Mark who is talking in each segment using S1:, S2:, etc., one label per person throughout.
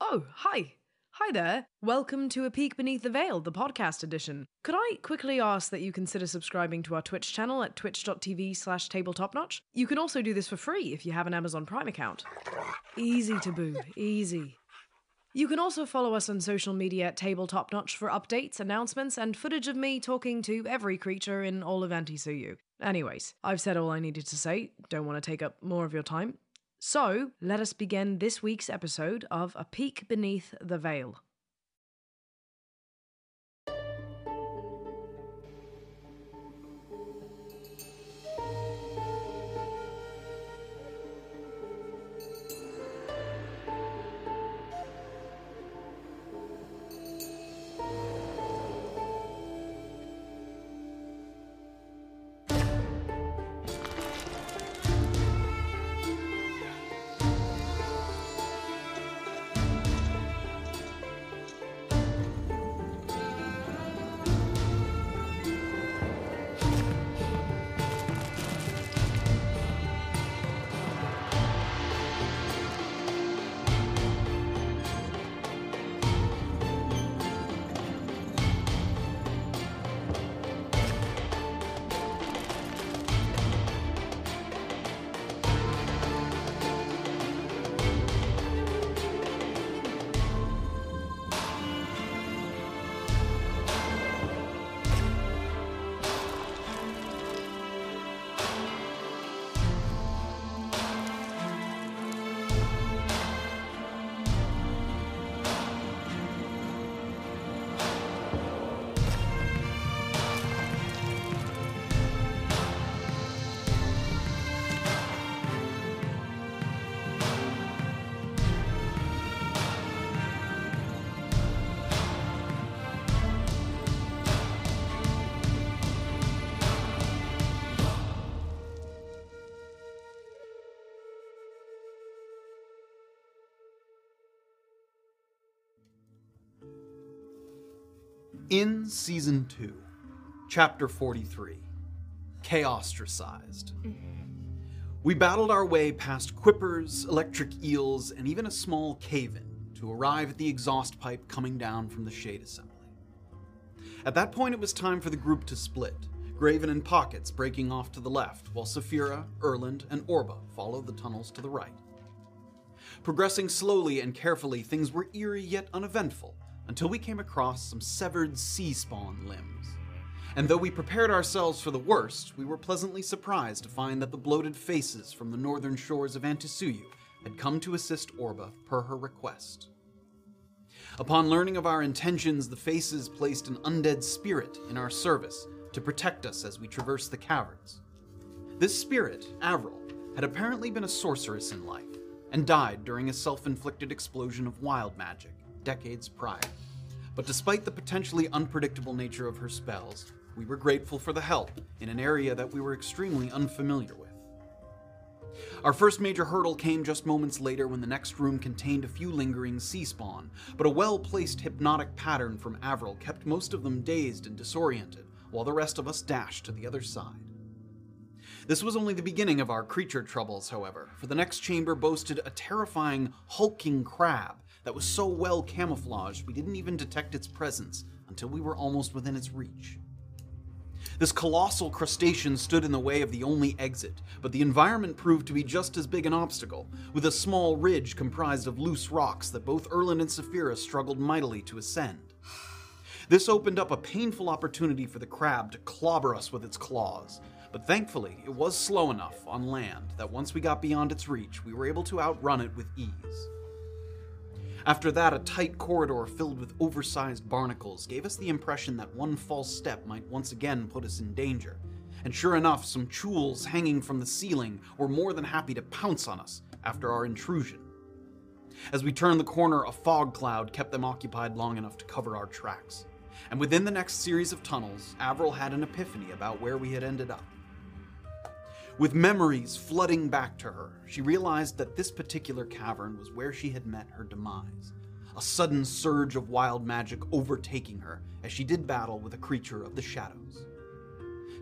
S1: Oh, hi. Hi there. Welcome to A Peek Beneath the Veil, the podcast edition. Could I quickly ask that you consider subscribing to our Twitch channel at twitch.tv slash tabletopnotch? You can also do this for free if you have an Amazon Prime account. Easy to boo, easy. You can also follow us on social media at Tabletop Notch for updates, announcements, and footage of me talking to every creature in all of Antisuyu. Anyways, I've said all I needed to say. Don't want to take up more of your time. So, let us begin this week's episode of A Peek Beneath the Veil.
S2: In Season 2, Chapter 43 Chaostracized. We battled our way past quippers, electric eels, and even a small cave in to arrive at the exhaust pipe coming down from the shade assembly. At that point, it was time for the group to split, Graven and Pockets breaking off to the left, while Saphira, Erland, and Orba followed the tunnels to the right. Progressing slowly and carefully, things were eerie yet uneventful until we came across some severed sea spawn limbs. And though we prepared ourselves for the worst, we were pleasantly surprised to find that the bloated faces from the northern shores of Antisuyu had come to assist Orba per her request. Upon learning of our intentions, the faces placed an undead spirit in our service to protect us as we traversed the caverns. This spirit, Avril, had apparently been a sorceress in life and died during a self inflicted explosion of wild magic decades prior. But despite the potentially unpredictable nature of her spells, we were grateful for the help in an area that we were extremely unfamiliar with. Our first major hurdle came just moments later when the next room contained a few lingering sea spawn, but a well placed hypnotic pattern from Avril kept most of them dazed and disoriented, while the rest of us dashed to the other side. This was only the beginning of our creature troubles, however, for the next chamber boasted a terrifying, hulking crab that was so well camouflaged we didn't even detect its presence until we were almost within its reach. This colossal crustacean stood in the way of the only exit, but the environment proved to be just as big an obstacle, with a small ridge comprised of loose rocks that both Erland and Saphira struggled mightily to ascend. This opened up a painful opportunity for the crab to clobber us with its claws, but thankfully it was slow enough on land that once we got beyond its reach, we were able to outrun it with ease. After that, a tight corridor filled with oversized barnacles gave us the impression that one false step might once again put us in danger. And sure enough, some chules hanging from the ceiling were more than happy to pounce on us after our intrusion. As we turned the corner, a fog cloud kept them occupied long enough to cover our tracks. And within the next series of tunnels, Avril had an epiphany about where we had ended up. With memories flooding back to her, she realized that this particular cavern was where she had met her demise. A sudden surge of wild magic overtaking her as she did battle with a creature of the shadows.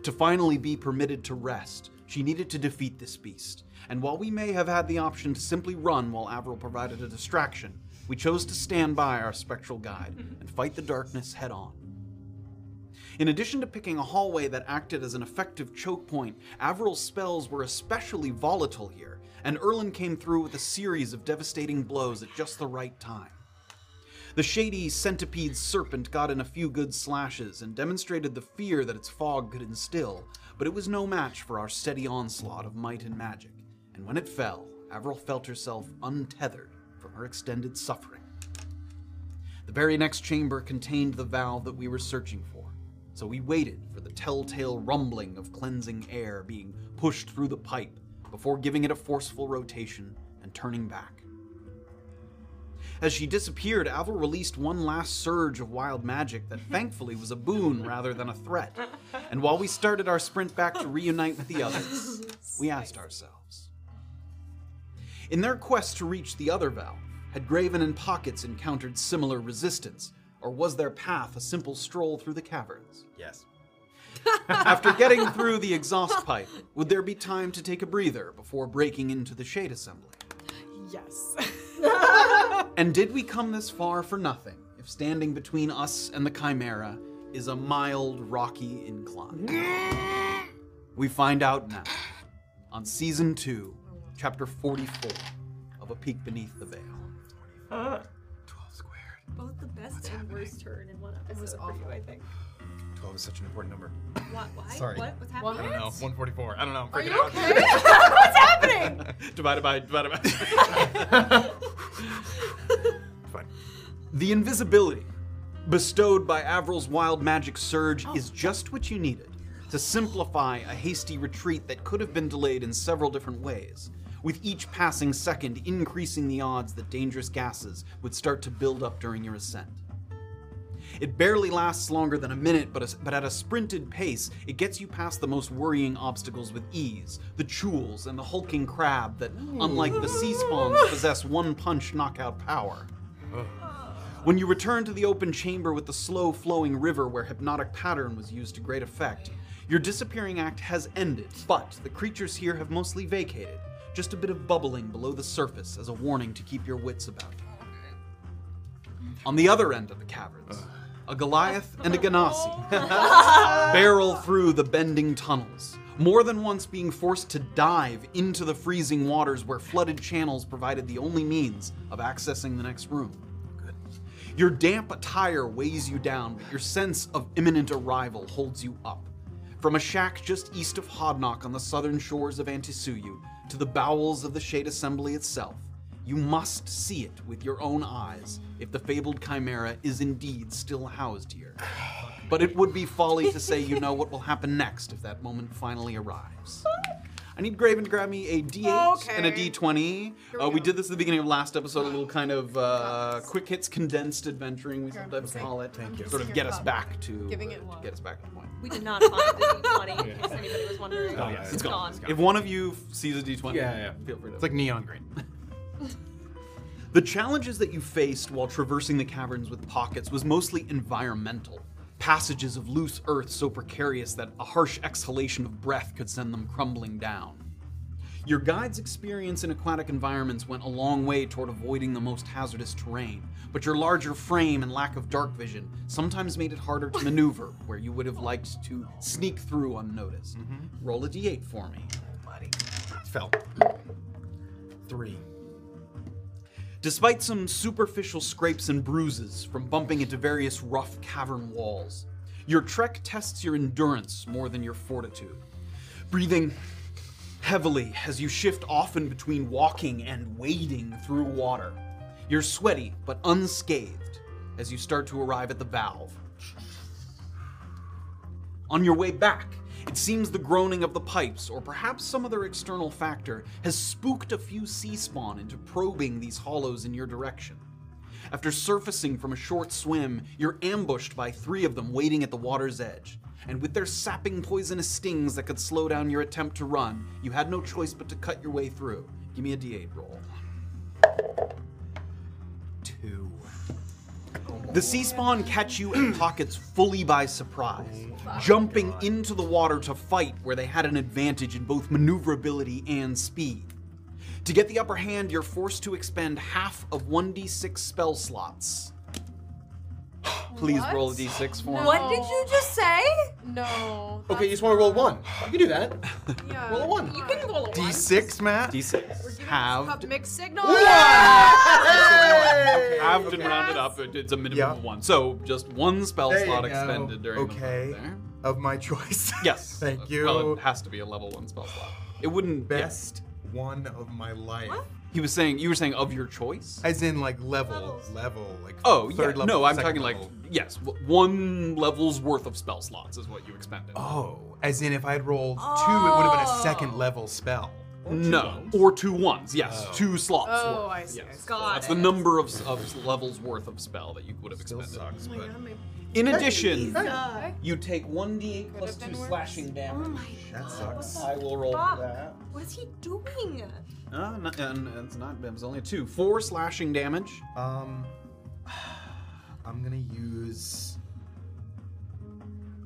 S2: To finally be permitted to rest, she needed to defeat this beast, and while we may have had the option to simply run while Avril provided a distraction, we chose to stand by our spectral guide and fight the darkness head on. In addition to picking a hallway that acted as an effective choke point, Averil's spells were especially volatile here, and Erlin came through with a series of devastating blows at just the right time. The shady centipede serpent got in a few good slashes and demonstrated the fear that its fog could instill, but it was no match for our steady onslaught of might and magic, and when it fell, Averil felt herself untethered from her extended suffering. The very next chamber contained the valve that we were searching for, so we waited for the telltale rumbling of cleansing air being pushed through the pipe before giving it a forceful rotation and turning back. As she disappeared, Avril released one last surge of wild magic that thankfully was a boon rather than a threat. And while we started our sprint back to reunite with the others, we asked ourselves. In their quest to reach the other valve, had Graven and Pockets encountered similar resistance, or was their path a simple stroll through the caverns?
S3: Yes.
S2: After getting through the exhaust pipe, would there be time to take a breather before breaking into the shade assembly?
S4: Yes.
S2: And did we come this far for nothing if standing between us and the Chimera is a mild, rocky incline? we find out now on Season 2, Chapter 44 of A Peak Beneath the Veil.
S3: Uh,
S5: 12 squared.
S4: Both the best and worst turn in one episode
S6: was
S4: for you,
S6: awful.
S4: I think.
S5: 12 is such an important number.
S4: What? Why?
S5: Sorry.
S4: What? What's
S6: What?
S4: happening?
S5: I don't know. 144. I don't know. I'm freaking out.
S4: What's happening?
S5: divided by. Divided by. Fine.
S2: The invisibility bestowed by Avril's wild magic surge
S4: Oh.
S2: is just what you needed to simplify a hasty retreat that could have been delayed in several different ways, with each passing second increasing the odds that dangerous gases would start to build up during your ascent. It barely lasts longer than a minute, but, a, but at a sprinted pace, it gets you past the most worrying obstacles with ease the chules and the hulking crab that, unlike the sea spawns, possess one punch knockout power. When you return to the open chamber with the slow flowing river where hypnotic pattern was used to great effect, your disappearing act has ended, but the creatures here have mostly vacated, just a bit of bubbling below the surface as a warning to keep your wits about you. On the other end of the caverns, a Goliath and a Ganassi barrel through the bending tunnels, more than once being forced to dive into the freezing waters where flooded channels provided the only means of accessing the next room. Your damp attire weighs you down, but your sense of imminent arrival holds you up. From a shack just east of Hodnock on the southern shores of Antisuyu to the bowels of the Shade Assembly itself, you must see it with your own eyes if the fabled Chimera is indeed still housed here. But it would be folly to say you know what will happen next if that moment finally arrives. I need Graven to grab me a D8 and a
S4: Okay.
S2: D20. We, uh, we did this at the beginning of last episode, a little kind of uh, quick hits, condensed adventuring, we sometimes call it.
S5: Thank you.
S2: Sort of get us back to,
S6: Giving
S2: uh,
S6: it
S2: to
S6: love.
S2: get us back to the point.
S4: We did not find the D20, in case anybody was wondering.
S5: Oh, yeah, it's
S2: gone, If one of you f- sees a D20,
S5: Yeah, yeah, yeah.
S2: feel free to.
S5: It's like neon green.
S2: The challenges that you faced while traversing the caverns with pockets was mostly environmental. Passages of loose earth so precarious that a harsh exhalation of breath could send them crumbling down. Your guide's experience in aquatic environments went a long way toward avoiding the most hazardous terrain, but your larger frame and lack of dark vision sometimes made it harder to maneuver where you would have liked to sneak through unnoticed. Roll a d8 for me.
S5: Fell. Three.
S2: Despite some superficial scrapes and bruises from bumping into various rough cavern walls, your trek tests your endurance more than your fortitude. Breathing heavily as you shift often between walking and wading through water, you're sweaty but unscathed as you start to arrive at the valve. On your way back, it seems the groaning of the pipes, or perhaps some other external factor, has spooked a few sea spawn into probing these hollows in your direction. After surfacing from a short swim, you're ambushed by three of them waiting at the water's edge. And with their sapping poisonous stings that could slow down your attempt to run, you had no choice but to cut your way through. Give me a d8 roll. Two. The sea spawn catch you in pockets fully by surprise, jumping into the water to fight where they had an advantage in both maneuverability and speed. To get the upper hand, you're forced to expend half of 1d6 spell slots. Please
S1: What?
S2: roll a d6 for me.
S1: What
S4: did you just
S1: say? No.
S5: Okay, you just want to roll one. You can do that.
S1: yeah.
S5: Roll a one.
S4: You can roll a one.
S5: D6, Matt.
S2: D6.
S1: Cup
S2: Halved.
S1: mixed signal.
S5: Hey!
S2: Halved and
S5: Okay.
S2: rounded up, it- it's a minimum
S5: Yeah.
S2: of one. So just one spell
S5: There you
S2: slot
S5: go.
S2: expended during
S5: Okay.
S2: the round there.
S5: Of my choice.
S2: Yes.
S5: Thank you.
S2: Well, it has to be a level one spell slot. It wouldn't. yeah.
S5: Best one of my life.
S4: What?
S2: He was saying you were saying of your choice.
S5: As in like level,
S4: Levels.
S5: level, like
S2: oh yeah.
S5: third level.
S2: no, I'm
S5: second
S2: talking like
S5: level.
S2: yes, w- one level's worth of spell slots is what you expended.
S5: Oh, as in if I'd rolled two, it would have been a second
S1: Oh.
S5: level spell.
S2: no, or two ones. Yes,
S5: Oh.
S2: two slots.
S1: Oh,
S2: worth.
S1: I see, I
S2: Yes.
S1: see.
S2: So
S4: Got
S2: That's the
S4: it.
S2: number of, s- of levels worth of spell that you would have
S5: Still
S2: expended.
S5: sucks,
S4: Oh my
S5: but
S4: god, my
S2: In addition,
S1: Okay.
S2: you take one d8 plus
S1: have
S2: two
S1: been worse.
S2: slashing damage.
S4: Oh my
S5: that
S4: god.
S5: sucks.
S2: I will roll
S4: Fuck.
S2: for that.
S4: What is he doing?
S1: Oh
S2: Uh, no, and it's not. It's only a two. Four slashing damage.
S5: um, I'm gonna use.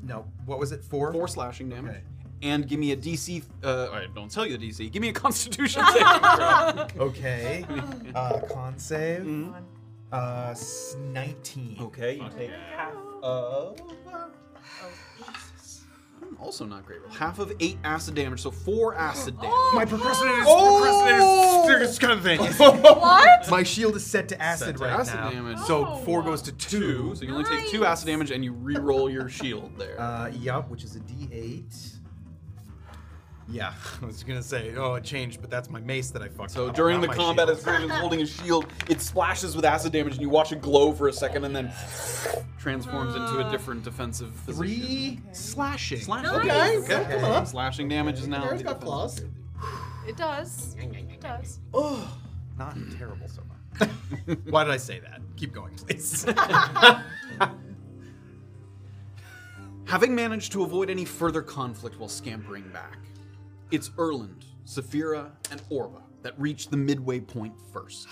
S5: No, what was it? Four.
S2: Four slashing damage.
S5: Okay.
S2: And give me a DC. Uh, I don't tell you the DC. Give me a Constitution saving throw.
S5: Okay. uh, con save. Uh, s- nineteen.
S2: Mm-hmm. Okay, you take half of. I'm also not great. with- Half of eight acid damage, so four acid damage.
S5: My procrastinator.
S2: Oh!
S5: what? My shield is set to acid
S2: Set to
S5: right
S2: acid
S5: now.
S2: damage.
S5: So four goes to two.
S2: Two, so you only take two acid damage, and you re-roll your shield there.
S5: Uh, yup, which is a D8. Yeah, I was gonna say, oh, it changed, but that's my mace that I fucked
S2: so
S5: up.
S2: during
S5: not
S2: the
S5: my
S2: combat,
S5: shield.
S2: as Raven's holding his shield, it splashes with acid damage, and you watch it glow for a second, and then transforms into a different defensive position.
S5: three slashing.
S2: Slash-
S4: Okay, Nice.
S5: okay, come on.
S2: Slashing damage is now.
S5: There's
S2: the
S5: got
S2: defensive
S5: claws.
S2: character.
S1: It does. It does.
S5: Oh, not terrible so far. Why did I say that? Keep going, please.
S2: Having managed to avoid any further conflict while scampering back, it's Erland, Saphira, and Orba that reach the midway point first.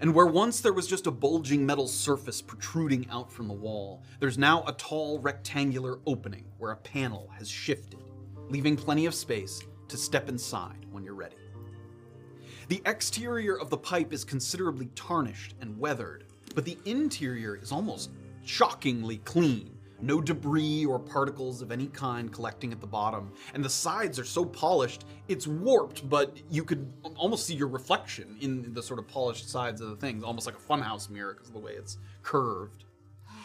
S2: And where once there was just a bulging metal surface protruding out from the wall, there's now a tall rectangular opening where a panel has shifted, leaving plenty of space to step inside when you're ready. The exterior of the pipe is considerably tarnished and weathered, but the interior is almost shockingly clean. No debris or particles of any kind collecting at the bottom, and the sides are so polished, it's warped, but you could al- almost see your reflection in the sort of polished sides of the things, almost like a funhouse mirror because of the way it's curved.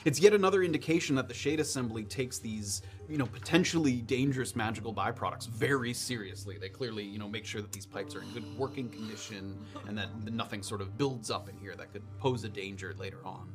S2: It's yet another indication that the Shade Assembly takes these, you know, potentially dangerous magical byproducts very seriously. They clearly, you know, make sure that these pipes are in good working condition and that nothing sort of builds up in here that could pose a danger later on.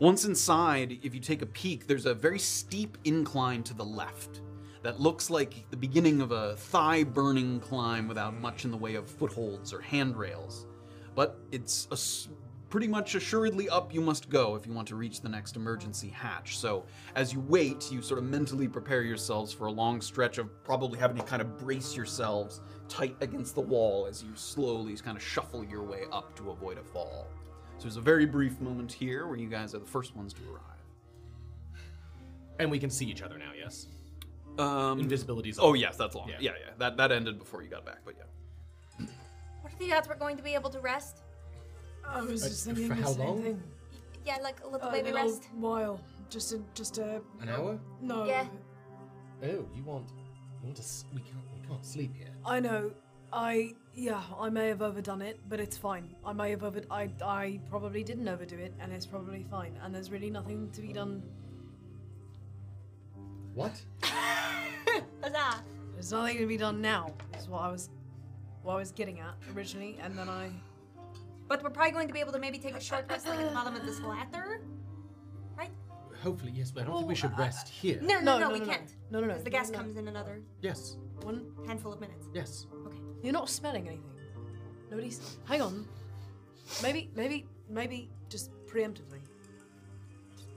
S2: Once inside, if you take a peek, there's a very steep incline to the left that looks like the beginning of a thigh burning climb without much in the way of footholds or handrails. But it's a s pretty much assuredly up you must go if you want to reach the next emergency hatch. So as you wait, you sort of mentally prepare yourselves for a long stretch of probably having to kind of brace yourselves tight against the wall as you slowly kind of shuffle your way up to avoid a fall. So there's a very brief moment here where you guys are the first ones to arrive.
S7: And we can see each other now, yes?
S2: Um,
S7: Invisibility's
S2: Oh
S7: off.
S2: yes, that's long. Yeah.
S7: Yeah.
S2: yeah, That that ended before you got back, but yeah.
S8: What are the odds we're going to be able to rest?
S1: I was just
S7: for
S1: thinking the
S7: how
S1: same
S7: long?
S1: thing.
S8: Yeah, like a
S4: Uh,
S8: little
S1: A
S8: baby
S1: little
S8: rest.
S1: while. Just a, just a.
S7: An hour?
S1: No.
S8: Yeah.
S7: Oh, you want you want to s- we can't we can't sleep here.
S1: I know. I yeah, I may have overdone it, but it's fine. I may have over I I probably didn't overdo it and it's probably fine. And there's really nothing to be done.
S7: What?
S4: Huzzah.
S1: There's nothing to be done now. Is what I was what I was getting at originally and then I
S4: But we're probably going to be able to maybe take a short rest like at the bottom of this ladder.
S7: Hopefully, yes, but I don't think we
S1: Oh,
S7: should rest here.
S4: No, no, no, we can't.
S1: No, no, no.
S4: Because the
S1: no,
S4: gas
S1: no.
S4: comes in another
S7: Yes.
S1: One-
S4: handful of minutes.
S7: Yes.
S1: You're not smelling anything. Nobody's Hang on. Maybe maybe maybe just preemptively.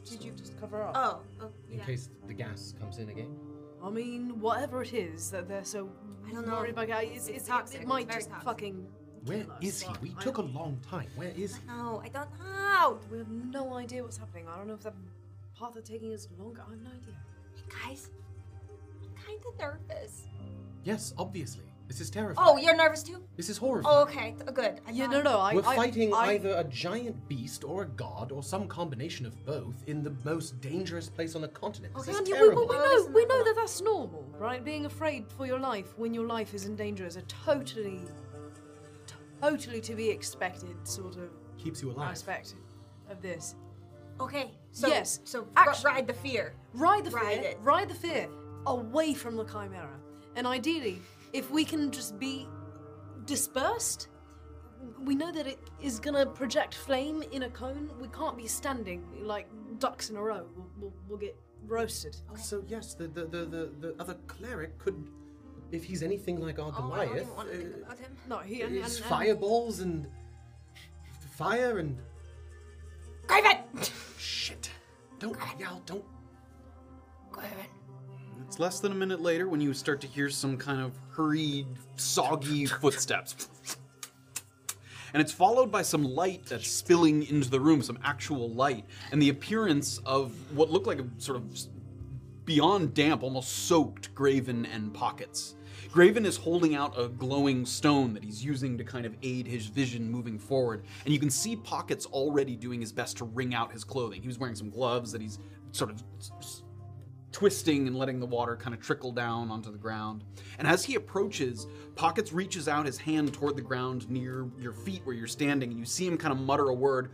S1: Did you just cover up?
S4: Oh, oh
S7: In
S4: yeah.
S7: case the gas comes in again.
S1: I mean, whatever it is that they're so
S4: Oh. I don't know.
S1: worried about, it's, it's,
S4: It's
S1: It,
S4: toxic.
S1: might
S4: It's very
S1: just
S4: toxic.
S1: fucking.
S7: Where
S1: kill us,
S7: is he?
S1: but
S7: We
S1: I-
S7: took a long time. Where is he?
S4: No, I don't know.
S1: We have no idea what's happening. I don't know if that path are taking us longer. I have no idea.
S4: Guys, I'm kind of nervous.
S7: Yes, obviously.
S5: This is terrifying.
S8: Oh, you're nervous too?
S5: This is horrifying.
S8: Oh, okay. th- Good. I
S1: Yeah,
S8: thought-
S1: no, no. I,
S5: We're
S1: I-
S5: fighting
S1: I-
S5: either a giant beast or a god or some combination of both in the most dangerous place on the continent. This
S1: Andy,
S5: is
S1: we, we,
S5: terrible.
S1: we know, we know that that's normal, right? Being afraid for your life when your life is in danger is a totally, totally to be expected sort of
S5: Keeps you alive.
S1: aspect of this.
S4: Okay. So,
S1: Yes,
S4: So ri-
S1: actu-
S4: ride the fear.
S1: Ride the fear,
S4: Ride it.
S1: ride the fear away from the chimera, and ideally, if we can just be dispersed, we know that it is gonna project flame in a cone. We can't be standing like ducks in a row. We'll, we'll, we'll get roasted.
S5: So yes, the the, the, the the other cleric could, if he's anything like our
S4: Oh, I don't
S5: Goliath,
S4: even want to think
S5: uh,
S4: about him.
S1: No, he and, and,
S5: is
S1: and-
S5: fireballs and fire and
S4: Graven!
S5: shit. Don't yell. Don't.
S4: Graven.
S2: It's less than a minute later when you start to hear some kind of hurried, soggy footsteps. And it's followed by some light that's spilling into the room, some actual light, and the appearance of what looked like a sort of s- beyond damp, almost soaked Graven and Pockets. Graven is holding out a glowing stone that he's using to kind of aid his vision moving forward, and you can see Pockets already doing his best to wring out his clothing. He was wearing some gloves that he's sort of s- s- twisting and letting the water kind of trickle down onto the ground. And as he approaches, Pockets reaches out his hand toward the ground near your feet where you're standing, and you see him kind of mutter a word,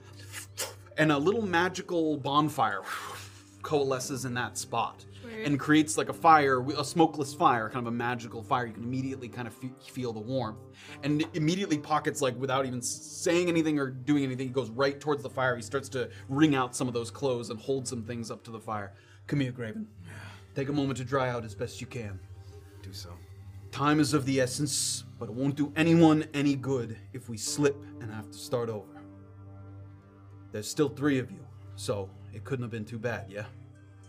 S2: and a little magical bonfire coalesces in that spot and creates like a fire, a smokeless fire, kind of a magical fire. You can immediately kind of fe- feel the warmth. And immediately, Pockets, like without even saying anything or doing anything, he goes right towards the fire. He starts to wring out some of those clothes and hold some things up to the fire. Come here, Graven. Take a moment to dry out as best you can.
S9: Do so.
S2: Time is of the essence, but it won't do anyone any good if we slip and have to start over. There's still three of you, so it couldn't have been too bad, yeah?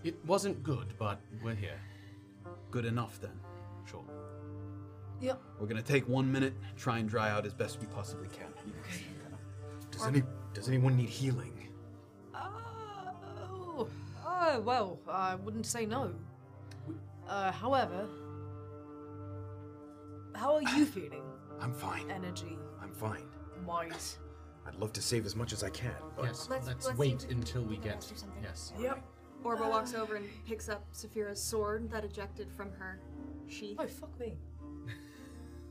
S5: It wasn't good, but we're here.
S2: Good enough then.
S5: Sure.
S1: Yep.
S2: We're gonna take one minute, try and dry out as best we possibly can.
S9: Does any does anyone need healing?
S1: Oh, oh, well, I wouldn't say no. Uh, however, how are you feeling,
S9: I'm fine.
S1: energy
S9: I'm fine.
S1: wise?
S9: I'd love to save as much as I can, but
S5: Yes.
S8: Let's-
S5: Let's,
S8: let's
S5: wait
S8: see if-
S5: until we
S8: if we
S5: get.
S8: can do something.
S5: Yes.
S1: Yep.
S4: Orba walks over and picks up Saphira's sword that ejected from her sheath.
S1: Oh, fuck me.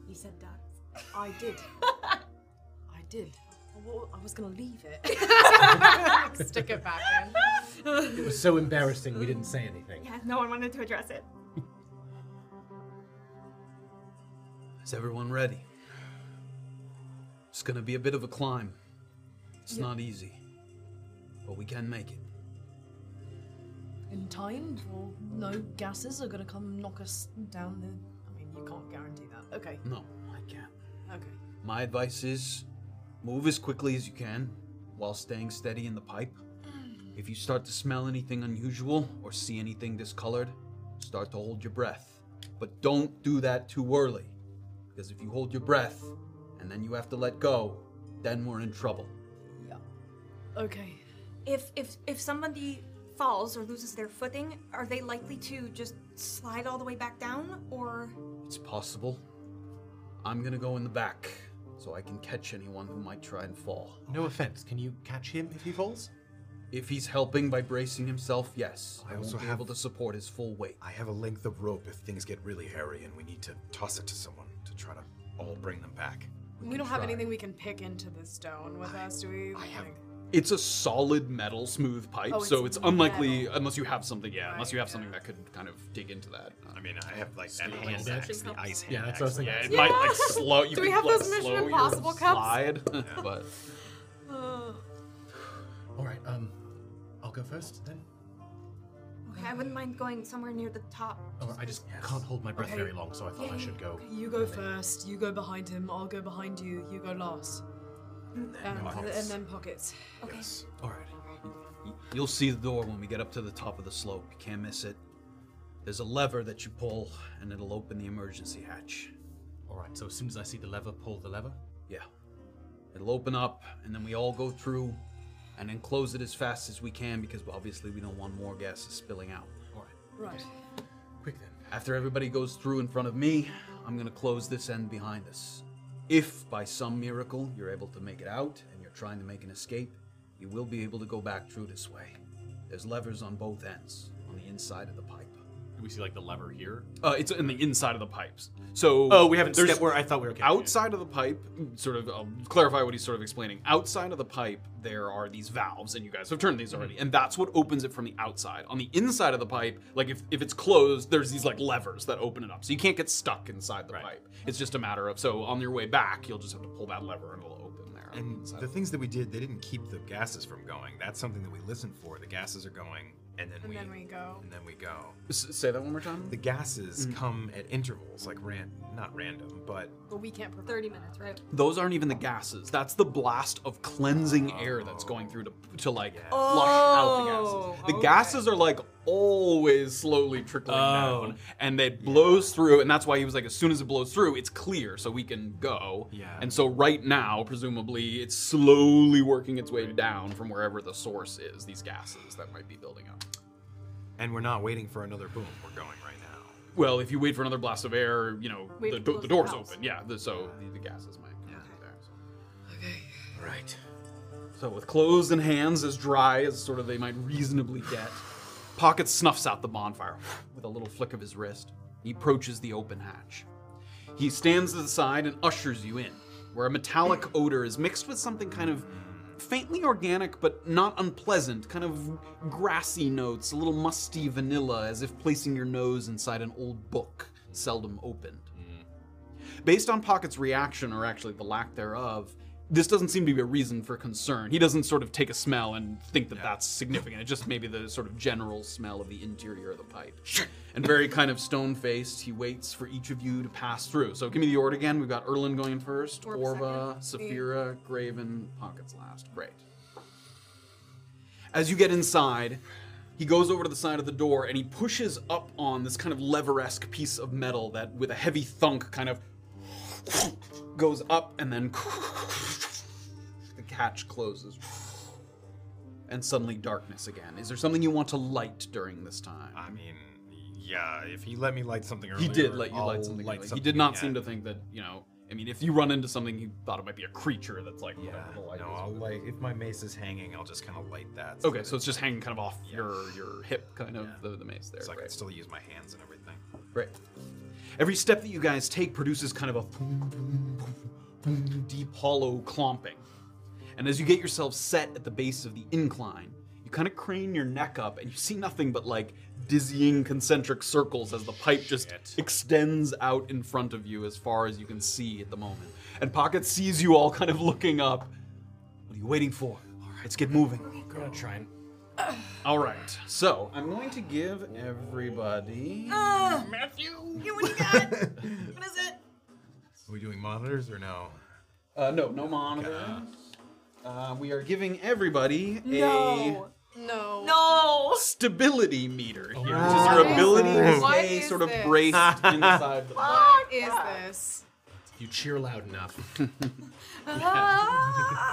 S4: He said that.
S1: I did. I did. I wa- I was gonna leave it.
S10: Stick it back in.
S5: It was so embarrassing we didn't say anything.
S4: Yeah, no one wanted to address it.
S2: Is everyone ready? It's gonna be a bit of a climb. It's not easy, but we can make it.
S1: In time, for no gases are gonna come knock us down the. I mean, you can't guarantee that. Okay,
S2: No, I can't.
S1: okay.
S2: My advice is move as quickly as you can while staying steady in the pipe. If you start to smell anything unusual or see anything discolored, start to hold your breath. But don't do that too early, because if you hold your breath and then you have to let go, then we're in trouble.
S1: Okay.
S4: If if if somebody falls or loses their footing, are they likely to just slide all the way back down or
S2: It's possible. I'm gonna go in the back so I can catch anyone who might try and fall.
S5: No offense. Can you catch him if he falls?
S2: If he's helping by bracing himself, yes, I,
S9: I
S2: won't
S9: also
S2: be
S9: have-
S2: able to support his full weight.
S9: I have a length of rope if things get really hairy and we need to toss it to someone to try to all bring them back.
S10: We, don't have anything we can pick into the stone with us, do we?
S9: I have
S2: It's a solid metal smooth pipe,
S1: Oh,
S2: so it's
S1: it's
S2: unlikely unless you have something. Yeah, unless
S10: Right,
S2: you have
S10: yeah.
S2: something that could kind of dig into that.
S9: I mean I have like
S5: Speaking
S9: an ice
S5: of
S9: axe,
S4: that-
S9: the ice hand.
S5: Yeah, that's what I was
S9: axe.
S5: thinking.
S2: it might like slow. You
S10: Do we
S2: could,
S10: have
S2: like,
S10: those Mission
S2: slow your
S10: Impossible cups?
S2: Slide, but
S5: All right. Um, I'll go first then.
S4: Okay, I wouldn't mind going somewhere near the top.
S5: Oh, I just can't hold my breath
S1: Okay.
S5: very long, so I thought I should go.
S1: You go first. You go behind him. I'll go behind you. You go last. And then pockets. And then pockets.
S9: Yes.
S2: all right. You- You'll see the door when we get up to the top of the slope. You can't miss it. There's a lever that you pull, and it'll open the emergency hatch.
S5: All right. So as soon as I see the lever, pull the lever.
S2: Yeah. It'll open up, and then we all go through, and then close it as fast as we can because obviously we don't want more gases spilling out.
S5: All right.
S1: Right.
S5: Quick then.
S2: After everybody goes through in front of me, I'm going to close this end behind us. If, by some miracle, you're able to make it out and you're trying to make an escape, you will be able to go back through this way. There's levers on both ends, on the inside of the pipe.
S11: Do we see like the lever here?
S2: Uh, it's in the inside of the pipes. So
S11: Oh, we haven't
S2: there's-
S11: stepped where I thought we were. Okay.
S2: outside of the pipe sort of I'll clarify what he's sort of explaining outside of the pipe there are these valves and you guys have turned these already and that's what opens it from the outside on the inside of the pipe like if, if it's closed there's these like levers that open it up so you can't get stuck inside the pipe it's just a matter of so on your way back you'll just have to pull that lever and it'll open there on the
S5: And
S2: inside.
S5: the things that we did, they didn't keep the gases from going. That's something that we listened for. The gases are going, and then,
S4: And
S5: we,
S4: then we go.
S5: And then we go.
S2: S- say that one more time
S5: The gases
S2: Mm.
S5: come at intervals, like ran, not random, but
S4: But we can't prevent 30 minutes, right?
S2: those aren't even the gases that's the blast of cleansing air that's going through to, to like flush
S4: Oh,
S2: out the gases the gases are like always slowly trickling down and it blows through and that's why he was like as soon as it blows through it's clear so we can go
S5: Yeah.
S2: and so right now presumably it's slowly working its way down from wherever the source is these gases that might be building up
S5: and we're not waiting for another boom. We're going right now.
S2: well if you wait for another blast of air you know
S4: We
S2: the,
S4: have
S2: do-
S4: to close
S2: the
S4: the
S2: door's
S4: valves.
S2: open yeah the, so the, the gases might come through there so.
S5: Right.
S2: So with clothes and hands as dry as sort of they might reasonably get, Pocket snuffs out the bonfire with a little flick of his wrist. He approaches the open hatch. He stands to the side and ushers you in, where a metallic odor is mixed with something kind of faintly organic but not unpleasant, kind of grassy notes, a little musty vanilla, as if placing your nose inside an old book seldom opened. Based on Pocket's reaction, or actually the lack thereof, this doesn't seem to be a reason for concern. He doesn't sort of take a smell and think that that's significant. It's just maybe the sort of general smell of the interior of the pipe. And very kind of stone faced, he waits for each of you to pass through. So give me the order again. We've got Erlin going first, Orva, Saphira, Graven, Pocket's last. Great. As you get inside, he goes over to the side of the door and he pushes up on this kind of lever-esque piece of metal that, with a heavy thunk, kind of goes up and then the catch closes. And suddenly darkness again. Is there something you want to light during this time?
S5: I mean, yeah. If he let me light something earlier,
S2: he did let you
S5: I'll
S2: light something. early.
S5: Light
S2: he did not
S5: again.
S2: seem to think that, you know, I mean, if you run into something, he thought it might be a creature that's like,
S5: Yeah.
S2: whatever the light
S5: No,
S2: is.
S5: I'll like if my mace is hanging, I'll just kind of light that.
S2: Okay, so
S5: that
S2: it's just hanging kind of off your your hip, kind of
S5: Yeah.
S2: the, the mace there.
S5: so I can
S2: right.
S5: still use my hands and everything.
S2: Right. Every step that you guys take produces kind of a boom, boom, boom, boom, deep hollow clomping. And as you get yourself set at the base of the incline, you kind of crane your neck up and you see nothing but like dizzying concentric circles as the pipe just extends out in front of you as far as you can see at the moment. And Pocket sees you all kind of looking up. What are you waiting for? All right, let's get moving.
S12: I'm gonna try and.
S2: All right. So I'm going to give everybody.
S5: Are we doing monitors or no?
S2: Uh, no,
S4: Oh,
S2: no monitors. Uh, we are giving everybody
S4: No.
S2: a stability meter here, which is your ability to
S4: Oh, What
S2: stay
S4: is
S2: sort of
S4: this?
S2: braced inside the box.
S4: What is this?
S12: You cheer loud enough.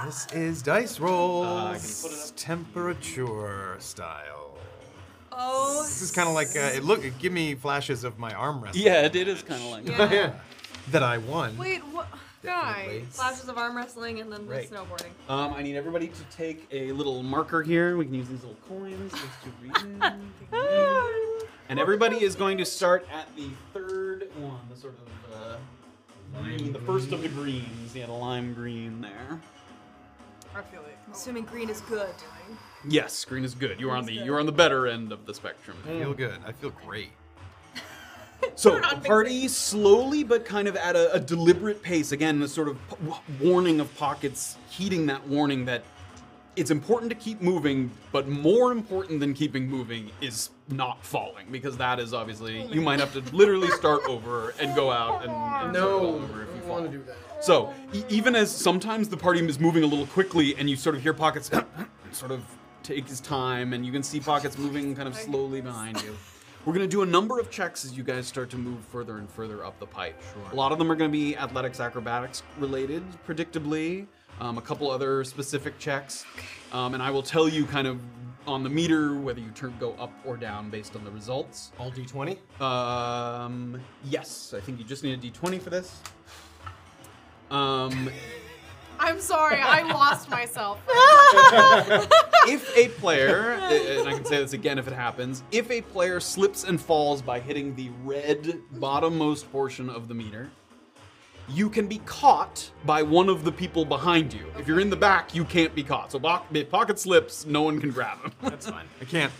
S5: This is dice rolls,
S2: Uh, I can put it up.
S5: temperature style.
S13: Oh,
S5: This is kind of like uh, it look. It give me flashes of my arm wrestling
S2: Yeah, it is kind of like that.
S5: yeah. that I won.
S4: Wait, what? Guys.
S13: flashes of arm wrestling and then the
S2: Right.
S13: snowboarding.
S2: Um, I need everybody to take a little marker here. We can use these little coins just to read.
S4: Mm.
S2: and everybody is going to start at the third one, the sort of uh, green, the first of the greens. Yeah, the lime green there.
S4: I feel it.
S13: Assuming green is good.
S2: Yes, green is good. You are on the you are on the better end of the spectrum.
S5: I feel good. I feel great.
S2: So the party slowly but kind of at a, a deliberate pace. Again, the sort of p- w- warning of pockets, heeding that warning that it's important to keep moving, but more important than keeping moving is not falling, because that is obviously you might have to literally start over and go out and, and start all over if you fall.
S12: do that.
S2: So e- even as sometimes the party is moving a little quickly, and you sort of hear pockets sort of take his time, and you can see pockets moving kind of slowly behind you. We're gonna do a number of checks as you guys start to move further and further up the pipe. A lot of them are gonna be athletics, acrobatics related, predictably. Um, a couple other specific checks, um, and I will tell you kind of on the meter, whether you turn go up or down based on the results.
S5: All d20.
S2: Um, yes, I think you just need a d20 for this. Um,
S1: I'm sorry, I lost myself.
S2: if a player, uh, and I can say this again if it happens, if a player slips and falls by hitting the red bottommost portion of the meter, you can be caught by one of the people behind you. If you're in the back, you can't be caught. So bo- if pocket slips, no one can grab him.
S14: That's fine.
S9: I can't.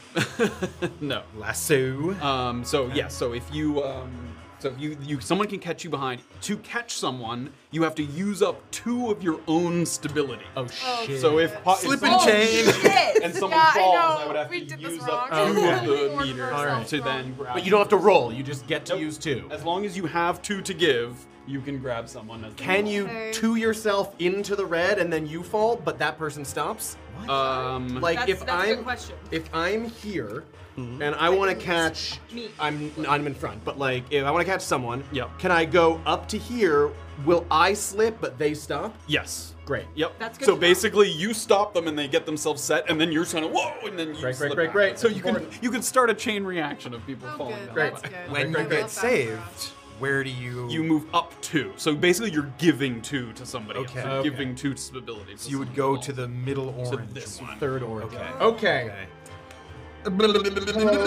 S2: no.
S9: Lasso.
S5: Oh,
S2: Um, so yes, so if you um, so if you you someone can catch you behind. To catch someone, you have to use up two of your own stability.
S5: Oh, shit.
S2: So if po-
S9: Slip
S2: if
S9: and
S2: someone-
S9: chain.
S2: and someone
S1: Oh, Yeah, I
S2: falls,
S1: know.
S2: I would have
S1: We
S2: to
S1: did this
S2: use
S1: wrong.
S2: up two of
S1: We
S2: the
S1: ordered
S2: meter
S1: ourselves
S2: to
S1: wrong.
S2: then grab.
S5: But you don't have to roll. You just get to
S2: Nope.
S5: use two.
S2: As long as you have two to give, you can grab someone. As they
S5: Can
S2: roll.
S5: you
S1: Okay.
S5: two yourself into the red and then you fall, but that person stops?
S2: Um,
S5: Like
S1: That's,
S5: if
S1: that's a
S5: I'm
S1: good question.
S5: if I'm here and I want to catch
S1: Me.
S5: I'm I'm in front, but like if I want to catch someone,
S2: Yep.
S5: can I go up to here? Will I slip but they stop?
S2: yes.
S5: Great.
S2: Yep.
S1: That's good
S2: so
S1: to know.
S2: basically, you stop them and they get themselves set, and then you're kind of whoa, and then you
S5: Great, great,
S2: slip
S5: great,
S2: back.
S5: great.
S2: So you can
S5: Important.
S2: you can start a chain reaction of people
S1: Oh,
S2: falling.
S1: good.
S2: down.
S1: That's good.
S9: When you
S1: I love
S9: get
S1: that for
S9: saved,
S1: us.
S9: where do you
S2: You move up two. So basically, you're giving two to somebody. else.
S9: Okay.
S2: You're
S9: Okay.
S2: giving two to stability.
S9: So you would go to the middle orange
S2: this one.
S9: third orange. Okay.
S5: Okay.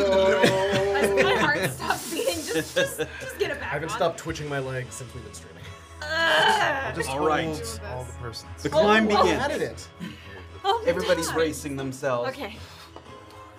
S4: My heart stopped beating. Just, just, just get it back.
S5: I haven't
S4: on.
S5: stopped twitching my legs since we've been streaming.
S9: Just
S2: All right.
S9: hold All the persons.
S2: The climb
S5: Oh,
S2: begins.
S5: how did it?
S4: Oh, my
S2: Everybody's
S4: God.
S2: racing themselves.
S4: Okay.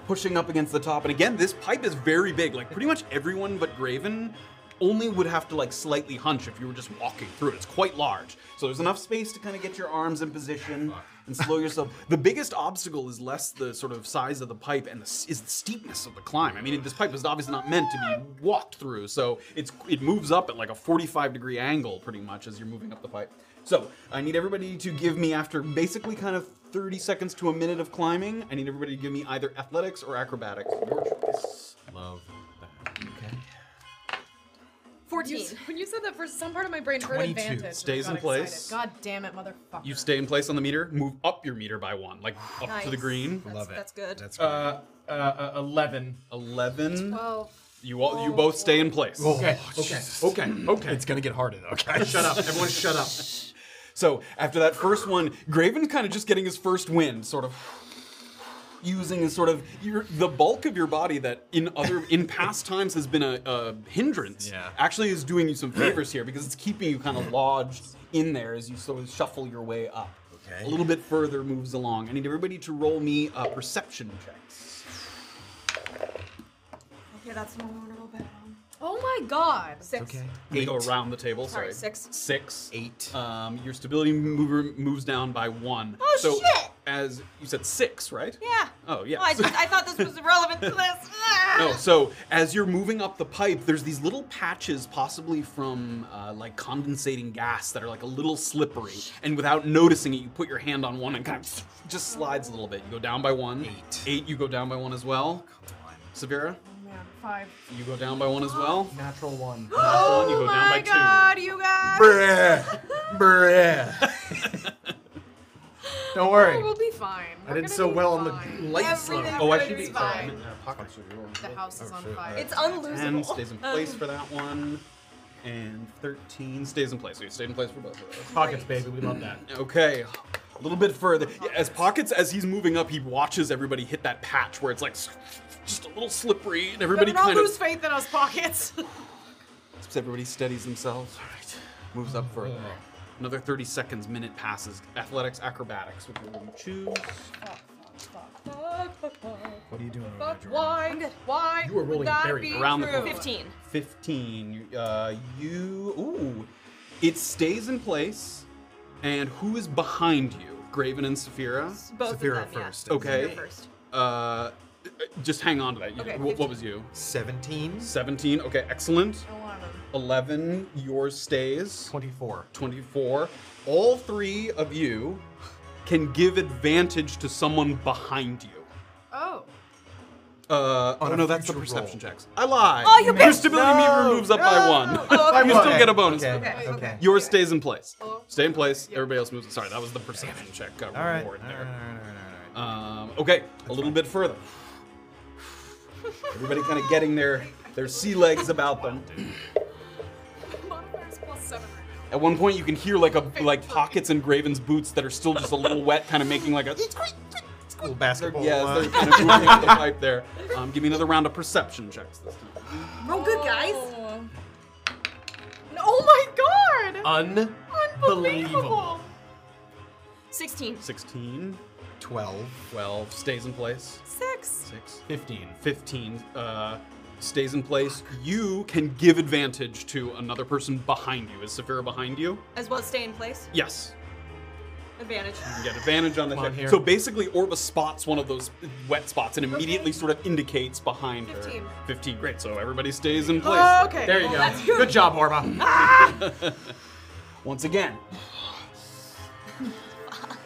S2: pushing up against the top. And again, this pipe is very big. Like pretty much everyone but Graven only would have to like slightly hunch if you were just walking through it. It's quite large. So there's enough space to kind of get your arms in position and slow yourself. the biggest obstacle is less the sort of size of the pipe and the, s- is the steepness of the climb. I mean, this pipe is obviously not meant to be walked through. So it's it moves up at like a 45 degree angle pretty much as you're moving up the pipe. So I need everybody to give me after basically kind of 30 seconds to a minute of climbing. I need everybody to give me either athletics or acrobatics. Your choice.
S14: Love that.
S4: 14.
S1: When you said that, for some part of my brain heard
S9: 22.
S1: advantage. and I
S2: Stays
S1: got
S2: in place.
S1: excited. God damn it, motherfucker.
S2: You stay in place on the meter, move up your meter by one, like up to the
S4: Nice.
S2: green.
S9: Love it.
S4: That's good.
S9: That's great.
S5: Uh, uh, uh, eleven.
S2: 11.
S1: Well,
S2: You all, you both stay in place.
S5: Okay. Okay.
S2: Oh,
S5: Okay. Okay.
S9: It's gonna get harder though, guys. Shut up.
S5: Everyone, shut up.
S2: So after that first one, Graven kind of just getting his first wind, sort of using his sort of your, the bulk of your body that in other in past times has been a, a hindrance.
S9: Yeah.
S2: Actually, is doing you some favors here because it's keeping you kind of lodged in there as you sort of shuffle your way up.
S9: Okay.
S2: A little bit further moves along. I need everybody to roll me uh, perception checks.
S4: Okay, that's the one I want to roll back on.
S1: oh my god.
S4: Six.
S9: Okay.
S2: They go around the table. Sorry,
S4: Sorry, six.
S2: Six.
S9: Eight.
S2: Um, your stability mover moves down by one.
S4: Oh,
S2: so
S4: shit!
S2: As you said, six, right?
S4: Yeah.
S2: Oh, yeah.
S4: Oh, I, just, I thought this was relevant to this.
S2: No, so as you're moving up the pipe, there's these little patches, possibly from uh, like condensating gas, that are like a little slippery. And without noticing it, you put your hand on one and kind of just slides a little bit. You go down by one.
S9: Eight.
S2: Eight, you go down by one as well. Severa,
S1: Oh man, five.
S2: you go down by one as well.
S5: Natural one.
S2: Natural one, you
S4: Oh
S2: go down by
S1: my god, you guys.
S9: Bruh. Bruh. Don't worry.
S1: We'll be fine.
S5: I did so well on the light slope.
S1: Everything
S2: Oh, I
S1: we're
S2: should
S1: doing
S2: be
S1: is
S2: fine.
S1: fine. The house is on
S9: shoot.
S1: fire.
S4: It's
S2: two. Ten
S4: unlosable.
S2: stays in place for that one. And 13 stays in place. So you stayed in place for both of those.
S5: Pockets, baby. We love that.
S2: Okay. A little bit further. Yeah, As Pockets, as he's moving up, he watches everybody hit that patch where it's like s- just a little slippery, and everybody
S1: Better not
S2: kind of
S1: lose faith in us pockets.
S2: everybody steadies themselves. All right, moves up further. Another 30 seconds, minute passes. Athletics, acrobatics, which one do you choose?
S9: What are you doing? over
S1: But
S9: there, Jordan?
S1: why? Why?
S5: You were
S1: would
S5: rolling
S1: that
S5: very
S1: be
S2: around the
S1: true?
S2: corner.
S4: 15.
S2: 15. Uh, you. Ooh. It stays in place. And who is behind you? Graven and Saphira?
S4: Both
S9: Saphira
S4: of them,
S9: first.
S4: Yeah.
S2: Okay.
S4: Saphira first.
S2: Uh, just hang on to that. You-
S4: Okay,
S2: wh- what,
S4: 15.
S2: was you?
S9: 17.
S2: 17. Okay, excellent.
S1: Eleven.
S2: 11, yours stays.
S9: 24.
S2: 24. All three of you can give advantage to someone behind you.
S1: Oh.
S2: Uh,
S9: On
S2: oh
S9: a
S2: no, that's the
S9: future
S2: perception
S9: roll.
S2: checks. I lied.
S4: Oh, you
S2: Your
S4: bitch.
S2: stability meter moves up by one.
S4: Oh, okay.
S2: you still get a bonus.
S9: Okay.
S2: for that.
S9: Okay.
S4: okay. Oh.
S2: Yours stays in place.
S1: Hello?
S2: Stay in place. Everybody else moves. Sorry, that was the perception check uh,
S9: All right. All right. All
S2: reward
S9: right. All
S2: there.
S5: Uh,
S9: right. all right.
S2: Um, Okay, a little bit further. Everybody kind of getting their their sea legs about them.
S1: Modifiers plus seven right now.
S2: At one point, you can hear like a like pockets in Graven's boots that are still just a little wet, kind of making like a
S5: Little basketball.
S2: yeah,
S5: uh,
S2: as they're kind of moving up the pipe there. Um, give me another round of perception checks this time.
S4: Roll good, guys.
S1: Oh my god!
S15: Unbelievable.
S4: 16.
S2: 16,
S5: 12.
S2: 12 stays in place.
S1: Six.
S2: Six,
S16: 15.
S2: 15 uh, stays in place. You can give advantage to another person behind you. Is Saphira behind you?
S4: As well as stay in place.
S2: Yes.
S4: Advantage.
S2: You get advantage on the
S5: Come on
S2: check.
S5: here.
S2: So basically, Orba spots one of those wet spots and immediately sort of indicates behind her.
S4: 15.
S2: 15. Great. So everybody stays in place.
S1: okay.
S5: There you go. Good job, Horma.
S2: Once again,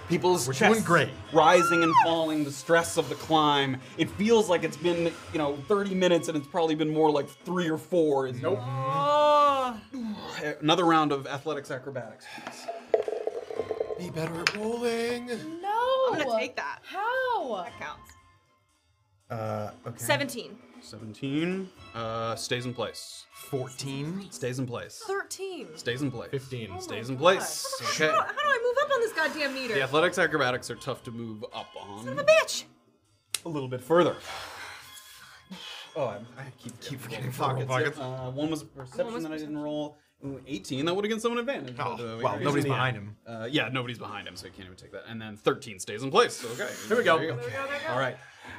S2: people's
S5: We're doing
S2: chests
S5: great.
S2: rising and falling, the stress of the climb. It feels like it's been, you know, 30 minutes and it's probably been more like three or four. Is nope. Another round of athletics acrobatics.
S5: Be better at rolling.
S1: No.
S4: I'm gonna take that.
S1: How?
S4: That counts.
S5: Uh, okay.
S4: 17.
S2: 17 uh, stays in place.
S5: 14.
S2: Stays in place.
S1: Thirteen.
S2: Stays in place.
S16: 15.
S5: Oh
S2: Stays in place. Okay.
S4: How do I move up on this goddamn meter?
S2: The athletics acrobatics are tough to move up on.
S4: Bitch!
S2: a little bit further. Oh, I'm, I keep, keep forgetting pockets.
S5: pockets.
S2: Yeah, Uh, one was perception that I didn't roll. Ooh, 18, that would have given someone advantage.
S5: Oh,
S2: but, uh, we-
S5: well,
S2: we-
S5: nobody's
S2: yeah.
S5: behind him.
S2: Uh, yeah, nobody's behind him, so he can't even take that. And then 13 stays in place. so Okay. Here
S5: we go.
S2: All right.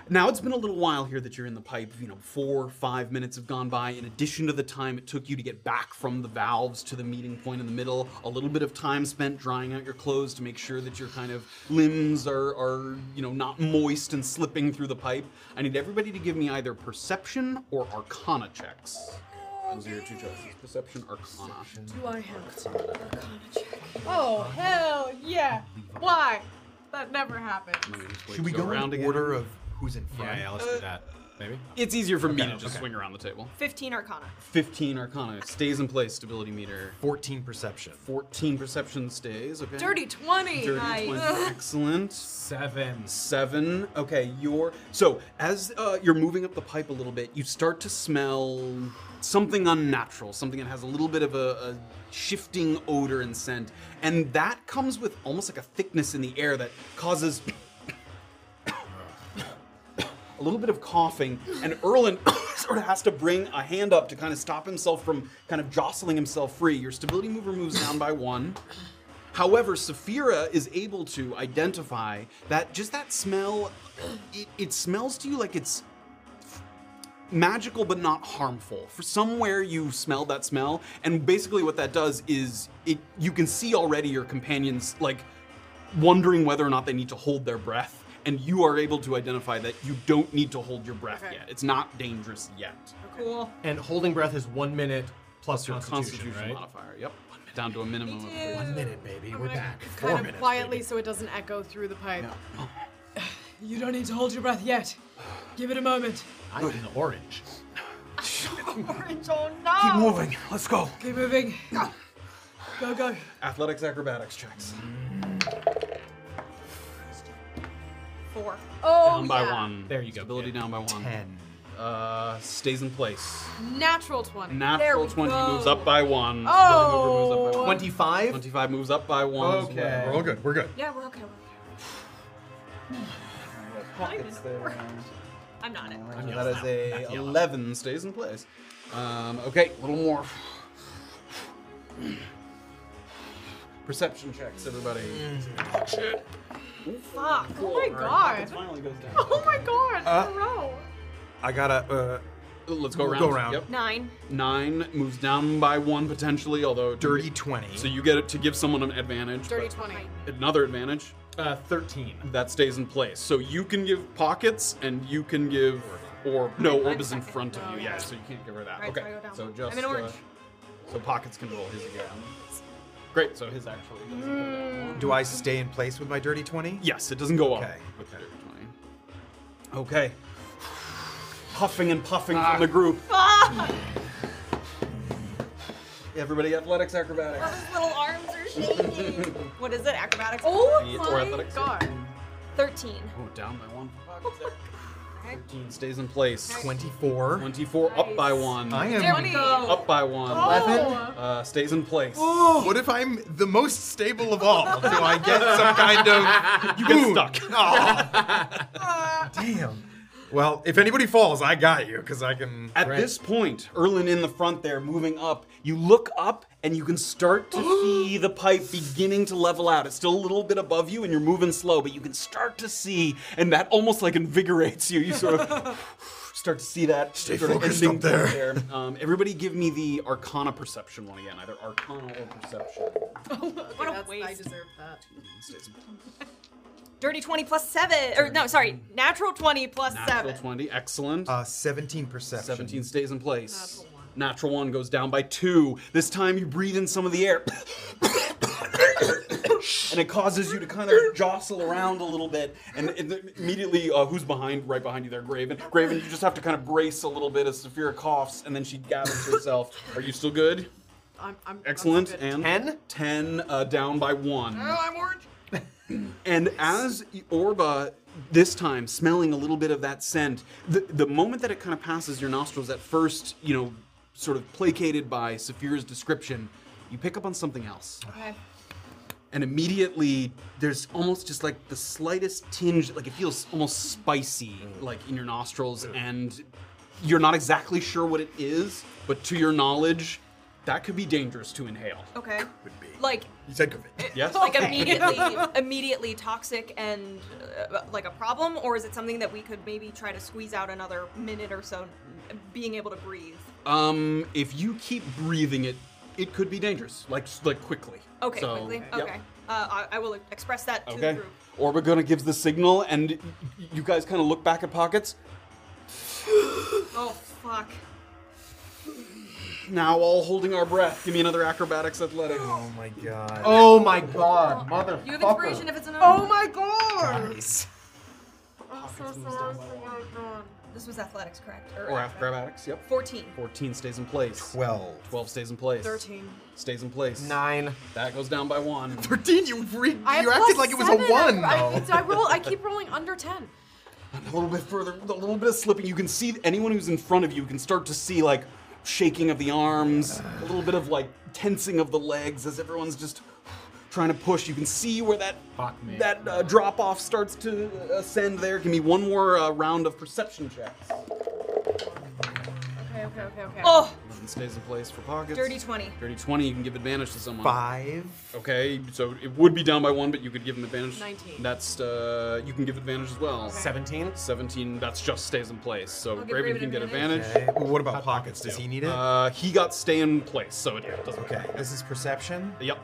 S2: Now it's been a little while here that you're in the pipe. You know, four, five minutes have gone by. In addition to the time it took you to get back from the valves to the meeting point in the middle, a little bit of time spent drying out your clothes to make sure that your kind of limbs are, are you know, not moist and slipping through the pipe. I need everybody to give me either perception or arcana checks. Those are your two choices: perception, arcana.
S1: Do I have to? Oh hell yeah! Why? That never happened.
S2: Let me just wait
S5: Should we
S2: to
S5: go
S2: around
S5: around in
S2: again.
S5: order of who's in front?
S16: Yeah, let's do that. Maybe.
S2: It's easier for me to just swing around the table.
S4: 15 Arcana.
S2: 15 arcana stays in place stability meter
S5: 14 perception.
S2: 14 perception stays okay
S1: Dirty twenty.
S2: Dirty
S1: Nice.
S2: 20, excellent
S16: Seven.
S2: seven okay you're so as uh, you're moving up the pipe a little bit you start to smell something unnatural something that has a little bit of a, a shifting odor and scent and that comes with almost like a thickness in the air that causes a little bit of coughing, and Erlen sort of has to bring a hand up to kind of stop himself from kind of jostling himself free. Your stability mover moves down by one. However, Saphira is able to identify that just that smell, it, it smells to you like it's magical but not harmful. For somewhere you smell that smell, and basically what that does is it you can see already your companions like wondering whether or not they need to hold their breath, and you are able to identify that you don't need to hold your breath yet. It's not dangerous yet.
S4: Cool.
S15: And holding breath is one minute plus your
S2: Constitution
S15: constitution, right?
S2: modifier, yep. Down to a minimum of three.
S15: One minute, baby. We're back. Four
S1: Kind of
S15: minutes.
S1: quietly
S15: baby.
S1: so it doesn't echo through the pipe. You don't need to hold your breath yet. Give it a moment.
S15: I'm in orange.
S2: Keep moving. Let's go.
S1: Keep moving. Go, go.
S2: Athletics acrobatics checks.
S4: Four.
S1: Oh,
S2: down by
S1: yeah.
S2: one.
S15: There you go.
S2: Stability down by one.
S5: 10.
S2: Uh, stays in place.
S1: Natural 20.
S2: Natural
S4: we
S2: 20
S4: go.
S2: moves up by one. Stability
S1: Oh.
S2: mover moves up by one.
S15: 25?
S2: 25 moves up by one. as
S15: Okay.
S5: We're all good. We're good.
S4: Yeah, we're okay. We're okay.
S2: well. Pockets there.
S4: I'm not it.
S2: So that is a 11 stays in place. Um, okay, a little more. Perception checks, everybody.
S1: Fuck. Oh my god.
S2: Finally goes down.
S1: Oh my god.
S5: Uh,
S1: Bro.
S5: I gotta, uh,
S2: Let's go
S5: We'll
S2: around.
S5: go round.
S2: Yep.
S4: Nine.
S2: Nine moves down by one potentially, although
S5: dirty 20.
S2: So you get it to give someone an advantage.
S1: Dirty
S2: but
S1: 20.
S2: Another advantage.
S15: Uh, 13.
S2: that stays in place. So you can give pockets, and you can give or no orb is in front of you. Yeah, so you can't give her that.
S4: Oh, Right, so I
S2: Okay,
S4: go down.
S2: so just
S4: I'm in orange.
S2: uh, so pockets can roll his again. Great. So his actually doesn't go down.
S5: Do I stay in place with my dirty 20?
S2: Hmm. Yes, it doesn't go up.
S5: Okay.
S2: with the dirty 20. Okay. Huffing and puffing from the group.
S4: Ah.
S2: Everybody, athletics, acrobatics.
S4: His little arms are shaking. what is it? Acrobatics?
S1: Oh
S2: Yeah,
S1: my
S2: athletics.
S1: god.
S17: Thirteen.
S2: Oh, down by one. 13 stays in place.
S5: 24.
S2: 24 up by one.
S5: I am-
S1: There we go.
S2: up by one.
S1: Oh. 11.
S2: Uh, stays in place.
S5: What if I'm the most stable of all? Do I get some kind of you get stuck? Damn. Well, if anybody falls, I got you because I can.
S2: At this point, Erlin in the front there, moving up, you look up and you can start to see the pipe beginning to level out. It's still a little bit above you and you're moving slow, but you can start to see, and that almost like invigorates you. You sort of start to see that
S5: Stay
S2: sort of
S5: focused
S2: ending
S5: up there.
S2: point there. Um, everybody give me the Arcana Perception one again, either Arcana or Perception.
S4: What a
S1: That's- I
S4: waste.
S1: deserve that.
S2: Stays in place.
S4: Dirty 20 plus 7. Or, no, sorry. Natural 20 plus
S2: Natural
S4: 7.
S2: 20, excellent.
S5: Uh, 17 perception.
S2: 17 stays in place.
S1: Natural one.
S2: Natural one goes down by two. This time you breathe in some of the air. and it causes you to kind of jostle around a little bit. And it- immediately, uh, who's behind, right behind you there, Graven? Graven, you just have to kind of brace a little bit as Saphira coughs, and then she gathers herself. Are you still good?
S1: I'm, I'm, I'm
S2: Excellent.
S1: good.
S2: And
S18: Ten?
S2: Ten, uh, down by one.
S1: I'm orange.
S2: And as Orba, this time smelling a little bit of that scent, the, the moment that it kind of passes your nostrils, at first, you know, sort of placated by Saphira's description, you pick up on something else. And immediately, there's almost just like the slightest tinge, like it feels almost spicy, like in your nostrils, and you're not exactly sure what it is, but to your knowledge, that could be dangerous to inhale.
S4: Okay.
S5: Would be.
S4: Like,
S5: You said could be.
S2: Yes?
S4: Oh. like immediately, immediately toxic and uh, like a problem, or is it something that we could maybe try to squeeze out another minute or so, being able to breathe?
S2: Um, if you keep breathing it, it could be dangerous. Like like quickly.
S4: Okay,
S2: So,
S4: quickly.
S2: yep.
S4: Okay, uh, I, I will express that to
S2: Okay.
S4: the group.
S2: Orba gonna gives the signal, and y- y- you guys kind of look back at pockets.
S4: Oh fuck!
S2: Now all holding our breath. Give me another acrobatics athletics.
S5: Oh my god.
S18: Oh my god, motherfucker.
S4: You have inspiration if it's an.
S1: Oh my god!
S5: Nice.
S1: I'm so sorry for my god.
S4: This was athletics, correct?
S2: Or acrobatics. Yep.
S4: Fourteen.
S2: 14 stays in place.
S5: 12.
S2: 12 stays in place.
S1: 13.
S2: Stays in place.
S18: Nine.
S2: That goes down by one.
S5: 13, you, re- you
S1: I have
S5: acted
S1: plus
S5: like it was
S1: seven.
S5: a 1,
S1: I,
S5: though.
S1: I, I roll. I keep rolling under 10.
S2: a little bit further, a little bit of slipping. You can see anyone who's in front of you can start to see like shaking of the arms, a little bit of like tensing of the legs as everyone's just trying to push. You can see where that
S18: Fuck me.
S2: that uh, drop off starts to ascend. There, give me one more uh, round of perception checks.
S1: Okay, okay, okay, okay.
S4: Oh,
S2: Nothing stays in place for pockets.
S4: dirty twenty.
S2: Dirty twenty. You can give advantage to someone.
S5: 5.
S2: Okay, so it would be down by one, but you could give them advantage.
S1: 19.
S2: That's uh, you can give advantage as well.
S18: 17.
S2: Seventeen. That's just stays in place. So
S1: give
S2: Graven
S1: Graven
S2: can get
S1: advantage.
S2: advantage.
S5: Okay. Well, what about pockets? Does he need it?
S2: Uh, he got stay in place, so it doesn't.
S5: okay. This is perception.
S2: Yep.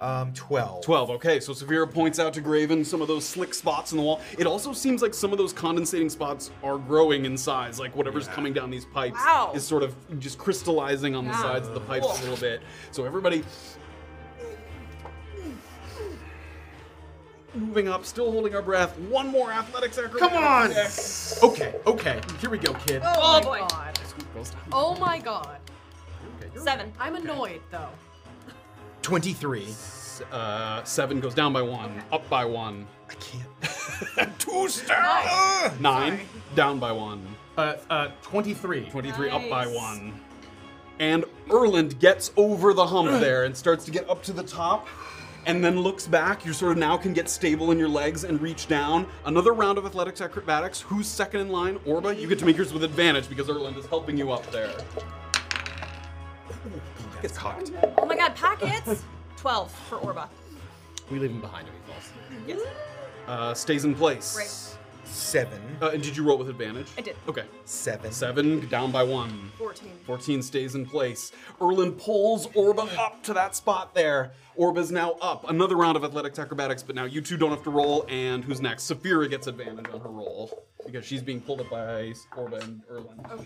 S5: Um, 12.
S2: 12. Okay, so Severa points out to Graven some of those slick spots in the wall. It also seems like some of those condensating spots are growing in size. Like whatever's coming down these pipes
S4: Wow.
S2: is sort of just crystallizing on the sides of the pipes a little bit. So everybody moving up, still holding our breath. One more athletics acrobat.
S5: Come on!
S2: check.
S5: Okay, okay. Here we go, kid.
S1: Oh,
S4: Oh, boy.
S1: my god.
S2: Goes down.
S1: Oh my god.
S4: Seven.
S1: I'm annoyed though.
S5: 23.
S2: Uh, seven goes down by one, up by one.
S5: I can't.
S2: Two star. Nine down by one.
S18: Uh, uh, 23.
S2: 23 up by one. And Erland gets over the hump there and starts to get up to the top and then looks back. You sort of now can get stable in your legs and reach down. Another round of athletics acrobatics. Who's second in line? Orba, you get to make yours with advantage because Erland is helping you up there.
S5: It's cocked.
S4: Oh my god, packets. Twelve for Orba.
S18: We leave him behind if he falls.
S4: Yes.
S2: Uh, stays in place.
S4: Right.
S5: 7.
S2: Uh, and did you roll with advantage?
S4: I did.
S2: Okay.
S5: 7.
S2: Seven, down by one.
S4: Fourteen.
S2: 14 stays in place. Erlin pulls Orba up to that spot there. Orba's now up. Another round of athletics acrobatics, but now you two don't have to roll. And who's next? Saphira gets advantage on her roll because she's being pulled up by Orba and Erlin. Okay.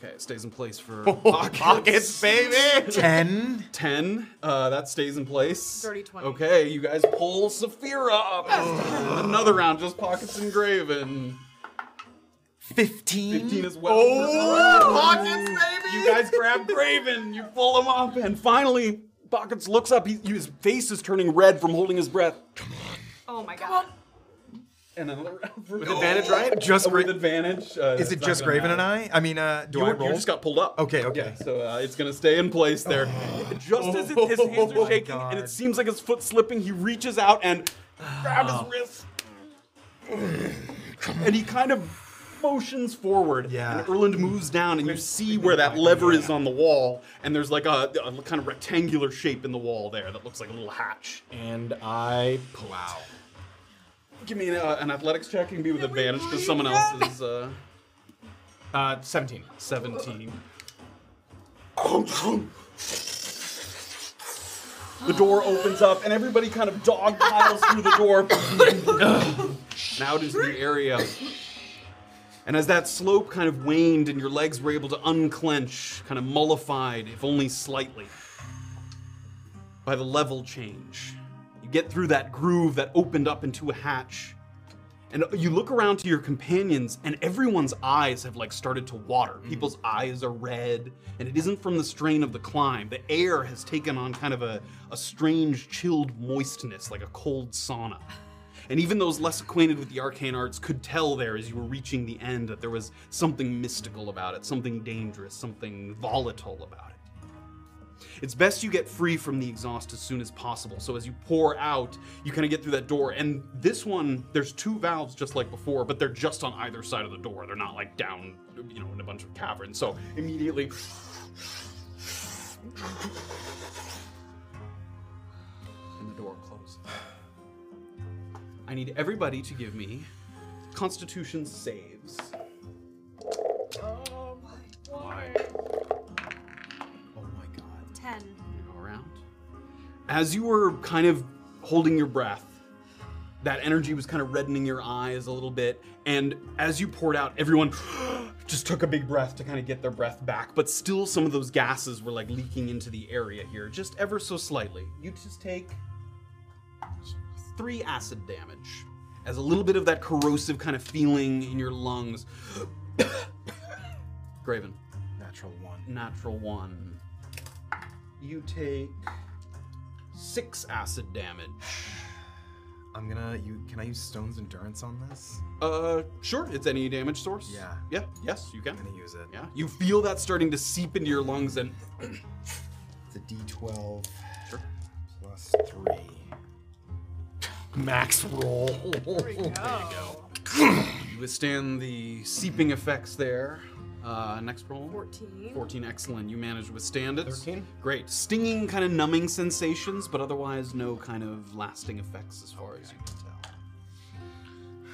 S2: Okay, it stays in place for pockets.
S5: Pockets, baby! 10.
S2: 10. Uh, that stays in place.
S1: Dirty 20.
S2: Okay, you guys pull Saphira up. Another round, just pockets and Graven.
S5: 15.
S2: 15 as well.
S5: Oh! Pockets, baby!
S2: Oh, You guys grab Graven, you pull him up, and finally, Pockets looks up. He, his face is turning red from holding his breath.
S4: Oh my god.
S2: and another
S5: With advantage, right?
S2: Just
S5: Just
S2: with advantage. Uh,
S5: Is it
S2: it's not
S5: just
S2: gonna
S5: Graven and
S2: matter.
S5: I? I mean, uh, do
S2: you,
S5: I
S2: you
S5: roll?
S2: just got pulled up.
S5: Okay, okay.
S2: Yeah, so uh, it's gonna stay in place there. just as it, his hands
S5: Oh
S2: are
S5: my
S2: shaking
S5: God.
S2: and it seems like his foot's slipping, he reaches out and grabs his wrist. and he kind of motions forward.
S5: Yeah.
S2: And Erland moves down, and you see where that lever is on the wall, and there's like a, a kind of rectangular shape in the wall there that looks like a little hatch.
S19: And I pull out.
S2: Give me an, uh, an athletics check. You can be with advantage because someone else is. Uh...
S19: Uh, 17. 17.
S2: The door opens up, and everybody kind of dogpiles through the door and out into the area. And as that slope kind of waned and your legs were able to unclench, kind of mollified, if only slightly, by the level change, you get through that groove that opened up into a hatch. And you look around to your companions, and everyone's eyes have like started to water. People's eyes are red, and it isn't from the strain of the climb. The air has taken on kind of a, a strange, chilled moistness, like a cold sauna. And even those less acquainted with the arcane arts could tell there as you were reaching the end that there was something mystical about it, something dangerous, something volatile about it. It's best you get free from the exhaust as soon as possible. So as you pour out, you kind of get through that door. And this one, there's two valves just like before, but they're just on either side of the door. They're not like down, you know, in a bunch of caverns. So immediately. And the door closes. I need everybody to give me Constitution saves. Oh my god.
S20: 10.
S2: Gonna go around. As you were kind of holding your breath, that energy was kind of reddening your eyes a little bit, and as you poured out, everyone just took a big breath to kind of get their breath back, but still some of those gases were like leaking into the area here, just ever so slightly. You just take three acid damage as a little bit of that corrosive kind of feeling in your lungs. Graven,
S5: Natural one.
S2: natural one you take six acid damage.
S5: I'm gonna. You can I use Stone's endurance on this?
S2: Uh, sure, it's any damage source.
S5: Yeah.
S2: Yeah, yes, you
S5: I'm
S2: can.
S5: gonna use it.
S2: Yeah, you feel that starting to seep into your lungs, and
S5: It's a D12
S2: Sure.
S5: plus three. Max roll. There you go.
S2: you withstand the seeping effects there. Uh, next roll.
S20: 14.
S2: 14, excellent. You manage to withstand it. 13. Great. Stinging, kind of numbing sensations, but otherwise no kind of lasting effects as far as you can tell.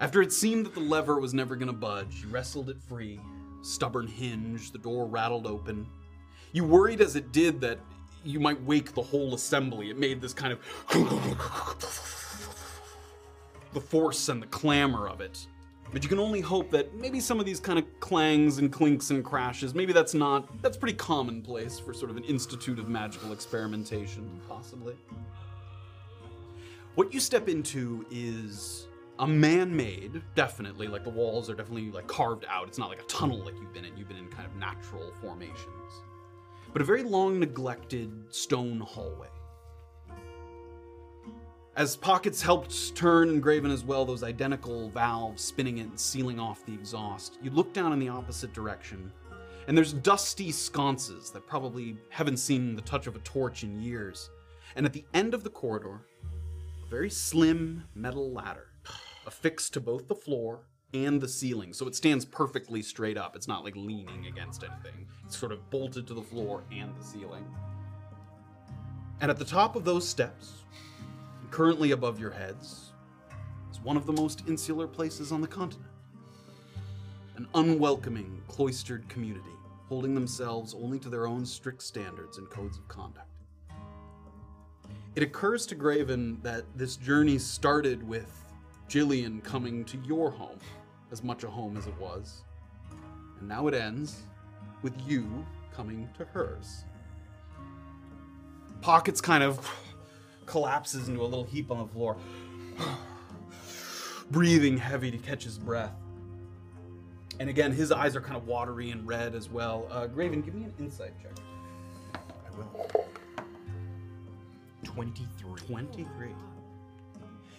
S2: After it seemed that the lever was never going to budge, you wrestled it free. Stubborn hinge, the door rattled open. You worried as it did that you might wake the whole assembly. It made this kind of. the force and the clamor of it. But you can only hope that maybe some of these kind of clangs and clinks and crashes, maybe that's not, that's pretty commonplace for sort of an institute of magical experimentation, possibly. What you step into is a man made, definitely, like the walls are definitely like carved out. It's not like a tunnel like you've been in, you've been in kind of natural formations. But a very long neglected stone hallway. As pockets helped turn and Graven as well, those identical valves spinning it and sealing off the exhaust, you look down in the opposite direction, and there's dusty sconces that probably haven't seen the touch of a torch in years. And at the end of the corridor, a very slim metal ladder affixed to both the floor and the ceiling, so it stands perfectly straight up. It's not like leaning against anything, it's sort of bolted to the floor and the ceiling. And at the top of those steps, currently above your heads, is one of the most insular places on the continent. An unwelcoming, cloistered community, holding themselves only to their own strict standards and codes of conduct. It occurs to Graven that this journey started with Jillian coming to your home, as much a home as it was, and now it ends with you coming to hers. Pockets kind of collapses into a little heap on the floor, breathing heavy to catch his breath. And again, his eyes are kind of watery and red as well. Uh, Graven, give me an insight check.
S5: I will. Twenty-three.
S2: 23.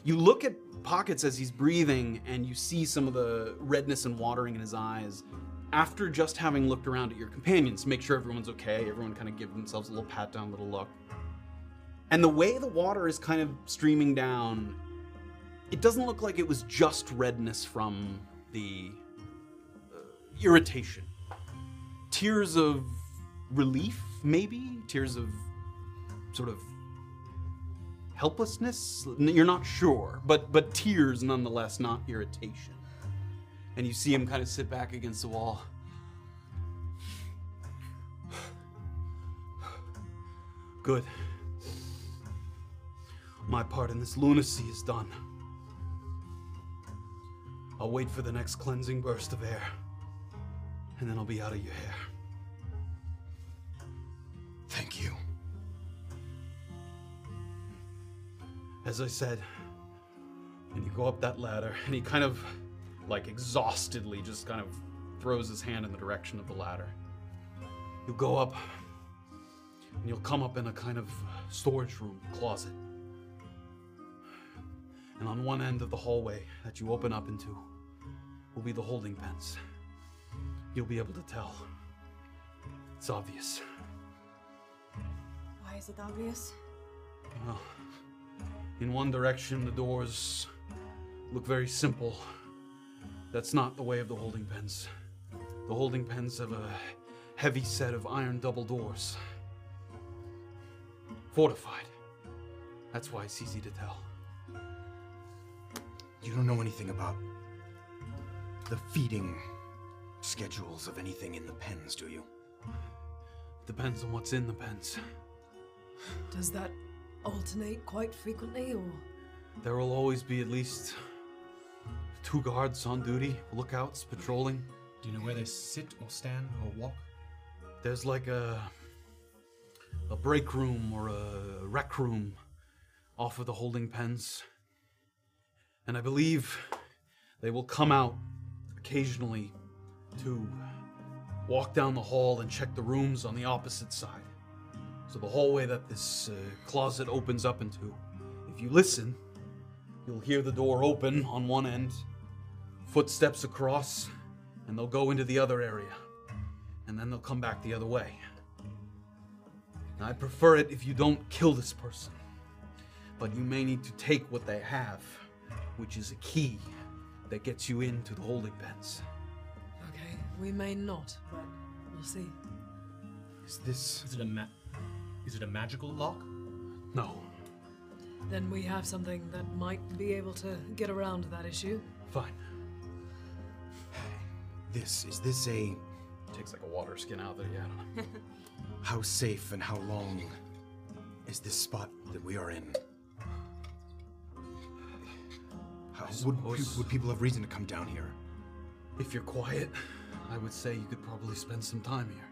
S2: You look at Pockets as he's breathing, and you see some of the redness and watering in his eyes. After just having looked around at your companions to make sure everyone's okay, everyone kind of give themselves a little pat down, little look. And the way the water is kind of streaming down, it doesn't look like it was just redness from the uh, irritation. Tears of relief, maybe? Tears of sort of helplessness? N- You're not sure, but, but tears nonetheless, not irritation. And you see him kind of sit back against the wall. Good. My part in this lunacy is done. I'll wait for the next cleansing burst of air, and then I'll be out of your hair.
S5: Thank you.
S2: As I said, and you go up that ladder, and he kind of, like, exhaustedly just kind of throws his hand in the direction of the ladder. You go up, and you'll come up in a kind of storage room closet. And on one end of the hallway that you open up into will be the holding pens. You'll be able to tell. It's obvious.
S4: Why is it obvious?
S2: Well, in one direction, the doors look very simple. That's not the way of the holding pens. The holding pens have a heavy set of iron double doors. Fortified. That's why it's easy to tell.
S5: You don't know anything about the feeding schedules of anything in the pens, do you?
S2: Depends on what's in the pens.
S1: Does that alternate quite frequently, or
S2: There will always be at least two guards on duty, lookouts, patrolling.
S21: Do you know where they sit or stand or walk?
S2: There's like a a break room or a rec room off of the holding pens. And I believe they will come out occasionally to walk down the hall and check the rooms on the opposite side. So the hallway that this uh, closet opens up into, if you listen, you'll hear the door open on one end, footsteps across, and they'll go into the other area. And then they'll come back the other way. And I prefer it if you don't kill this person. But you may need to take what they have, which is a key that gets you into the holding pens.
S1: okay, we may not, but we'll see.
S5: Is this
S21: Is it a ma- Is it a magical lock?
S2: No,
S1: Then we have something that might be able to get around that issue.
S2: fine.
S5: this is this a
S2: Takes like a water skin out there, yeah, I don't know.
S5: how safe and how long is this spot that we are in? How, would, pe-
S2: suppose-
S5: would people have reason to come down here?
S2: If you're quiet, I would say you could probably spend some time here.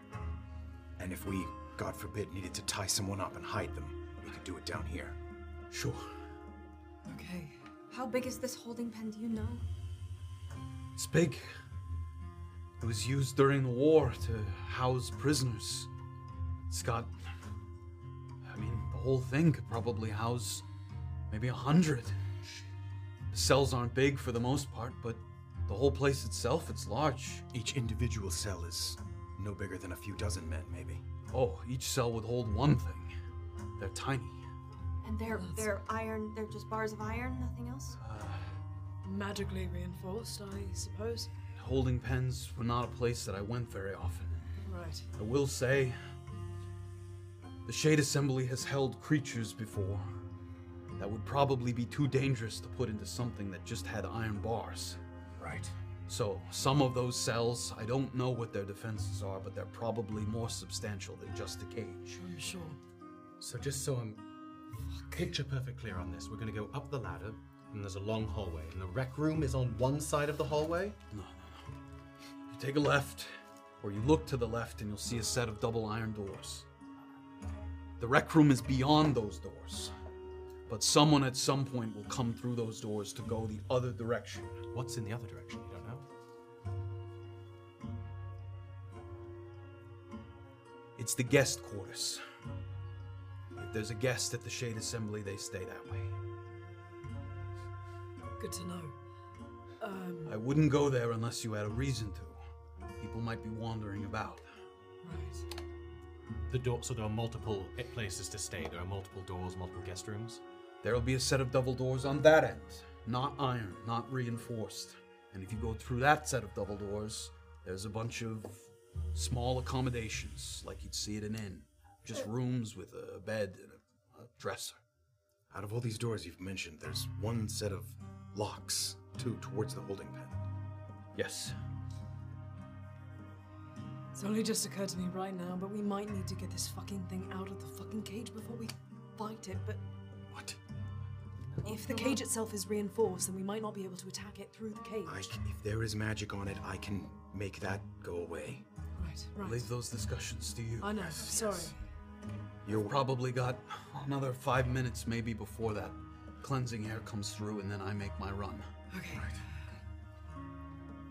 S5: And if we, God forbid, needed to tie someone up and hide them, we could do it down here.
S2: Sure.
S1: Okay.
S4: How big is this holding pen? Do you know?
S2: It's big. It was used during the war to house prisoners. It's got. I mean, the whole thing could probably house maybe a hundred. The cells aren't big for the most part, but the whole place itself, it's large.
S5: Each individual cell is no bigger than a few dozen men, maybe.
S2: Oh, each cell would hold one thing. They're tiny.
S4: And they're they're iron. They're just bars of iron. Nothing else.
S1: Magically reinforced, I suppose.
S2: Holding pens were not a place that I went very often.
S1: Right.
S2: I will say, the Shade Assembly has held creatures before that would probably be too dangerous to put into something that just had iron bars.
S5: Right.
S2: So, some of those cells, I don't know what their defenses are, but they're probably more substantial than just a cage.
S1: I'm sure.
S21: So just so I'm picture perfect clear on this, we're gonna go up the ladder, and there's a long hallway, and the rec room is on one side of the hallway.
S2: You take a left, or you look to the left, and you'll see a set of double iron doors. The rec room is beyond those doors, but someone at some point will come through those doors to go the other direction.
S21: What's in the other direction? You don't know.
S2: It's the guest quarters. If there's a guest at the Shade Assembly, they stay that way.
S1: Good to know. Um,
S2: I wouldn't go there unless you had a reason to. People might be wandering about.
S1: right.
S9: The door, so there are multiple eh, places to stay. There are multiple doors, multiple guest rooms.
S2: There'll be a set of double doors on that end, not iron, not reinforced. And if you go through that set of double doors, there's a bunch of small accommodations, like you'd see at an inn. Just rooms with a bed and a, a dresser.
S5: Out of all these doors you've mentioned, there's one set of locks, two towards the holding pen.
S2: Yes.
S1: It's only just occurred to me right now, but we might need to get this fucking thing out of the fucking cage before we fight it. But
S5: What?
S1: if the cage itself is reinforced, then we might not be able to attack it through the cage.
S5: I c- if there is magic on it, I can make that go away.
S1: Right, right.
S2: Leave those discussions to you.
S1: I know. sorry.
S2: You've probably got another five minutes maybe before that cleansing air comes through and then I make my run.
S1: Okay.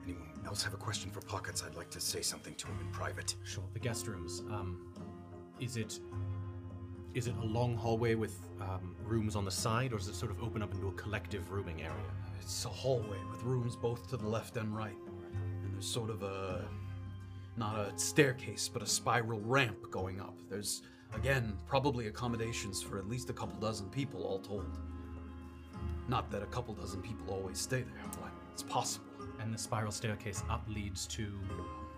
S5: Anyone else have a question for Pockets? I'd like to say something to him in private.
S9: Sure. The guest rooms. Um, is it is it a long hallway with um, rooms on the side, or does it sort of open up into a collective rooming area?
S2: It's a hallway with rooms both to the left and right. And there's sort of a not a staircase, but a spiral ramp going up. There's again probably accommodations for at least a couple dozen people all told. Not that a couple dozen people always stay there, but it's possible.
S9: And the spiral staircase up leads to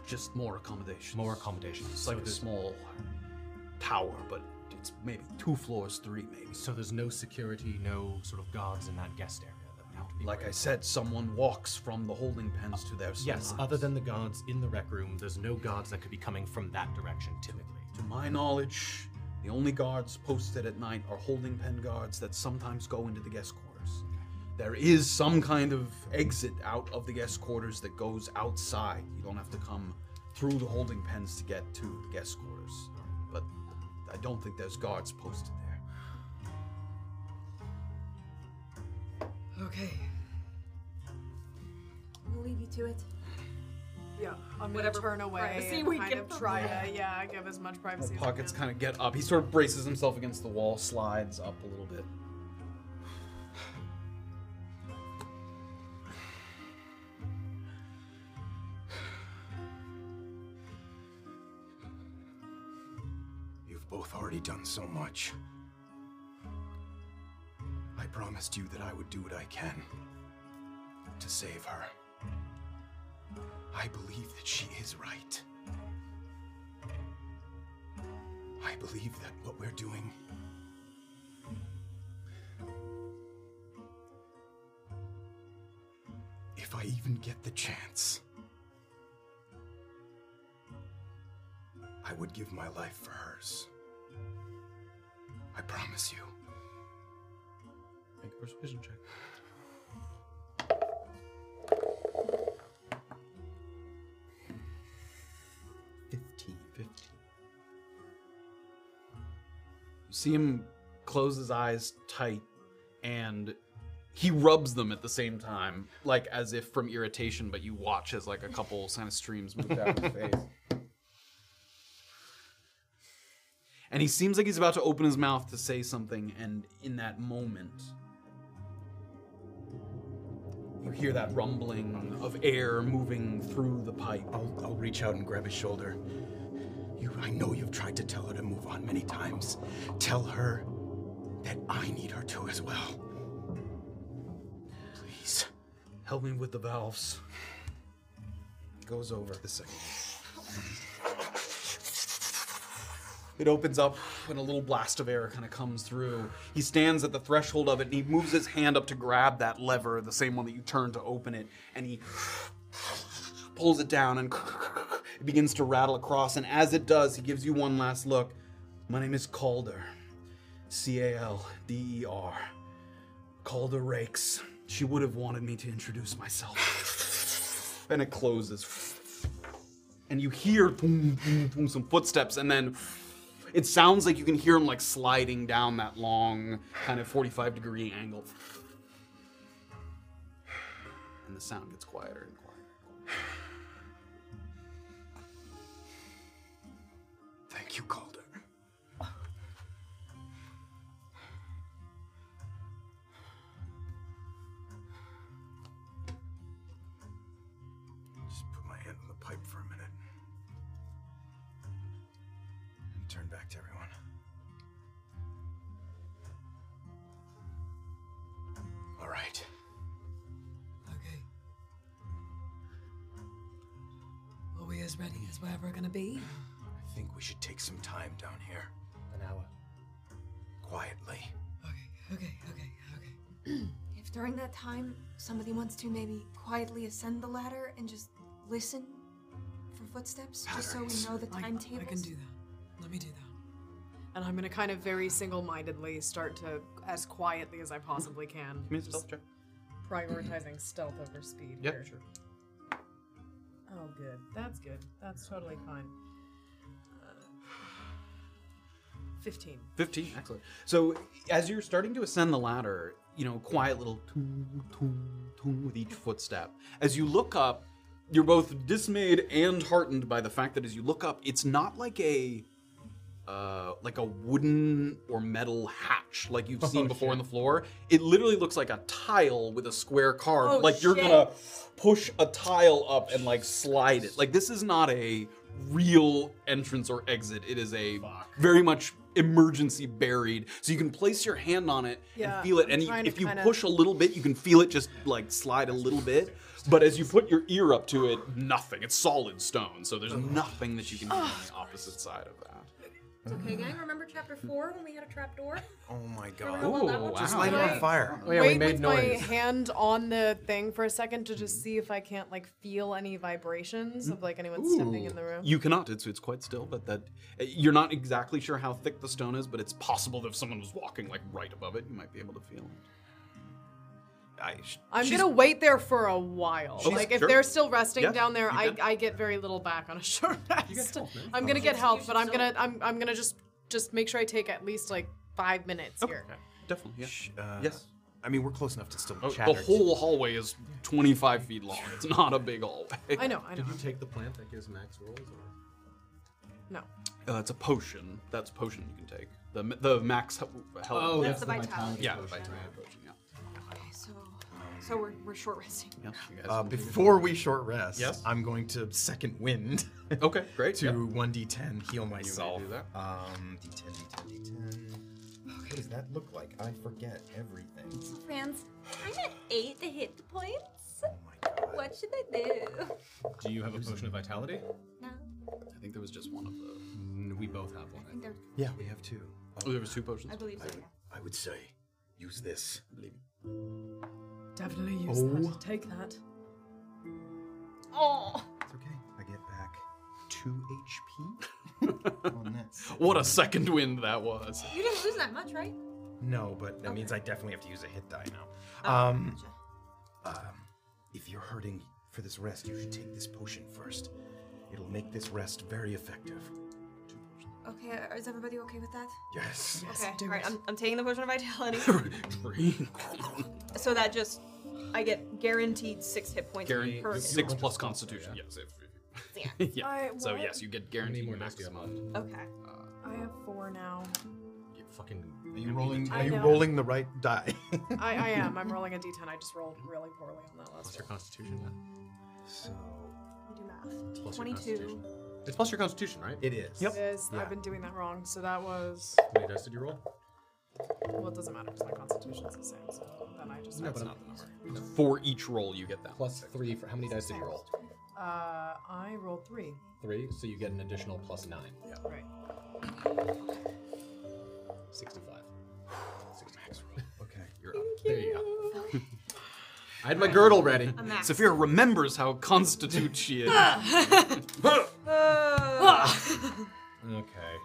S2: Just more accommodations.
S9: more accommodations.
S2: It's like a
S9: there's-
S2: small tower, but it's maybe two floors, three maybe.
S9: So there's no security, no sort of guards in that guest area that would have to be.
S2: Like I said, someone walks from the holding pens to there.
S9: yes,
S2: sometimes.
S9: other than the guards in the rec room, there's no guards that could be coming from that direction typically.
S2: To my knowledge, the only guards posted at night are holding pen guards that sometimes go into the guest quarters. There is some kind of exit out of the guest quarters that goes outside. You don't have to come through the holding pens to get to the guest quarters. But I don't think there's guards posted there.
S1: Okay.
S8: We'll leave you to it.
S22: Yeah, I'm
S4: Whatever
S22: gonna turn away.
S4: privacy
S22: and
S4: we
S22: kind
S4: can
S22: of try
S4: provide.
S22: to, yeah, give as much privacy. as I
S2: Pockets
S22: can.
S2: kind of get up. He sort of braces himself against the wall, slides up a little bit.
S5: You've both already done so much. I promised you that I would do what I can to save her. I believe that she is right. I believe that what we're doing. If I even get the chance, I would give my life for hers. I promise you.
S2: Make a persuasion check. Fifteen. Fifteen. You see him close his eyes tight, and he rubs them at the same time, like as if from irritation. But you watch as like a couple sinus streams move down his face. And he seems like he's about to open his mouth to say something, and in that moment, you hear that rumbling of air moving through the pipe.
S5: I'll, I'll reach out and grab his shoulder. You, I know you've tried to tell her to move on many times. Tell her that I need her to as well. Please.
S2: Help me with the valves. Goes over.
S5: The second.
S2: It opens up, and a little blast of air kind of comes through. He stands at the threshold of it, and he moves his hand up to grab that lever, the same one that you turn to open it, and he pulls it down, and it begins to rattle across. And as it does, he gives you one last look. My name is Calder. C A L D E R. Calder Rakes. She would have wanted me to introduce myself. And it closes. And you hear boom, boom, boom, some footsteps, and then it sounds like you can hear him like sliding down that long kind of 45 degree angle. And the sound gets quieter and quieter.
S5: Thank you, Calder. Turn back to everyone. All right.
S1: Okay. Are we as ready as we're ever gonna be?
S5: I think we should take some time down here. An hour. Quietly.
S23: Okay, okay, okay. if during that time somebody wants to maybe quietly ascend the ladder and just listen for footsteps, just so we know the
S1: I-
S23: timetable.
S1: I can do that. Let me do that. And I'm gonna kind of very single-mindedly start to, as quietly as I possibly can,
S2: Give me a stealth check.
S22: prioritizing stealth over speed.
S2: Yep.
S22: here. Oh, good. That's good. That's totally fine. Uh, Fifteen.
S2: 15 excellent so as you're starting to ascend the ladder you know quiet little toom, toom, toom with each footstep as you look up you're both dismayed and heartened by the fact that as you look up it's not like a uh, like a wooden or metal hatch like you've seen before on the floor it literally looks like a tile with a square carved
S9: Oh,
S2: like you're
S9: shit.
S2: gonna push a tile up and like slide it like this is not a real entrance or exit it is a very much emergency buried so you can place your hand on it
S22: Yeah,
S2: and feel it
S22: I'm
S2: and you-
S22: trying to
S2: if you
S22: kinda-
S2: push a little bit you can feel it just like slide a little bit but as you put your ear up to it nothing it's solid stone so there's nothing that you can do on the opposite side of that
S23: It's okay, gang. Remember chapter four when we had a trap door?
S5: Oh my
S23: god.
S2: Ooh,
S5: Just
S2: wow.
S5: light it on fire.
S22: Wait with my hand on the thing for a second to just see if I can't like feel any vibrations of like anyone stepping in the room.
S2: You cannot. It's it's quite still, but that uh, you're not exactly sure how thick the stone is, but it's possible that if someone was walking like right above it, you might be able to feel it. I, sh-
S22: I'm
S2: she's-
S22: gonna wait there for a while.
S2: She's-
S22: like if
S2: sure.
S22: they're still resting
S2: Yeah,
S22: down there,
S2: you
S22: I,
S2: can.
S22: I get very little back on a short rest. I'm gonna get help, but I'm gonna I'm, I'm gonna just just make sure I take at least like five minutes here.
S2: Definitely, yeah.
S5: uh,
S2: yes. Oh,
S5: I mean, we're close enough to still
S2: the
S5: chatter. Uh,
S2: whole hallway is 25 feet long. It's not a big hallway.
S22: I know, I know.
S24: Did you take the plant that gives max rolls? Or?
S22: No.
S2: Uh, it's a potion. That's a potion you can take. The the max he- health.
S24: Oh, That's that's the the vitality
S4: vitality
S2: Yeah, the
S4: potion.
S2: vitality potion. Yeah.
S4: Okay, so so Oh, we're, we're short resting.
S2: Yeah, you guys
S24: Uh,
S2: will-
S24: before we short rest,
S2: Yes?
S24: I'm going to second wind.
S2: okay, great.
S24: To 1d10 heal myself.
S2: do that.
S24: Um, d10, d10, d10. What does that look like? I forget everything.
S23: Friends, I'm at eight hit points. What should I do?
S9: Do you have a potion of vitality?
S23: No.
S2: I think there was just one of those.
S9: We both have one.
S23: There-
S5: Yeah, we have two. Um,
S2: Oh, there was two potions.
S23: I believe so. yeah.
S5: I would say, use this.
S22: Definitely
S5: use that. Oh.
S22: Take that.
S23: Oh.
S5: It's okay. I get back two HP.
S2: What a second wind that was.
S23: You didn't lose that much, right?
S24: No, but that means I definitely have to use a hit die now. Um,
S5: Um, if you're hurting for this rest, you should take this potion first. It'll make this rest very effective.
S23: Okay, are- is everybody okay with that?
S5: Yes.
S4: okay, all right. I'm, I'm taking the potion of vitality. so that just I get guaranteed six hit points
S2: Guaranteed
S4: per
S2: six plus Constitution. Yes. If,
S4: Yeah.
S2: if, yeah.
S22: I-
S2: so
S22: what?
S2: yes, you get guaranteed more maximum.
S4: Okay.
S22: I have four now.
S9: Fucking.
S24: are you rolling?
S22: I
S24: Are you
S22: know.
S24: rolling the right die?
S22: I, I am. I'm rolling a D10. I just rolled really poorly on that last.
S9: What's your constitution then?
S5: So.
S4: Do math.
S9: Plus your
S4: Twenty-two.
S9: It's plus your constitution, right?
S24: It is.
S22: Yep. I've been doing that wrong. So that was
S9: How many dice did you roll?
S22: well. It doesn't matter because my constitution's the same. So then I just.
S9: No,
S22: That's
S9: but
S22: not
S9: I'm-
S22: the number.
S2: For each roll, you get that.
S9: Plus three for how many dice did you roll?
S22: Uh, I rolled three.
S9: Three, so you get an additional plus nine.
S2: Yeah.
S22: Right.
S9: 65. 66.
S5: Okay.
S2: You're up.
S9: There you go. I had my girdle ready.
S4: A max.
S2: Sophia remembers how constitute she is.
S5: Ah!
S4: Uh,
S9: Okay.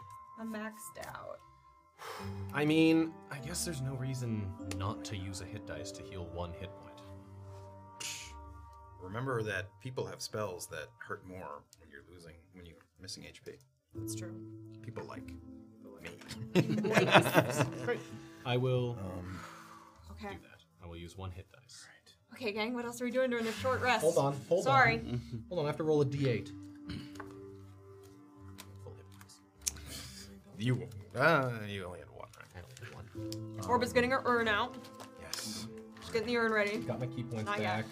S4: I'm maxed out.
S9: I mean, I guess there's no reason not to use a hit dice to heal one hit point.
S5: Remember that people have spells that hurt more when you're losing, when you're missing HP.
S22: That's true.
S5: People like me.
S9: I will
S23: Okay.
S9: do that. I will use one hit dice.
S23: Okay, gang, what else are we doing during this short rest?
S9: Hold on, hold
S23: Sorry.
S9: on. Hold on, I have to roll a d8. Full hit points.
S24: You. Uh,
S5: ah,
S24: you only had one.
S9: I only had one.
S4: Orb is getting her urn out.
S5: Yes.
S4: She's getting the urn ready.
S9: Got my key points
S4: Not yet.
S9: back.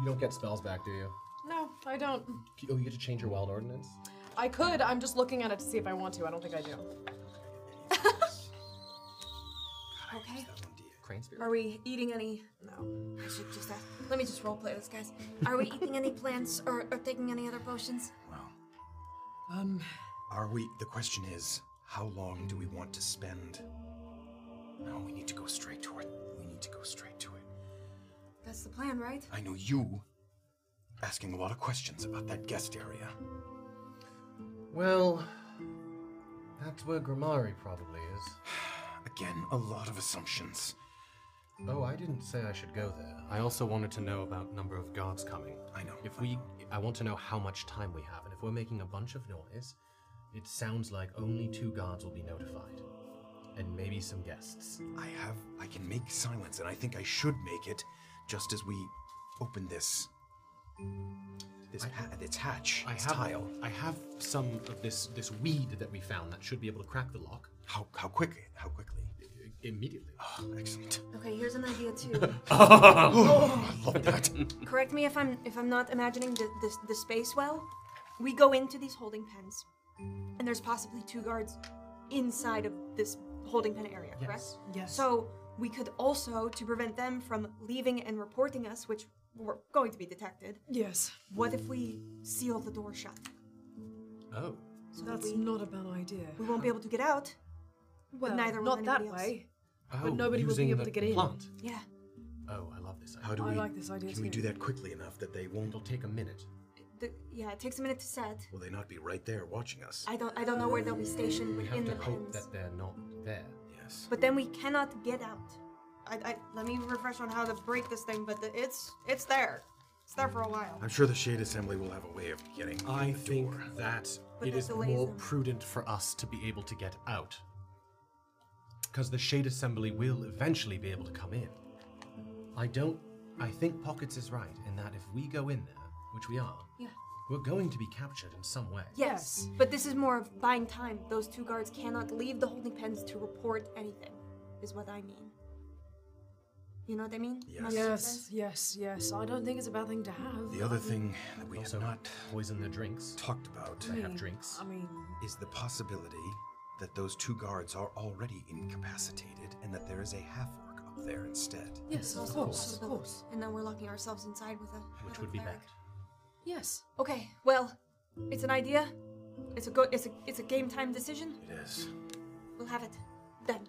S9: You don't get spells back, do you?
S22: No, I don't.
S9: Oh, you get to change your wild ordinance?
S22: I could. I'm just looking at it to see if I want to. I don't think I do.
S23: Okay.
S9: Crane spirit?
S23: Are we eating any?
S22: No.
S23: I should just ask. Let me just roleplay this, guys. Are we eating any plants or, or taking any other potions?
S5: Um. Are we? The question is, how long do we want to spend? No, we need to go straight to it. We need to go straight to it.
S23: That's the plan, right?
S5: I know you asking a lot of questions about that guest area.
S9: Well, that's where Grimari probably is.
S5: Again, a lot of assumptions.
S9: Oh, I didn't say I should go there. I also wanted to know about number of guards coming.
S5: I know.
S9: If we, I want to know how much time we have, and if we're making a bunch of noise, it sounds like only two guards will be notified, and maybe some guests.
S5: I have. I can make silence, and I think I should make it just as we open this. This ha- this hatch.
S9: I
S5: this
S9: have,
S5: tile.
S9: I have some of this this weed that we found that should be able to crack the lock.
S5: How how quick? How quickly?
S9: Immediately.
S5: Oh, excellent.
S1: Uh,
S23: Okay, here's an idea too.
S5: Oh, I love that.
S23: Correct me if I'm if I'm not imagining the, the the space well.
S4: We go into these holding pens, and there's possibly two guards
S23: inside of this holding pen area, correct?
S4: Yes. Yes.
S23: So we could also, to prevent them from leaving and reporting us, which we're going to be detected.
S1: Yes.
S23: What if we seal the door shut?
S9: Oh.
S23: So that
S1: That's
S23: we-
S1: not a bad idea.
S23: We won't be able to get out.
S1: Well,
S23: neither will
S1: not that
S23: anybody else.
S1: way.
S9: Oh,
S1: but nobody will
S9: using
S1: be able
S9: the
S1: to get in.
S9: plant.
S23: Yeah.
S9: Oh, I love this idea.
S5: How do
S1: I
S5: we?
S1: like this idea
S5: Can we
S1: too.
S5: do that quickly enough that they won't?
S9: It'll take a minute.
S23: The, yeah, it takes a minute to set.
S5: Will they not be right there watching us?
S23: I don't I don't know where they'll be stationed
S9: We
S23: within
S9: have
S23: the
S9: to hope
S23: pens.
S9: that they're not there.
S5: Yes.
S23: But then we cannot get out.
S4: I, I, let me refresh on how to break this thing, but the, it's it's there. It's there for a while.
S5: I'm sure the shade assembly will have a way of getting.
S9: I
S5: the
S9: think
S5: door.
S9: that
S4: But
S9: it
S4: that
S9: is
S4: delays
S9: more
S4: them.
S9: prudent for us to be able to get out. Because the Shade Assembly will eventually be able to come in. I don't. I think Pockets is right in that if we go in there, which we are,
S23: Yeah.
S9: we're going to be captured in some way.
S23: Yes. But this is more of buying time. Those two guards cannot leave the holding pens to report anything, is what I mean. You know what I mean?
S5: Yes.
S1: Yes, yes, yes. I don't think it's a bad thing to have.
S5: The other thing that we
S9: Also,
S5: have not
S9: poison their drinks.
S5: talked about
S9: They
S1: mean,
S9: have drinks.
S1: I mean,
S5: is the possibility that those two guards are already incapacitated and that there is a half orc up there instead.
S1: yes, of course, of
S23: Possibility.
S1: course.
S23: And now we're locking ourselves inside with a. with
S9: Which
S23: a
S9: would be
S23: cleric.
S9: bad.
S1: Yes.
S23: Okay, well, it's an idea. It's a good. It's a. It's a game time decision.
S5: It is.
S23: We'll have it then.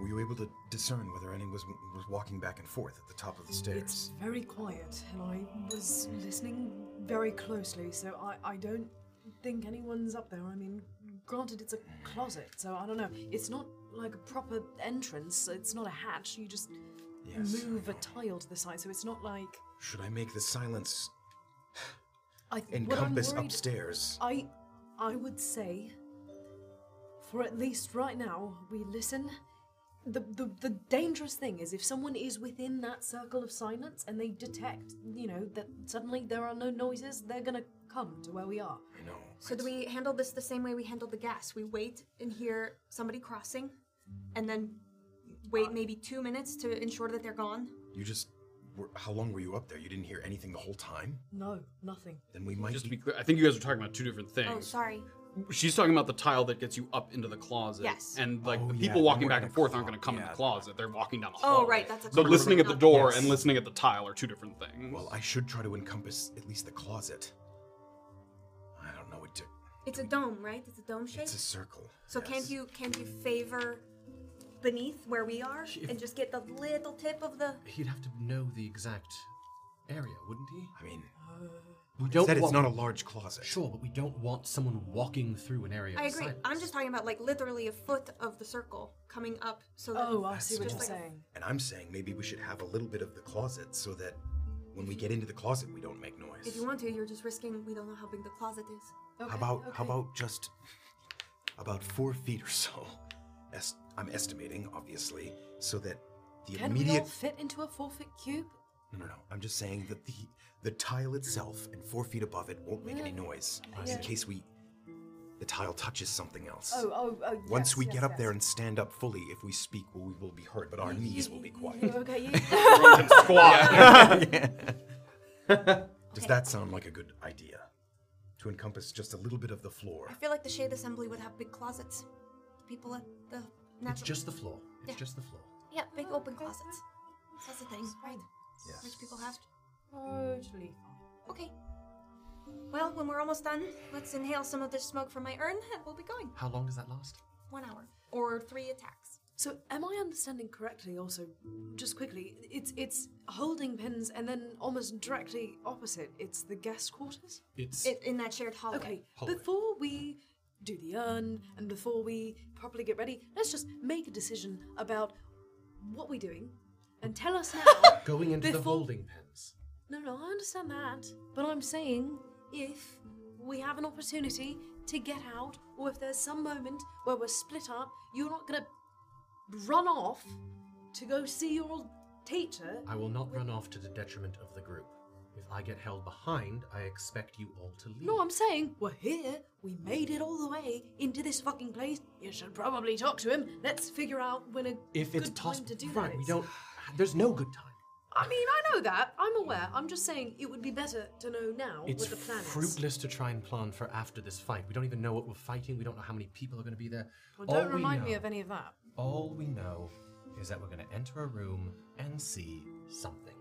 S5: Were you able to discern whether anyone was, was walking back and forth at the top of the
S1: It's
S5: stairs?
S1: very quiet, and I was listening very closely, so I, I don't think anyone's up there. I mean, granted, it's a closet, so I don't know. It's not like a proper entrance, it's not a hatch. You just
S5: Yes.
S1: move a tile to the side, so it's not like.
S5: Should I make the silence
S1: I th- what I'm
S5: encompass
S1: worried-
S5: upstairs?
S1: I I would say for at least right now we listen. The, the the dangerous thing is if someone is within that circle of silence and they detect, you know, that suddenly there are no noises, they're gonna come to where we are.
S5: I know.
S23: So do we handle this the same way we handled the gas? We wait and hear somebody crossing, and then wait maybe two minutes to ensure that they're gone.
S5: You just. Were, how long were you up there? You didn't hear anything the whole time?
S1: No, nothing.
S5: Then we might
S2: Just to
S5: be.
S2: be clear, I think you guys are talking about two different things.
S23: Oh, sorry.
S2: She's talking about the tile that gets you up into the closet.
S23: Yes.
S2: And like
S5: Oh,
S2: the
S5: yeah,
S2: people
S5: then
S2: walking
S5: we're
S2: back
S5: in
S2: and
S5: the
S2: forth aren't
S5: clo-
S2: going to come in
S5: yeah.
S2: the closet. They're walking down the hall.
S23: Oh, right. That's a.
S2: But listening at the door and
S5: Yes.
S2: listening at the tile are two different things.
S5: Well, I should try to encompass at least the closet. I don't know what to.
S23: It's a dome, right? It's a dome shape.
S5: It's a circle.
S23: So can't
S5: yes.
S23: you can't you favor beneath where we are and just get the little tip of the?
S9: He'd have to know the exact area, wouldn't he?
S5: I mean, do
S9: We Uh, don't
S5: said it's
S9: want-
S5: not a large closet.
S9: Sure, but we don't want someone walking through an area.
S23: I
S9: of
S23: agree. I'm
S9: silence.
S23: just talking about like literally a foot of the circle coming up. So that
S1: Oh, I see what
S23: just
S1: you're
S23: like a-
S1: saying.
S5: And I'm saying maybe we should have a little bit of the closet so that when we get into the closet, we don't make noise.
S23: If you want to, you're just risking. We don't know how big the closet is.
S1: Okay,
S5: how about
S1: okay.
S5: how about just about four feet or so? Est- I'm estimating, obviously, so that the
S1: Can we all
S5: immediate.
S1: fit into a four foot cube?
S5: No, no, no. I'm just saying that the the tile itself and four feet above it won't make any noise
S1: Yeah.
S5: in case we the tile touches something else.
S1: Oh, oh, oh.
S5: Once
S1: yes,
S5: we
S1: yes,
S5: get up there
S1: yes.
S5: and stand up fully, if we speak, well, we will be heard, but our knees will be quiet.
S1: Okay, yeah.
S2: Squat.
S5: Does that sound like a good idea? to encompass just a little bit of the floor.
S8: I feel like the Shade Assembly would have big closets. People at the
S5: It's just the floor. It's
S8: Yeah.
S5: just the floor.
S8: Yeah, big open closets. That's a thing, right?
S5: Yes.
S8: Rich people have.
S1: Totally.
S8: Okay. Well, when we're almost done, let's inhale some of this smoke from my urn, and we'll be going.
S9: How long does that last?
S8: One hour or three attacks.
S1: So, am I understanding correctly? Also, just quickly, it's it's holding pins, and then almost directly opposite, it's the guest quarters.
S9: It's
S8: it, in that shared hallway.
S1: Okay,
S9: Hallway.
S1: before we do the urn and before we properly get ready, let's just make a decision about what we're doing, and tell us now.
S9: Going into the
S1: before-
S9: holding pens.
S1: No, no, I understand that, but I'm saying if we have an opportunity to get out, or if there's some moment where we're split up, you're not gonna run off to go see your old teacher.
S9: I will not run off to the detriment of the group. If I get held behind, I expect you all to leave.
S1: No, I'm saying we're here. We made it all the way into this fucking place. You should probably talk to him. Let's figure out when a
S9: if
S1: good
S9: it's possible,
S1: time to do
S9: right?
S1: that
S9: We
S1: is.
S9: don't. There's no good time.
S1: I mean, I know that. I'm aware. I'm just saying it would be better to know now
S9: It's
S1: what the plan is.
S9: fruitless to try and plan for after this fight. We don't even know what we're fighting. We don't know how many people are going to be there.
S1: Well, don't
S9: All we
S1: remind me
S9: know-
S1: of any of that.
S9: All we know is that we're going to enter a room and see something.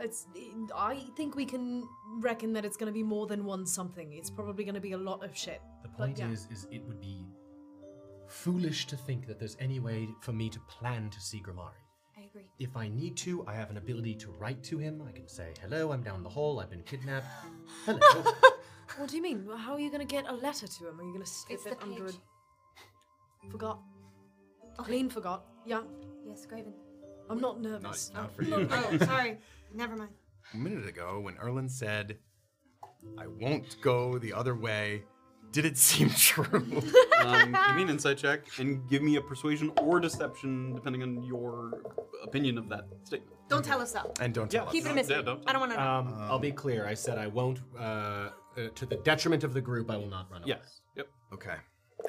S1: It's. I think we can reckon that it's going to be more than one something. It's probably going to be a lot of shit.
S9: The point
S1: yeah.
S9: is, is it would be foolish to think that there's any way for me to plan to see Grimari.
S8: I agree.
S9: If I need to, I have an ability to write to him. I can say, "Hello, I'm down the hall. I've been kidnapped." Hello.
S1: What do you mean? How are you going to get a letter to him? Are you going to slip
S8: It's
S1: it
S8: the
S1: under
S8: page.
S1: a? Forgot. Clean forgot. Yeah.
S8: Yes, Graven.
S1: I'm not nervous.
S5: Uh, Not- not for
S1: No,
S5: you.
S1: no.
S5: Oh,
S8: sorry. Never mind.
S5: A minute ago, when Erlen said, I won't go the other way, did it seem true?
S2: um, give me an insight check and give me a persuasion or deception, depending on your opinion of that statement.
S4: Don't tell us that.
S5: And don't
S4: Yeah, Keep it a mystery.
S2: Yeah, don't
S4: I don't want to know.
S9: Um, I'll be clear. I said I won't. Uh, uh, to the detriment of the group, I will not run away.
S2: Yes. Yep.
S5: Okay.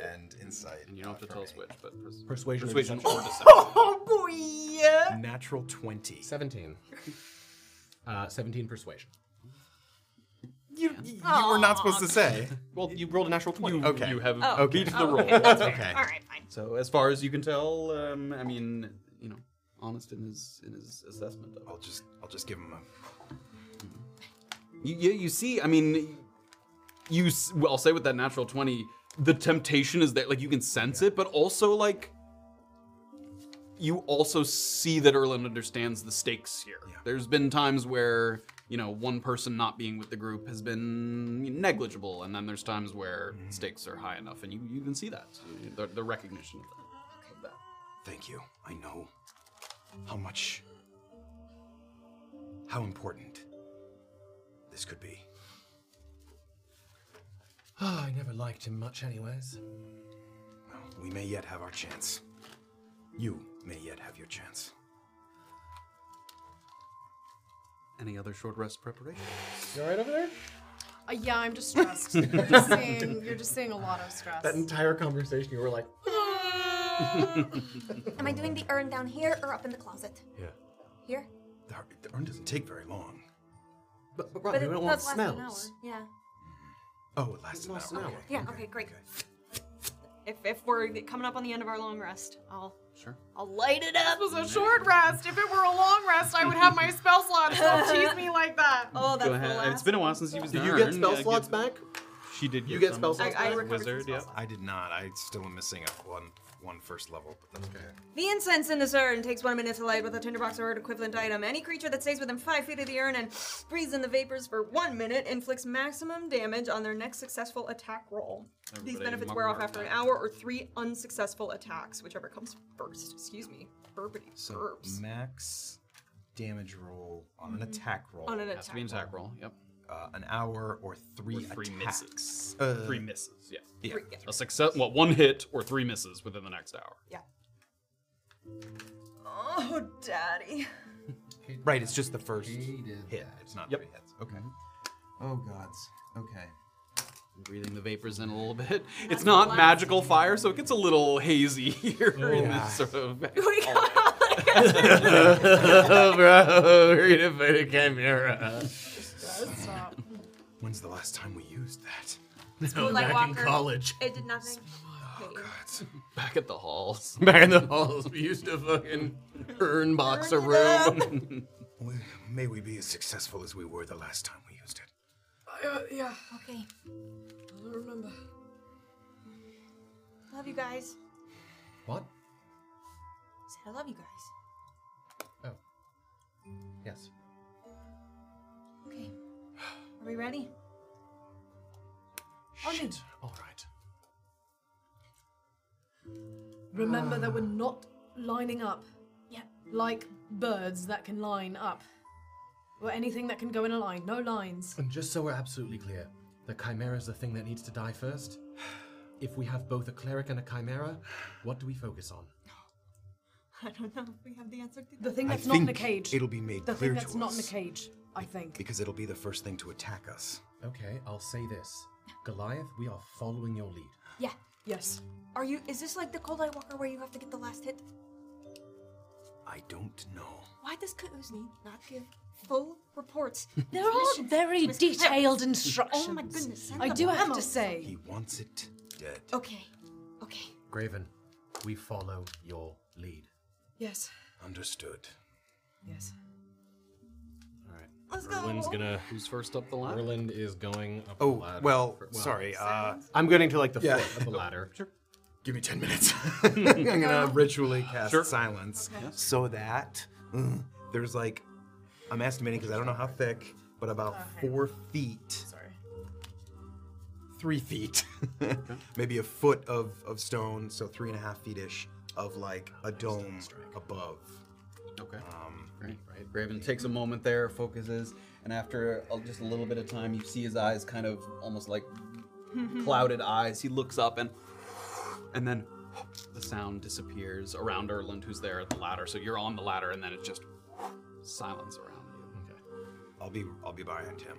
S5: And insight.
S2: And you don't have to tell us which, but pers-
S9: Persuasion or
S2: persuasion or
S9: deception.
S2: deception.
S22: Oh,
S4: boy, yeah.
S5: Natural 20.
S9: 17. Uh, 17 persuasion.
S5: You, you were not supposed to say.
S9: Well, you rolled a natural 20.
S2: You,
S5: Okay.
S2: you have
S5: Oh.
S2: beat the
S5: Oh,
S2: roll.
S5: okay, that's fair. Okay. All right,
S4: fine.
S2: So as far as you can tell, um, I mean, you know, honest in his in his assessment. Of
S5: I'll just I'll just give him a.
S2: You, you, you see, I mean, you. s- Well, I'll say with that natural twenty, the temptation is there. Like you can sense it, but also like. You also see that Erlen understands the stakes here. There's been times where you know one person not being with the group has been negligible, and then there's times where
S9: Mm-hmm.
S2: stakes are high enough, and you, you can see that the, the recognition of that. Of that.
S5: Thank you. I know how much. how important this could be.
S9: Ah, I never liked him much, anyways.
S5: We may yet have our chance. You may yet have your chance.
S2: Any other short rest preparation?
S9: You alright over there?
S22: Uh, yeah, I'm just stressed. you're, just seeing, you're just seeing a lot of stress.
S9: That entire conversation, you were like,
S8: Am I doing the urn down here or up in the closet?
S5: Yeah.
S8: Here.
S5: The, har- the urn doesn't take very long.
S9: But, but
S8: it does last an hour. Yeah.
S5: Oh, it lasts an hour.
S9: lasts an hour.
S4: Yeah. Okay. Great. If, if we're coming up on the end of our long rest, I'll
S2: sure.
S4: I'll light it up.
S22: This was a short rest. If it were a long rest, I would have my spell slots. Don't tease me like that.
S4: Oh,
S2: Go ahead. It's been a while since he was
S9: Did
S2: done.
S9: you get spell slots back?
S2: She did.
S9: You
S2: Get
S9: get
S2: some.
S9: spell slots I- I back? recovered
S2: Wizard. Yeah.
S5: I did not. I still am missing up one one first level, but that's okay.
S4: The incense in this urn takes one minute to light with a tinderbox or an equivalent item. Any creature that stays within five feet of the urn and breathes in the vapors for one minute inflicts maximum damage on their next successful attack roll. These
S2: Everybody
S4: benefits
S2: mark-
S4: wear off
S2: mark
S4: after an
S2: that.
S4: hour or three unsuccessful attacks, whichever comes first. Excuse me, burpity
S5: So
S4: burps.
S5: max damage roll on an
S1: Mm-hmm.
S4: Mhm.
S5: attack roll.
S4: On an Has to be
S2: an attack roll. Yep.
S5: Uh, an hour or three,
S2: Or three
S5: attacks.
S2: misses.
S5: Uh,
S2: three misses. Yeah.
S5: yeah. Three-
S2: A success. Well, one hit or three misses within the next hour.
S4: Oh, daddy.
S5: Right, it's just the first hit. It's not three hits. Okay. Oh gods. Okay.
S2: Breathing the vapors in a little bit. It's not magical fire, so it gets a little hazy here. in
S5: yeah.
S2: this sort of.
S25: Bro, read it for the camera.
S22: Stop.
S5: When's the last time we used that?
S4: Moonlight Walker. It did nothing. Hate you.
S2: Back at the halls.
S26: Back in the halls, we used to fucking earn box a room.
S5: we, may we be as successful as we were the last time we used it.
S8: Uh, yeah. Okay. I don't remember.
S4: Love you guys.
S26: What?
S4: Said I love you guys.
S26: Oh. Yes.
S4: Okay. Are we ready?
S26: Shit. All right.
S1: Remember that we're not lining up. Yeah. Like birds that can line up. Or anything that can go in a line. No lines.
S26: And just so we're absolutely clear, the chimera is the thing that needs to die first. If we have both a cleric and a chimera, what do we focus on?
S4: I don't know if we have the answer to that.
S1: The thing
S5: I
S1: that's not in a
S5: think
S1: cage.
S5: it'll be made
S1: The
S5: clear
S1: thing that's
S5: to
S1: not in a
S5: us.
S1: cage, I think.
S5: Because it'll be the first thing to attack us.
S26: Okay, I'll say this. Goliath, we are following your lead.
S8: Yeah.
S1: Yes.
S8: Are you? Is this like the Cold Eye Walker where you have to get the last hit?
S5: I don't know.
S8: Why does Kauzni not give full reports?
S1: They're all very detailed instructions.
S8: Oh my goodness! send
S1: I
S8: the
S1: do have to
S8: memos.
S1: say.
S5: He wants it dead.
S8: Okay. Okay.
S26: Graven, we follow your lead.
S1: Yes.
S5: Understood.
S1: Yes.
S4: Let's
S26: Erwin's
S4: go.
S26: gonna.
S2: Who's first up the ladder?
S26: Erland is going up
S5: Oh,
S26: the ladder.
S5: well,
S26: For-
S5: sorry, uh,
S26: I'm getting to like the
S5: Yeah.
S26: foot of the ladder. sure.
S5: Give me 10 minutes. I'm gonna ritually cast
S2: Sure.
S5: silence
S2: Okay.
S5: so that mm, there's like, I'm estimating because I don't know how thick, but about four feet. Sorry. Three feet. Maybe a foot of, of stone, so three and a half feet ish of like a dome above.
S2: Okay. Right, Um, right. Graven takes a moment there, focuses, and after a, just a little bit of time, you see his eyes kind of almost like clouded eyes. He looks up and and then the sound disappears around Erland, who's there at the ladder. So you're on the ladder, and then it's just silence around you.
S5: I'll be I'll be behind him.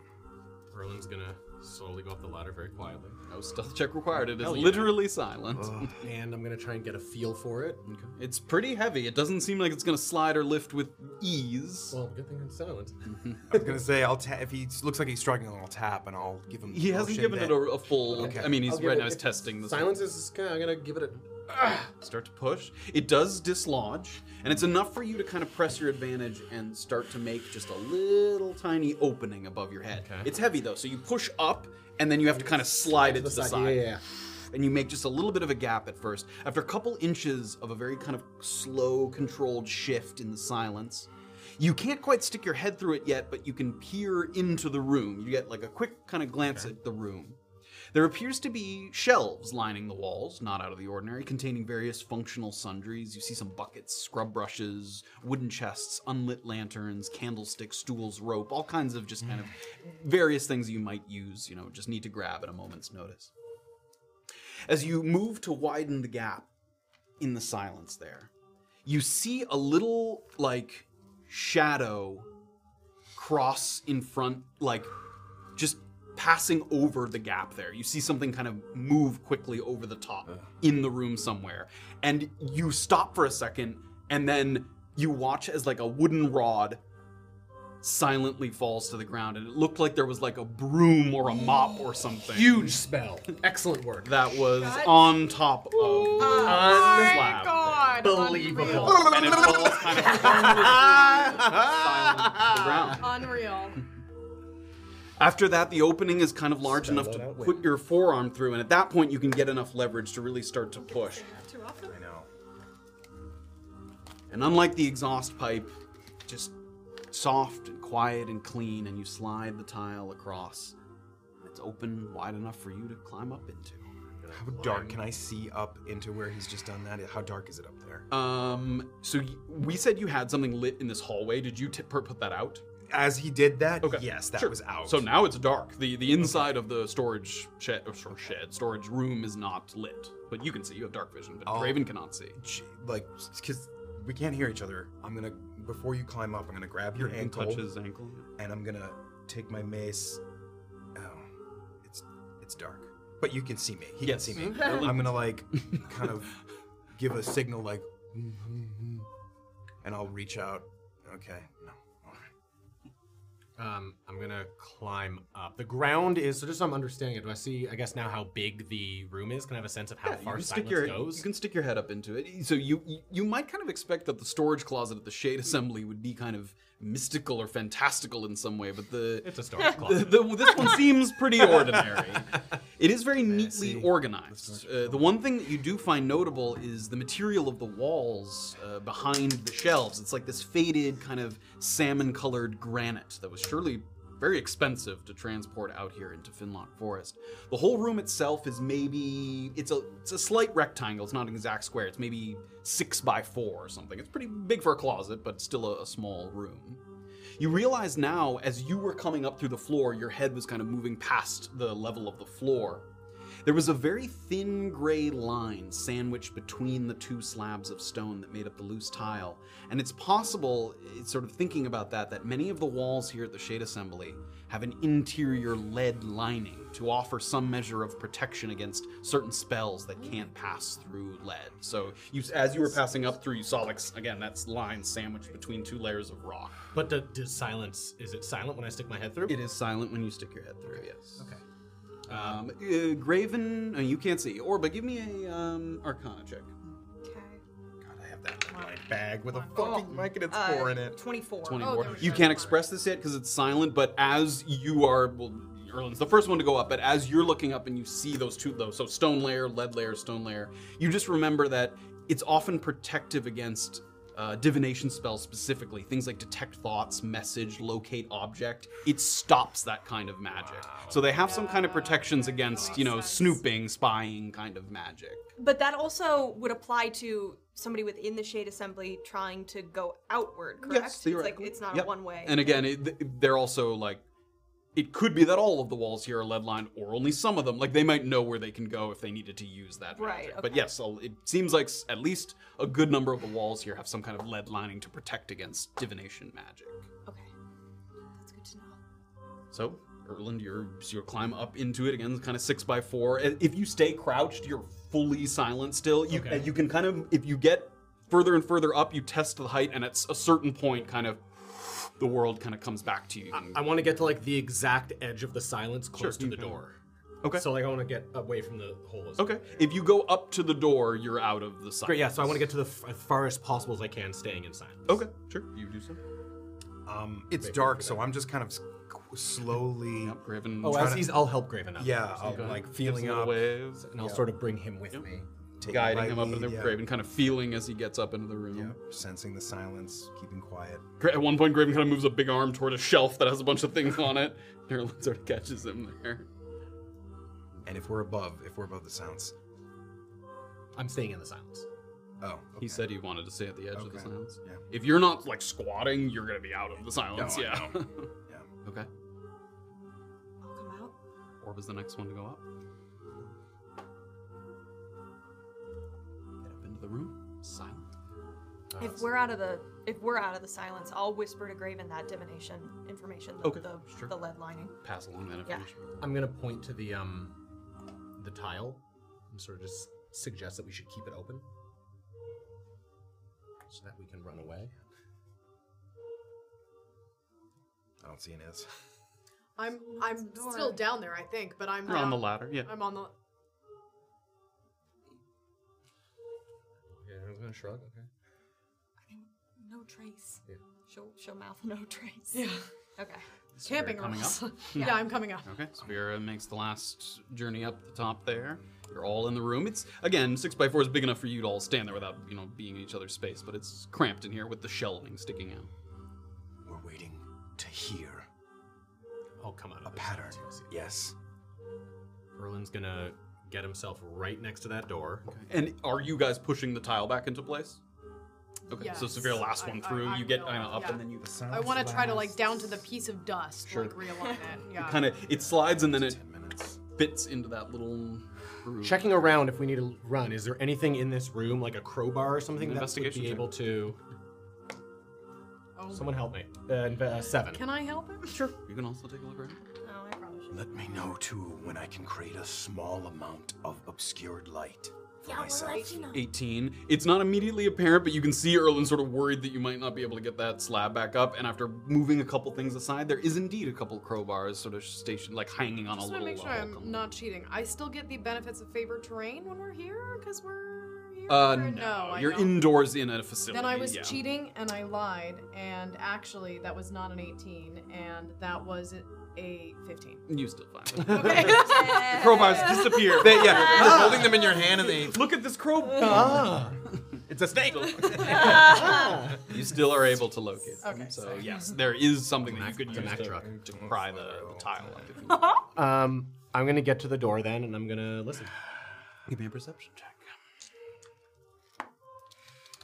S26: Erland's gonna slowly go up the ladder very quietly.
S2: No stealth check required. It is
S26: Hell yeah.
S2: literally silent.
S26: And I'm gonna try and get a feel for it.
S2: It's pretty heavy. It doesn't seem like it's gonna slide or lift with ease.
S26: Well, good thing it's silent.
S5: I was gonna say I'll ta- if he s- looks like he's struggling, I'll tap and I'll give him.
S2: He hasn't
S5: motion
S2: given it
S5: that-
S2: a, a full.
S5: Okay.
S2: I mean, he's
S26: I'll give
S2: right
S26: it-
S2: now he's
S26: if
S2: testing the
S26: Silence is kind of, I'm gonna give it a.
S2: start to push. It does dislodge, and it's enough for you to kind of press your advantage and start to make just a little tiny opening above your head. It's heavy though, so you push up and then you have to kind of slide it to the,
S26: side,
S2: side.
S26: yeah, yeah.
S2: And you make just a little bit of a gap at first. After a couple inches of a very kind of slow, controlled shift in the silence, you can't quite stick your head through it yet, but you can peer into the room. You get like a quick kind of glance at the room. There appears to be shelves lining the walls, not out of the ordinary, containing various functional sundries. You see some buckets, scrub brushes, wooden chests, unlit lanterns, candlesticks, stools, rope, all kinds of just kind of various things you might use, you know, just need to grab at a moment's notice. As you move to widen the gap in the silence there, you see a little like shadow cross in front, like just passing over the gap there. You see something kind of move quickly over the top in the room somewhere. And you stop for a second, and then you watch as like a wooden rod silently falls to the ground. And it looked like there was like a broom or a mop or something.
S26: Huge spell. Excellent work.
S2: That was on top of the
S9: Oh
S2: slab.
S22: God.
S2: Unbelievable.
S22: Unreal.
S2: And it falls kind of silent to the ground.
S22: Unreal.
S2: After that, the opening is kind of large enough to put your forearm through, and at that point, you can get enough leverage to really start to push.
S4: Too often?
S5: I know.
S2: And unlike the exhaust pipe, just soft and quiet and clean, and you slide the tile across. It's open wide enough for you to climb up into.
S5: How dark can I see up into where he's just done that? How dark is it up there?
S2: Um, so y- we said you had something lit in this hallway. Did you t- per- put that out?
S5: As he did that, yes, that
S2: Sure.
S5: was out.
S2: So now it's dark. The the inside of the storage shed, or stor- shed, storage room is not lit, but you can see. You have dark vision, but
S5: Oh.
S2: Graven cannot see.
S5: J- like because we can't hear each other. I'm gonna before you climb up, I'm gonna grab your
S2: You can
S5: ankle
S2: touch his ankle.
S5: and I'm gonna take my mace. Oh, it's it's dark, but you can see me. He
S2: Yes.
S5: can see me.
S2: Mhm.
S5: I'm gonna like kind of give a signal like, and I'll reach out. Okay, no, all right.
S9: Um, I'm gonna climb up. The ground is so. Just so I'm understanding it. Do I see? I guess now how big the room is. Can I have a sense of how
S2: you
S9: far
S2: can
S9: silence
S2: stick your
S9: goes?
S2: you can stick your head up into it. So you you- you might kind of expect that the storage closet at the Shade Assembly would be kind of mystical or fantastical in some way, but the
S9: it's a storage closet.
S2: The, this one seems pretty ordinary. It is very neatly organized. Uh, the one thing that you do find notable is the material of the walls uh, behind the shelves. It's like this faded kind of salmon-colored granite that was surely very expensive to transport out here into Finlock Forest. The whole room itself is maybe it's a it's a slight rectangle. It's not an exact square. It's maybe six by four or something. It's pretty big for a closet, but still a, a small room. You realize now, as you were coming up through the floor, your head was kind of moving past the level of the floor. There was a very thin gray line sandwiched between the two slabs of stone that made up the loose tile. And it's possible, it's sort of thinking about that, that many of the walls here at the Shade Assembly have an interior lead lining to offer some measure of protection against certain spells that can't pass through lead. So you, as you were passing up through, you saw, like, s- again, that's line sandwiched between two layers of rock.
S9: But do- does silence is it silent when I stick my head through?
S2: It is silent when you stick your head through. Yes. Okay. Um, uh, Graven, uh, you can't see Orba. Give me a um, Arcana check.
S9: My bag with a fucking mic and it's
S4: uh,
S9: four in it.
S4: Twenty-four.
S2: Twenty-four. you can't express this yet because it's silent. But as you are, well, Erlin's the first one to go up. But as you're looking up and you see those two, those so stone layer, lead layer, stone layer, you just remember that it's often protective against. Uh, divination spells specifically, things like detect thoughts, message, locate object, it stops that kind of magic. So they have some kind of protections against, you know, snooping, spying kind of magic.
S4: But that also would apply to somebody within the shade assembly trying to go outward, correct? it's like
S2: theoretically.
S4: it's not
S2: Yep.
S4: a one way.
S2: And again, it, th- they're also like, it could be that all of the walls here are lead lined, or only some of them. Like they might know where they can go if they needed to use that.
S4: Right,
S2: magic. But
S4: okay.
S2: yes, so it seems like s- at least a good number of the walls here have some kind of lead lining to protect against divination magic.
S8: That's good to know.
S2: So, Erland, you're you climb up into it again, kind of six by four. And If you stay crouched, you're fully silent still. You
S9: Okay.
S2: you can kind of if you get further and further up, you test the height, and at s- a certain point, kind of the world kind of comes back to you.
S9: I want to get to like the exact edge of the silence close
S2: you
S9: to the
S2: can.
S9: door.
S2: Okay.
S9: So like I want to get away from the hole. as
S2: Okay. If you go up to the door, you're out of the sight.
S9: Great, yeah, so I want to get to the f- as far as possible as I can, staying in silence.
S2: Okay, sure. You do so.
S5: Um, it's dark, so I'm just kind of s- qu- slowly.
S2: Graven.
S9: Oh,
S5: trying
S9: as
S5: to-
S9: he's, I'll help Graven up.
S5: Yeah,
S9: So
S5: I'll
S9: go ahead.
S5: like
S9: Gives
S5: feeling
S9: him a
S5: up.
S2: waves,
S9: and I'll sort of bring him with me.
S5: Take
S2: guiding
S5: my
S2: him up into
S5: lead,
S2: the
S5: yeah.
S2: Graven, kind of feeling as he gets up into the room.
S5: Sensing the silence, keeping quiet.
S2: Gra- At one point, Graven kind of moves a big arm toward a shelf that has a bunch of things on it. Nerland sort of catches him there.
S5: And if we're above, if we're above the sounds.
S9: I'm staying in the silence.
S5: Oh.
S2: He said he wanted to stay at the edge of the silence.
S5: Yeah.
S2: If you're not like squatting, you're gonna be out of the silence.
S5: No, I
S2: yeah.
S5: know.
S2: okay.
S8: I'll come out.
S2: Orb is the next one to go up. Get up into the room. Silent.
S4: if we're out of the if we're out of the silence, I'll whisper to Graven that divination information, the
S9: Okay,
S4: the,
S9: sure.
S4: the lead lining.
S2: Pass along that
S4: Yeah.
S2: information.
S9: I'm gonna point to the um the tile and sort of just suggest that we should keep it open. So that we can run away.
S5: I don't see an S.
S22: I'm I'm still down there, I think, but I'm
S2: You're on
S22: now-
S2: the ladder, yeah.
S22: I'm on the.
S9: Yeah, I'm gonna shrug, okay.
S8: No trace.
S9: Yeah.
S4: She'll she'll mouth no trace.
S22: Yeah.
S4: Okay.
S22: Camping
S2: You're coming
S22: rules.
S2: up?
S22: yeah. I'm coming up.
S2: Okay, so Vera makes the last journey up the top there. You're all in the room. It's again six by four is big enough for you to all stand there without you know being in each other's space, but it's cramped in here with the shelving sticking out.
S5: We're waiting to hear
S9: I'll come out of
S5: a pattern. Yes.
S9: Erlin's gonna get himself right next to that door.
S5: Mm-hmm.
S2: And are you guys pushing the tile back into place? Okay, so
S22: Yes.
S2: Severe last
S22: I-
S2: one
S22: I-
S2: through.
S22: I
S2: you get
S22: will,
S2: kind of up,
S22: yeah.
S2: and then you.
S22: I want to try to like down to the piece of dust,
S2: Sure.
S22: like realign it. Yeah.
S2: Kind of it slides and then it fits into that little groove.
S9: Checking around if we need to run, is there anything in this room, like a crowbar or something
S2: An
S9: that would
S2: investigation
S9: be
S2: check.
S9: able to?
S22: Oh.
S9: Someone help me. Uh, inve- uh, seven.
S22: Can I help him?
S2: Sure. You can also take a look around.
S4: No, I probably should.
S5: Let me know too when I can create a small amount of obscured light.
S2: for myself. 18. It's not immediately apparent, but you can see Erlen sort of worried that you might not be able to get that slab back up. And after moving a couple things aside, there is indeed a couple crowbars sort of stationed, like hanging on a
S22: Just want
S2: little
S22: to make sure
S2: level.
S22: I'm not cheating. I still get the benefits of favored terrain when we're here because we're.
S2: Uh,
S22: No,
S2: no,
S22: I
S2: you're
S22: don't.
S2: indoors in a facility.
S22: Then I was
S2: yeah.
S22: cheating and I lied, and actually that was not an 18, and that was a 15.
S2: You still fine.
S22: Okay.
S2: The crowbars disappear.
S27: They- yeah, you're
S2: Ah.
S27: holding them in your hand and they
S2: look at this crowbar.
S27: Ah. It's a snake.
S2: you still are able to locate them.
S27: Okay.
S2: So yes, there is something that you could
S9: It's a
S2: use
S9: Mack
S2: to,
S9: truck.
S2: to pry the, the tile up. If you
S9: Um, I'm gonna get to the door then, and I'm gonna listen.
S2: Give me a perception check.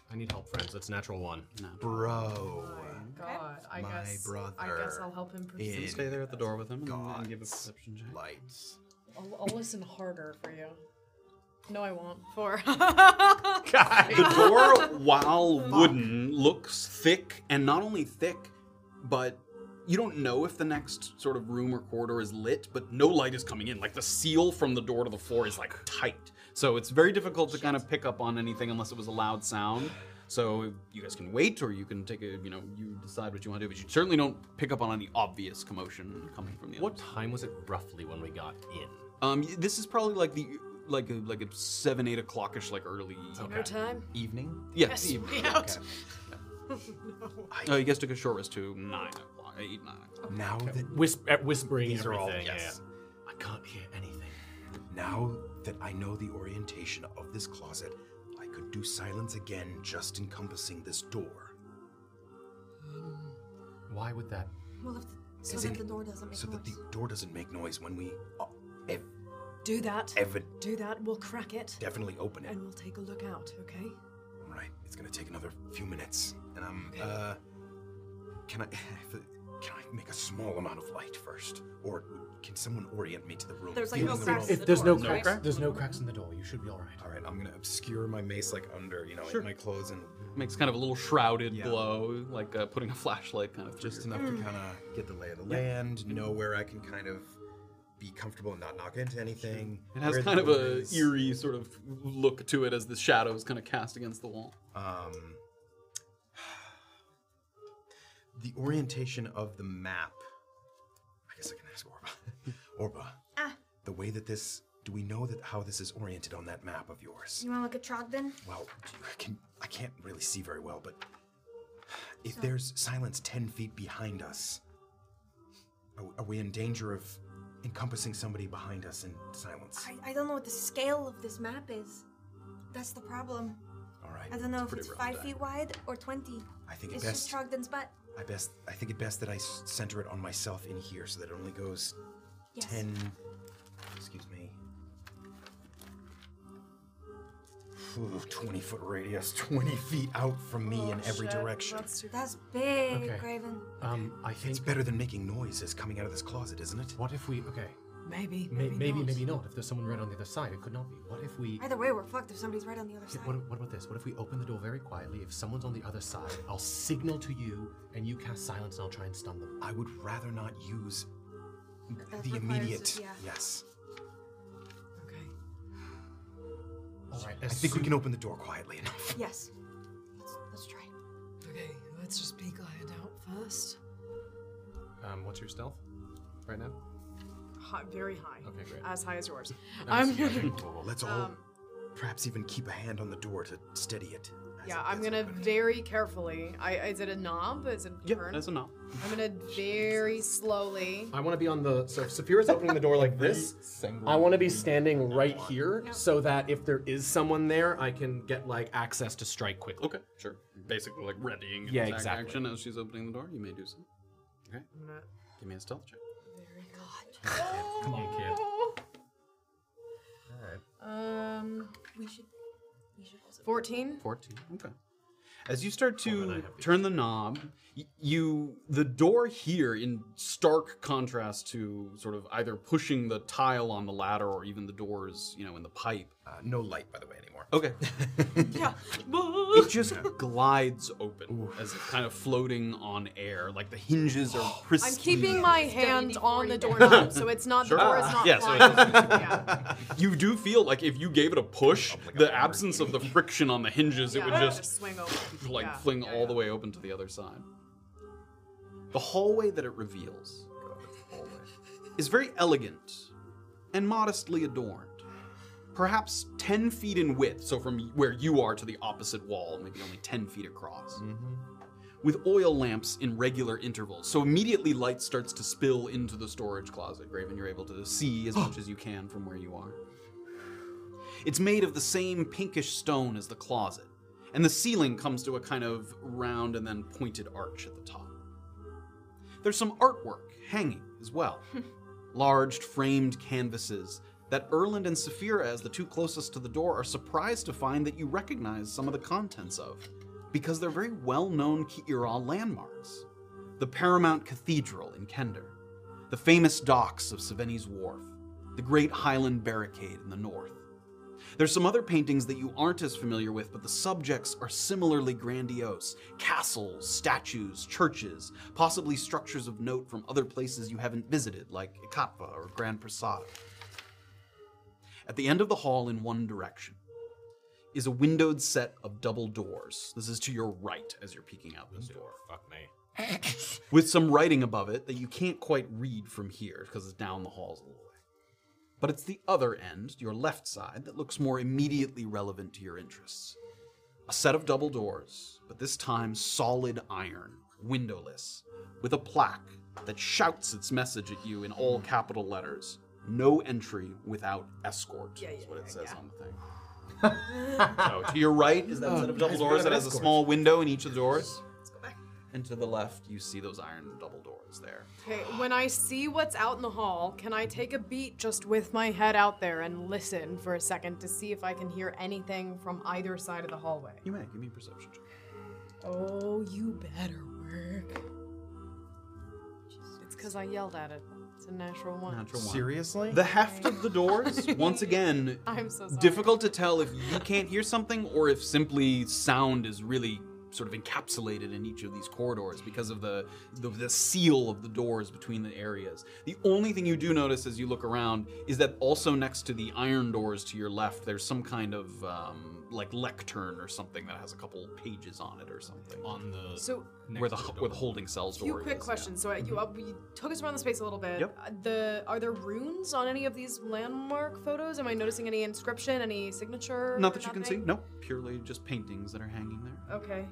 S9: I need help, friends. That's natural one.
S5: Bro.
S22: Oh God, I
S5: My
S22: guess I guess I'll help him
S2: You can
S22: perceive.
S2: stay there at the door with him and, and give a perception check.
S5: Lights.
S22: I'll, I'll listen harder for you. No, I won't. For
S2: The door, while wooden, looks thick, and not only thick, but you don't know if the next sort of room or corridor is lit, but no light is coming in. Like the seal from the door to the floor is like tight. So it's very difficult to kind of pick up on anything unless it was a loud sound. So you guys can wait or you can take a, you know, you decide what you want to do, but you certainly don't pick up on any obvious commotion coming from the
S9: What time was it roughly when we got in?
S2: Um, y- this is probably like the like a like a seven eight o'clockish like early
S22: Dinner time?
S2: evening. Yeah,
S22: Yes,
S2: evening.
S22: we
S2: Yeah,
S22: out.
S2: okay.
S22: no.
S2: Oh, you guys took a short rest to nine o'clock, eight nine. O'clock.
S5: Now that
S9: Whisp- at uh, whispering
S5: These are all-
S9: everything,
S5: yes.
S9: I can't hear anything.
S5: Now that I know the orientation of this closet, I could do silence again, just encompassing this door.
S9: Why would that?
S28: Well, if the, so
S5: Is
S28: that
S5: it-
S28: the door doesn't make
S5: so
S28: noise.
S5: that the door doesn't make noise when we uh, ev-
S1: Do that.
S5: Evan.
S1: Do that. We'll crack it.
S5: definitely open it.
S1: And we'll take a look out, okay?
S5: Right. It's gonna take another few minutes, and I'm. Uh, can I? Can I make a small amount of light first, or can someone orient me to the room?
S8: There's, like,
S5: Feel
S8: no
S5: in the
S8: cracks
S5: room.
S8: in the There's no doors,
S9: cracks- right? there's no cracks in the door. You should be all right.
S5: All right. I'm gonna obscure my mace like under, you know, in my clothes, and
S2: Makes kind of a little shrouded glow, like uh, putting a flashlight kind of
S5: just enough
S8: Mm.
S5: to kind of get the lay of the land, know where I can kind of be comfortable and not knock into anything.
S2: It has
S5: where the
S2: kind of
S5: door
S2: a
S5: is.
S2: eerie sort of look to it as the shadows kind of cast against the wall.
S5: um, the orientation of the map. I guess I can ask Orba. Orba,
S8: Ah.
S5: the way that this, do we know that how this is oriented on that map of yours?
S8: You want to look at Trogdon?
S5: Well, I, can, I can't really see very well, but if
S8: So-
S5: there's silence ten feet behind us, are, are we in danger of encompassing somebody behind us in silence?
S8: I, I don't know what the scale of this map is. That's the problem.
S5: All right.
S8: I don't know
S5: It's
S8: if
S5: pretty
S8: it's
S5: rough
S8: five
S5: then.
S8: feet wide or 20.
S5: I think it
S8: it's
S5: best.
S8: just Trogdon's butt.
S5: I best. I think it best that I s- center it on myself in here, so that it only goes
S8: Yes.
S5: ten. Excuse me. Ooh, Twenty foot radius, twenty feet out from me in every direction.
S8: That's, big, Graven.
S9: Um, I think
S5: It's better than making noises coming out of this closet, isn't it?
S9: What if we? Okay.
S1: Maybe.
S9: May-
S28: maybe
S9: maybe,
S28: not.
S9: maybe not. If there's someone right on the other side, it could not be. What if we?
S28: Either way, we're fucked if somebody's right on the other
S9: Okay,
S28: side.
S9: what, what about this? What if we open the door very quietly? If someone's on the other side, I'll signal to you, and you cast silence, and I'll try and stun them.
S5: I would rather not use
S28: That
S5: the
S28: requires-
S5: immediate.
S28: yeah.
S5: Yes.
S9: All right.
S5: I
S9: as
S5: think we
S9: soon-
S5: can open the door quietly enough.
S8: Yes.
S28: Let's, let's try. it.
S1: Okay, let's just peek our head out first.
S9: Um, what's your stealth right now?
S22: High, very high.
S9: Okay, great.
S22: As high as yours.
S5: Nice.
S22: I'm
S5: Yeah,
S22: gonna.
S5: okay, well, Let's all perhaps even keep a hand on the door to steady it. as
S22: Yeah,
S5: it
S22: I'm
S5: gets
S22: gonna
S5: open.
S22: very carefully. I is it a knob? Is it a turn?
S2: That's a knob.
S22: I'm gonna very slowly.
S9: I want to be on the. So if Saphira's opening the door like this, I want to be standing right here so that if there is someone there, I can get like access to strike quickly.
S2: Okay, sure. Basically, like readying an
S9: Yeah,
S2: attack
S9: exactly.
S2: action as she's opening the door. You may do so. Okay. Give me a stealth check.
S9: Come on, kid.
S22: Um,
S28: We should. We should also.
S22: fourteen.
S2: 14. Okay. As you start to turn the knob, y- you the door here in stark contrast to sort of either pushing the tile on the ladder or even the doors, you know, in the pipe,
S29: Uh, no light, by the way, anymore.
S2: Okay.
S29: yeah.
S2: It just glides open as if kind of floating on air, like the hinges are
S1: I'm
S2: pristine.
S1: keeping my hand on the doorknob, so it's not the door is not
S2: Yeah, so
S1: flying.
S2: it's- You do feel like if you gave it a push, the absence of the friction on the hinges, it
S22: Yeah,
S2: would just,
S22: swing over.
S2: like
S22: Yeah.
S2: fling all the way open to the other side. The hallway that it reveals is very elegant and modestly adorned. Perhaps 10 feet in width, so from where you are to the opposite wall, maybe only 10 feet across. With oil lamps in regular intervals, so immediately light starts to spill into the storage closet. Graven, you're able to see as much as you can from where you are. It's made of the same pinkish stone as the closet, and the ceiling comes to a kind of round and then pointed arch at the top. There's some artwork hanging as well large framed canvases that Erland and Saphira, as the two closest to the door, are surprised to find that you recognize some of the contents of, because they're very well known Ki'ira landmarks. The Paramount Cathedral in Kender, the famous docks of Saveni's Wharf, the Great Highland Barricade in the north. There's some other paintings that you aren't as familiar with, but the subjects are similarly grandiose castles, statues, churches, possibly structures of note from other places you haven't visited, like Ikatva or Grand Prasad. At the end of the hall, in one direction, is a windowed set of double doors. This is to your right as you're peeking out this door. Fuck me. With some writing above it that you can't quite read from here because it's down the halls a little way. But it's the other end, your left side, that looks more immediately relevant to your interests. A set of double doors, but this time solid iron, windowless, with a plaque that shouts its message at you in
S30: Hmm.
S2: all capital letters. No entry without escort, is what it says on the thing. So to your right is that
S30: Oh,
S2: set of double
S30: guys, we
S2: doors
S30: got
S2: that has a
S30: escorts.
S2: small window in each of the doors. And to the left, you see those iron double doors there.
S22: Okay, when I see what's out in the hall, can I take a beat just with my head out there and listen for a second to see if I can hear anything from either side of the hallway?
S2: You may give me a perception check.
S22: Oh, you better work. It's because I yelled at it. It's a natural one.
S2: Natural one.
S31: Seriously?
S2: The heft of the doors, once again,
S22: I'm so sorry.
S2: difficult to tell if you can't hear something or if simply sound is really sort of encapsulated in each of these corridors because of the, the the seal of the doors between the areas. The only thing you do notice as you look around is that also next to the iron doors to your left, there's some kind of um, like lectern or something that has a couple pages on it or something. On the
S22: So-
S2: where the where the holding cells
S22: Few
S2: door
S22: quick
S2: is.
S22: questions. So uh, you, uh, you took us around the space a little bit.
S2: Mm-hmm. Yep.
S22: Uh, The are there runes on any of these landmark photos? Am I noticing any inscription, any signature?
S2: Not that you can see.
S22: Nothing?
S2: No, purely just paintings that are hanging there.
S22: Okay.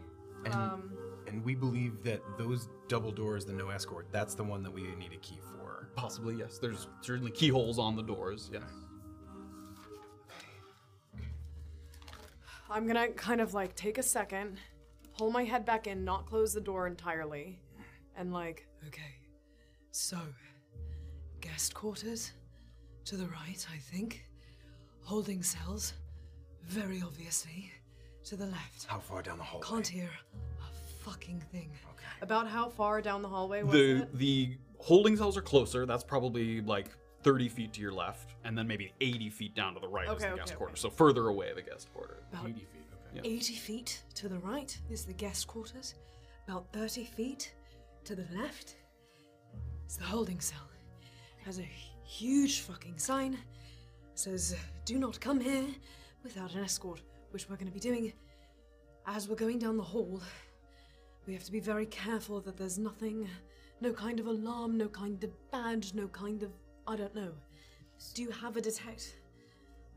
S5: And-
S22: um,
S5: And we believe that those double doors, the no escort, that's the one that we need a key for.
S2: Possibly, yes. There's certainly keyholes on the doors. Yeah.
S22: I'm gonna kind of like take a second, pull my head back in, not close the door entirely, and like, okay,
S1: So, guest quarters to the right, I think. Holding cells, very obviously, to the left.
S5: How far down the hallway?
S1: Can't hear a fucking thing.
S22: about how far down the hallway was
S2: The
S22: it?
S2: the holding cells are closer. That's probably like 30 feet to your left, and then maybe 80 feet down to the right is
S1: Okay,
S2: the
S1: okay,
S2: guest
S1: okay.
S2: quarter. So further away the guest quarter.
S1: About 80 feet.
S2: Yeah.
S1: 80 feet to the right is the guest quarters. About 30 feet to the left is the holding cell. Has a huge fucking sign. Says, do not come here without an escort, which we're going to be doing. As we're going down the hall, we have to be very careful that there's nothing, no kind of alarm, no kind of badge, no kind of, I don't know. Do you have a detect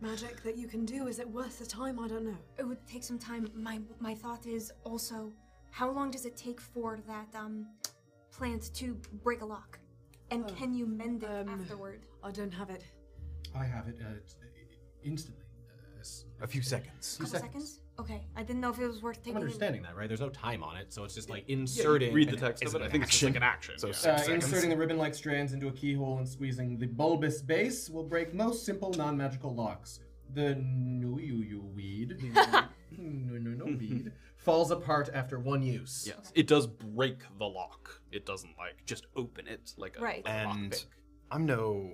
S1: magic that you can do? Is it worth the time? I don't know.
S8: It would take some time. My my thought is also, how long does it take for that um plant to break a lock, and
S1: Oh,
S8: can you mend it
S1: um,
S8: afterward?
S1: I don't have it.
S9: I have it uh, it's, uh, instantly. Uh, s-
S5: A few seconds.
S8: A couple seconds? Okay, I didn't know if it was worth taking.
S9: I'm understanding that, right? There's no time on it, so it's just like inserting.
S2: Inserting. read the text of
S9: It's
S2: it. I
S9: an
S2: think it's just
S9: action.
S2: like an action.
S9: So
S2: yeah.
S9: uh, inserting the ribbon-like strands into a keyhole and squeezing the bulbous base will break most simple non-magical locks. The nuyu weed, no no no weed, falls apart after one use.
S2: Yes. It does break the lock. It doesn't like just open it like a
S8: Right.
S2: lock
S5: And I'm no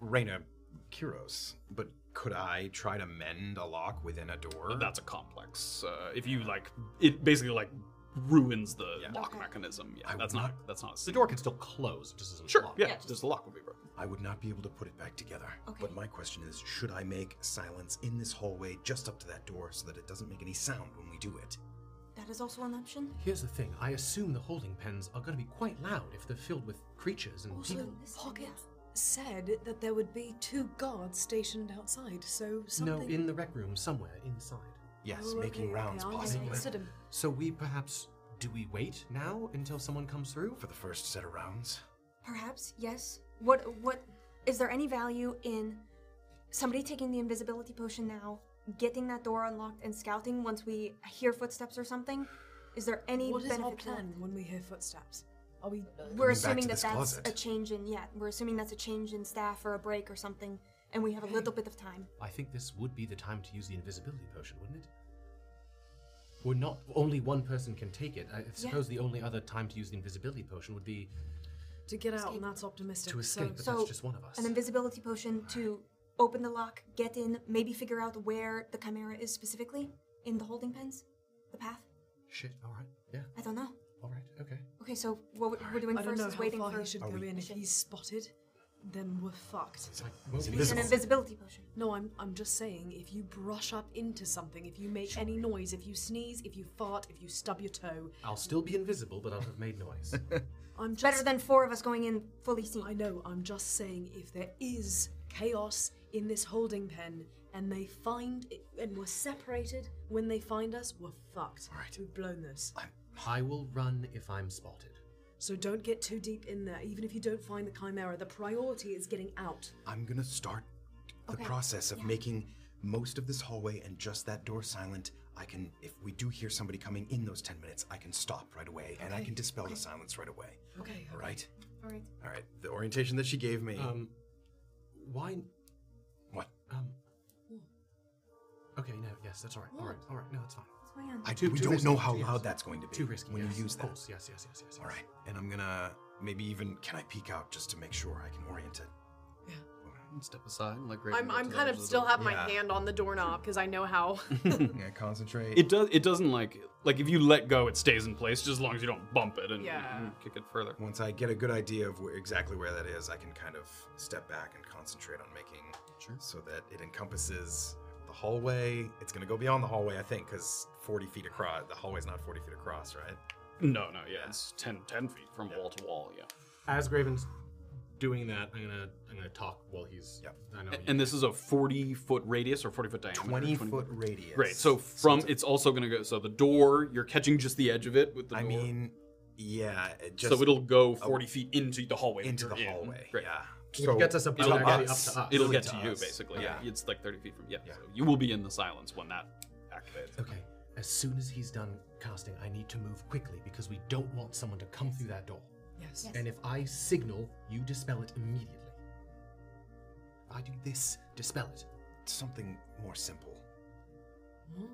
S5: Reina Kuros, but
S32: could I try to mend a lock within a door?
S2: That's a complex. Uh, if you like, it basically like ruins the lock mechanism. Yeah, that's not, that's not.
S32: The door can still close. It just isn't
S2: Sure.
S32: locked.
S2: Yeah, just the lock would be broken.
S5: I would not be able to put it back together.
S32: Okay.
S5: But my question is should I make silence in this hallway just up to that door so that it doesn't make any sound when we do it?
S8: That is also an option.
S9: Here's the thing I assume the holding pens are going to be quite loud if they're filled with creatures
S8: Oh,
S9: and
S22: Also,
S9: people.
S22: Pocket said that there would be two guards stationed outside, so something.
S9: No, in the rec room, somewhere inside.
S5: Yes, Oh, making okay, rounds okay, I'm gonna possibly. consider-
S9: So we perhaps. Do we wait now until someone comes through?
S5: For the first set of rounds?
S8: Perhaps, yes. What what is there any value in somebody taking the invisibility potion now, getting that door unlocked and scouting once we hear footsteps or something? Is there any
S22: What is
S8: benefit
S22: our
S8: to that?
S22: plan when we hear footsteps? Are we?
S8: We're assuming that that's a change in yeah, we're assuming that's a change in staff or a break or something and we have a little bit of time.
S9: I think this would be the time to use the invisibility potion, wouldn't it? We're not only one person can take it. I suppose the only other time to use the invisibility potion would be
S22: to get out, and that's optimistic.
S9: To escape, but
S22: so,
S9: that's just one of us.
S8: An invisibility potion to open the lock, get in, maybe figure out where the chimera is specifically in the holding pens, the path.
S9: Shit. All right. Yeah.
S8: I don't know.
S9: All right. Okay.
S8: Okay, so what we're- we're doing
S22: I don't
S8: first
S22: know
S8: is
S22: how
S8: waiting
S22: far
S8: for
S22: he should
S8: Are
S22: go
S8: we-
S22: in. If he's spotted, then we're fucked.
S8: It's invisible. an invisibility potion.
S22: No, I'm I'm just saying if you brush up into something, if you make any noise, if you sneeze, if you fart, if you stub your toe,
S9: I'll still be invisible, but I'll have made noise.
S22: I'm just
S8: better than four of us going in fully seen.
S22: I know. I'm just saying if there is chaos in this holding pen and they find it, and we're separated when they find us, we're fucked. All right. We've blown this.
S9: I will run if I'm spotted.
S22: So don't get too deep in there. Even if you don't find the chimera, the priority is getting out.
S5: I'm gonna start the
S22: Okay,
S5: process of making most of this hallway and just that door silent. I can, if we do hear somebody coming in those 10 minutes, I can stop right away and I
S33: Okay,
S5: can dispel the silence right away.
S22: Okay.
S5: All right?
S8: All right.
S5: All right. The orientation that she gave me.
S9: Um, why?
S5: What?
S9: Um. Okay. No. Yes. That's all right. All right. All right. No. That's fine.
S5: I,
S9: Too-
S5: we
S9: too
S5: don't know
S9: risky,
S5: how
S9: yes.
S5: loud that's going to be.
S9: Too risky.
S5: When
S9: yes,
S5: you use
S9: of
S5: that.
S9: course, Yes. Yes. Yes. Yes.
S5: All right. And I'm gonna maybe even, can I peek out just to make sure I can orient it?
S2: Step aside and like.
S4: I'm, I'm kind of still have my hand on the doorknob because I know how.
S5: yeah, concentrate.
S2: It does. It doesn't like like if you let go, it stays in place just as long as you don't bump it and,
S4: Yeah.
S2: and kick it further.
S5: Once I get a good idea of where, exactly where that is, I can kind of step back and concentrate on making so that it encompasses the hallway. It's going to go beyond the hallway, I think, because 40 feet across. The hallway's not 40 feet across, right?
S2: No, no, yeah, it's 10, 10 feet from wall to wall, yeah.
S9: As Graven's doing that, I'm gonna I'm gonna talk while he's. Yep. I know.
S2: A- And this is a forty foot radius or forty foot diameter.
S5: 20 foot radius.
S2: Great. So from it's also gonna go. So the door, you're catching just the edge of it with the. I
S5: mean, yeah. It
S2: so
S5: just-
S2: it'll go
S5: oh.
S2: forty feet into the hallway.
S5: Into
S2: you're
S5: the
S2: in.
S5: hallway,
S2: Great.
S5: yeah.
S9: It So gets us about
S2: it'll
S9: actually
S2: get-
S9: up to us.
S2: It'll
S9: Really
S2: get
S9: to
S2: to you
S9: us.
S2: basically. Yeah.
S9: Okay.
S2: It's like thirty feet from yeah. So you will be in the silence when that activates.
S9: Okay. As soon as he's done casting, I need to move quickly because we don't want someone to come through that door.
S22: Yes.
S9: And if I signal, you dispel it immediately. I do this, dispel it.
S5: Something more simple.
S22: No,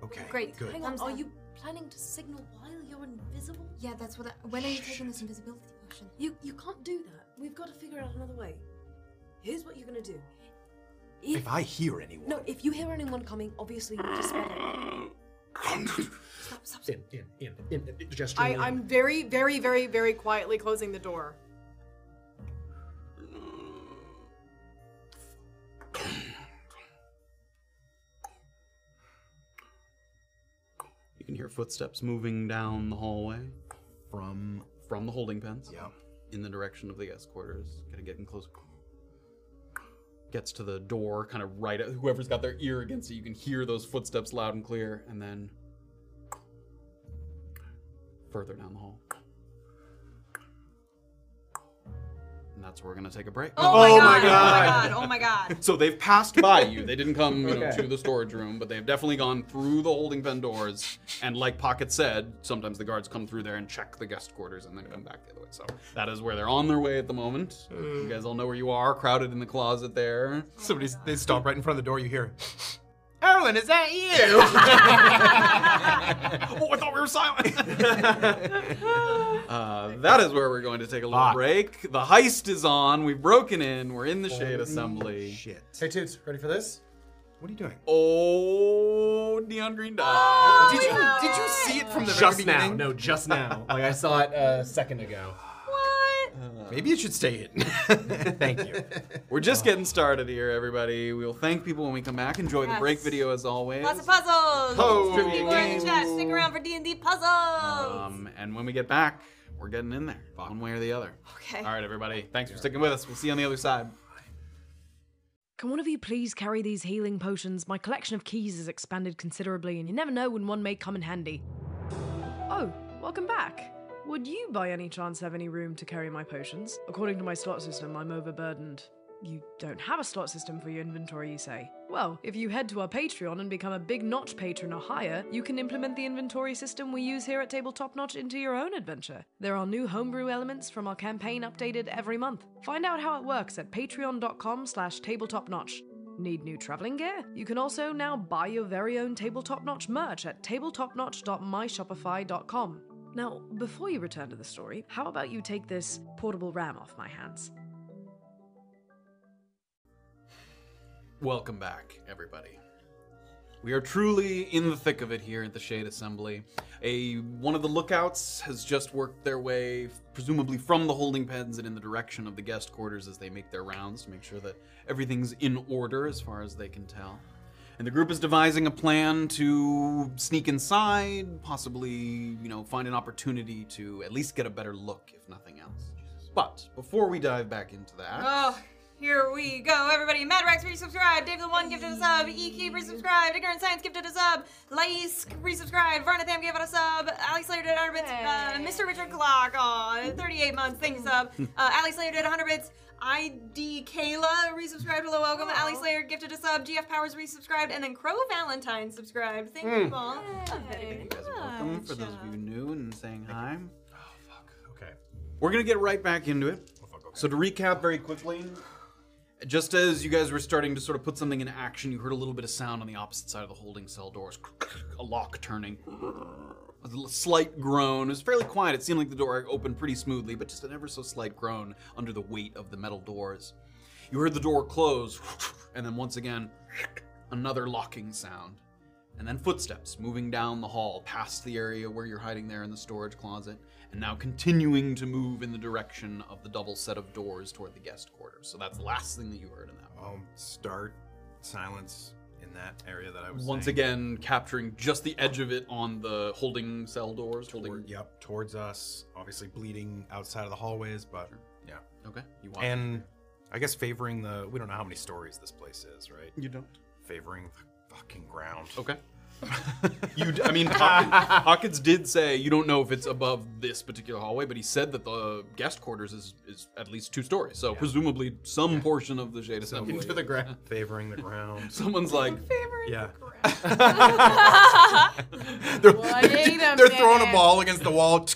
S22: but-
S5: Okay,
S8: Great.
S5: good.
S22: Hang on,
S8: Thumbs
S22: are
S8: down.
S22: you planning to signal while you're invisible?
S8: Yeah, that's what. I, when are you taking this invisibility potion?
S22: You you can't do that. We've got to figure out another way. Here's what you're gonna do. If,
S5: I hear anyone.
S22: no, if you hear anyone coming, obviously you dispel it.
S9: In, in, in, in, in, gesturing
S4: I,
S9: in.
S4: I'm very, very, very, very quietly closing the door.
S2: You can hear footsteps moving down the hallway
S5: from
S2: from the holding pens.
S5: Yeah.
S2: In the direction of the guest quarters, kind of getting closer. Gets to the door, kind of right at whoever's got their ear against it. You can hear those footsteps loud and clear, and then further down the hall. And that's where we're gonna take a break.
S34: Oh my Oh my God, God. oh my God, oh my God.
S2: so they've passed by you. They didn't come you know,
S34: Okay.
S2: to the storage room, but they've definitely gone through the holding pen doors. And like Pocket said, sometimes the guards come through there and check the guest quarters and then come back the other way. So that is where they're on their way at the moment. You guys all know where you are, crowded in the closet there.
S5: Somebody, they stop right in front of the door. You hear.
S9: Erwin, is that you?
S2: oh, I thought we were silent. Uh, that is where we're going to take a little break. The heist is on. We've broken in. We're in the shade assembly. Shit.
S9: hey, Toots, ready for this? What are you doing?
S2: Oh, neon green dot.
S9: did you
S5: did you see it from the
S9: Just
S5: very
S9: now.
S5: beginning?
S9: No, just now. Like I saw it uh, a second ago.
S2: Maybe it should stay in. Thank you. We're just getting started here, everybody. We will thank people when we come back. Enjoy the break
S4: Yes.
S2: video as always.
S4: Lots of puzzles.
S2: Puzzles, trivia
S4: People in the chat,
S2: games.
S4: stick around for D and D puzzles.
S2: Um, and when we get back, we're getting in there, one way or the other.
S4: Okay.
S2: All right, everybody. Thanks for sticking with us. We'll see you on the other side.
S22: Can one of you please carry these healing potions? My collection of keys has expanded considerably, and you never know when one may come in handy. Oh, welcome back. Would you by any chance have any room to carry my potions? According to my slot system, I'm overburdened. You don't have a slot system for your inventory, you say? Well, if you head to our Patreon and become a big notch patron or higher, you can implement the inventory system we use here at Tabletop Notch into your own adventure. There are new homebrew elements from our campaign updated every month. Find out how it works at patreon.com slash tabletopnotch. Need new traveling gear? You can also now buy your very own Tabletop Notch merch at tabletopnotch.myshopify.com. Now, before you return to the story, how about you take this portable ram off my hands?
S2: Welcome back, everybody. We are truly in the thick of it here at the Shade Assembly. A one of the lookouts has just worked their way, presumably from the holding pens and in the direction of the guest quarters as they make their rounds to make sure that everything's in order as far as they can tell. And the group is devising a plan to sneak inside, possibly, you know, find an opportunity to at least get a better look, if nothing else. But before we dive back into that,
S4: Oh, here we go, everybody. Mad Rex resubscribed. Dave the One gifted a sub. EQ resubscribed. Ignorant Science gifted a sub. Laisk resubscribed. Varnatham gave it a sub. Ali Slater did 100 bits. Uh, Mr. Richard Clock on 38 months. Thank you, sub. Uh, Ali Slater did 100 bits. ID Kayla resubscribed. Hello, welcome. Ali Slayer gifted a sub. GF Powers resubscribed. And then Crow Valentine subscribed. Thank
S2: Mm.
S4: you all. Oh, very
S2: Welcome
S4: much.
S2: for those of you new and saying hi. Oh fuck. Okay. We're gonna get right back into it. So to recap very quickly, just as you guys were starting to sort of put something in action, you heard a little bit of sound on the opposite side of the holding cell doors. A lock turning. A little slight groan. It was fairly quiet. It seemed like the door opened pretty smoothly, but just an ever so slight groan under the weight of the metal doors. You heard the door close, and then once again, another locking sound. And then footsteps moving down the hall, past the area where you're hiding there in the storage closet, and now continuing to move in the direction of the double set of doors toward the guest quarters. So that's the last thing that you heard in that.
S5: I'll Um, start silence in that area that I was.
S2: Once
S5: saying.
S2: again, capturing just the edge of it on the holding cell doors. Holding.
S5: yep, towards us. Obviously bleeding outside of the hallways, but yeah.
S2: Okay. You want
S5: And I guess favoring the. We don't know how many stories this place is, right?
S2: You don't.
S5: Favoring the fucking ground.
S2: Okay. you, d- I mean, Hawkins, Hawkins did say you don't know if it's above this particular hallway, but he said that the guest quarters is, is at least two stories. So presumably some portion of the shade assembly
S5: into the ground. Favoring the ground.
S2: Someone's like,
S5: yeah.
S2: they're
S5: they're,
S35: Wait a
S5: they're throwing a
S35: minute.
S5: ball against the wall.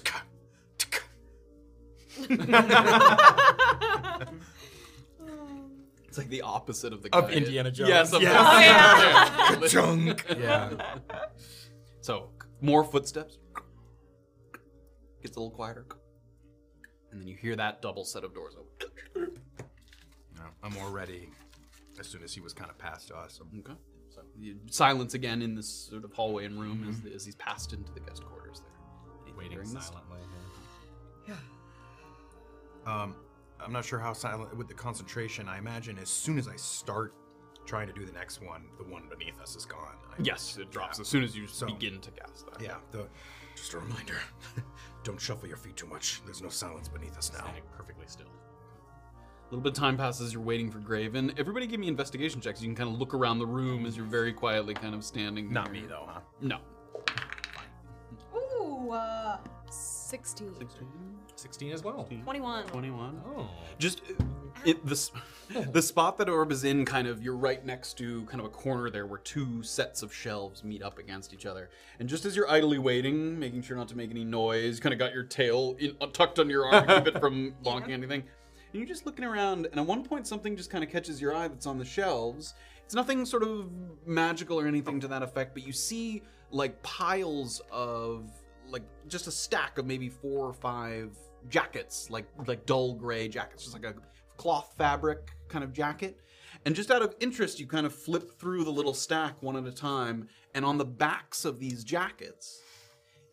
S2: it's like the opposite of the
S9: Of
S2: guy.
S9: Indiana Jones.
S2: Yes, of
S9: Yes.
S5: Oh,
S2: yeah.
S9: Oh, yeah. Junk. Yeah.
S2: So more footsteps. Gets a little quieter, and then you hear that double set of doors open.
S5: No, I'm already. As soon as he was kind of past us. I'm,
S2: okay. So you- silence again in this sort of hallway and room as, as he's passed into the guest quarters there. Waiting silently.
S5: Um, I'm not sure how silent with the concentration. I imagine as soon as I start trying to do the next one, the one beneath us is gone. I-
S2: Yes, it drops as soon as you
S5: So-
S2: begin to cast that.
S5: Yeah. The, just a reminder, don't shuffle your feet too much. There's no silence beneath us now. Standing
S2: perfectly still. A little bit of time passes. You're waiting for Graven. Everybody, give me investigation checks. You can kind of look around the room as you're very quietly kind of standing. Not me though, huh? No.
S4: Ooh, uh,
S36: 16.
S2: 16.
S9: 16 as well.
S4: 21.
S2: 21. Oh. Just uh, it, the, s- the spot that Orb is in, kind of, you're right next to kind of a corner there where two sets of shelves meet up against each other. And just as you're idly waiting, making uh, sure not to make any noise, kind of got your tail in, tucked under your arm to keep it from bonking anything, and you're just looking around, and at one point something just kind of catches your eye that's on the shelves. It's nothing sort of magical or anything to that effect, but you see like piles of like just a stack of maybe four or five jackets, like like dull gray jackets, just like a cloth fabric kind of jacket. And just out of interest, you kind of flip through the little stack one at a time, and on the backs of these jackets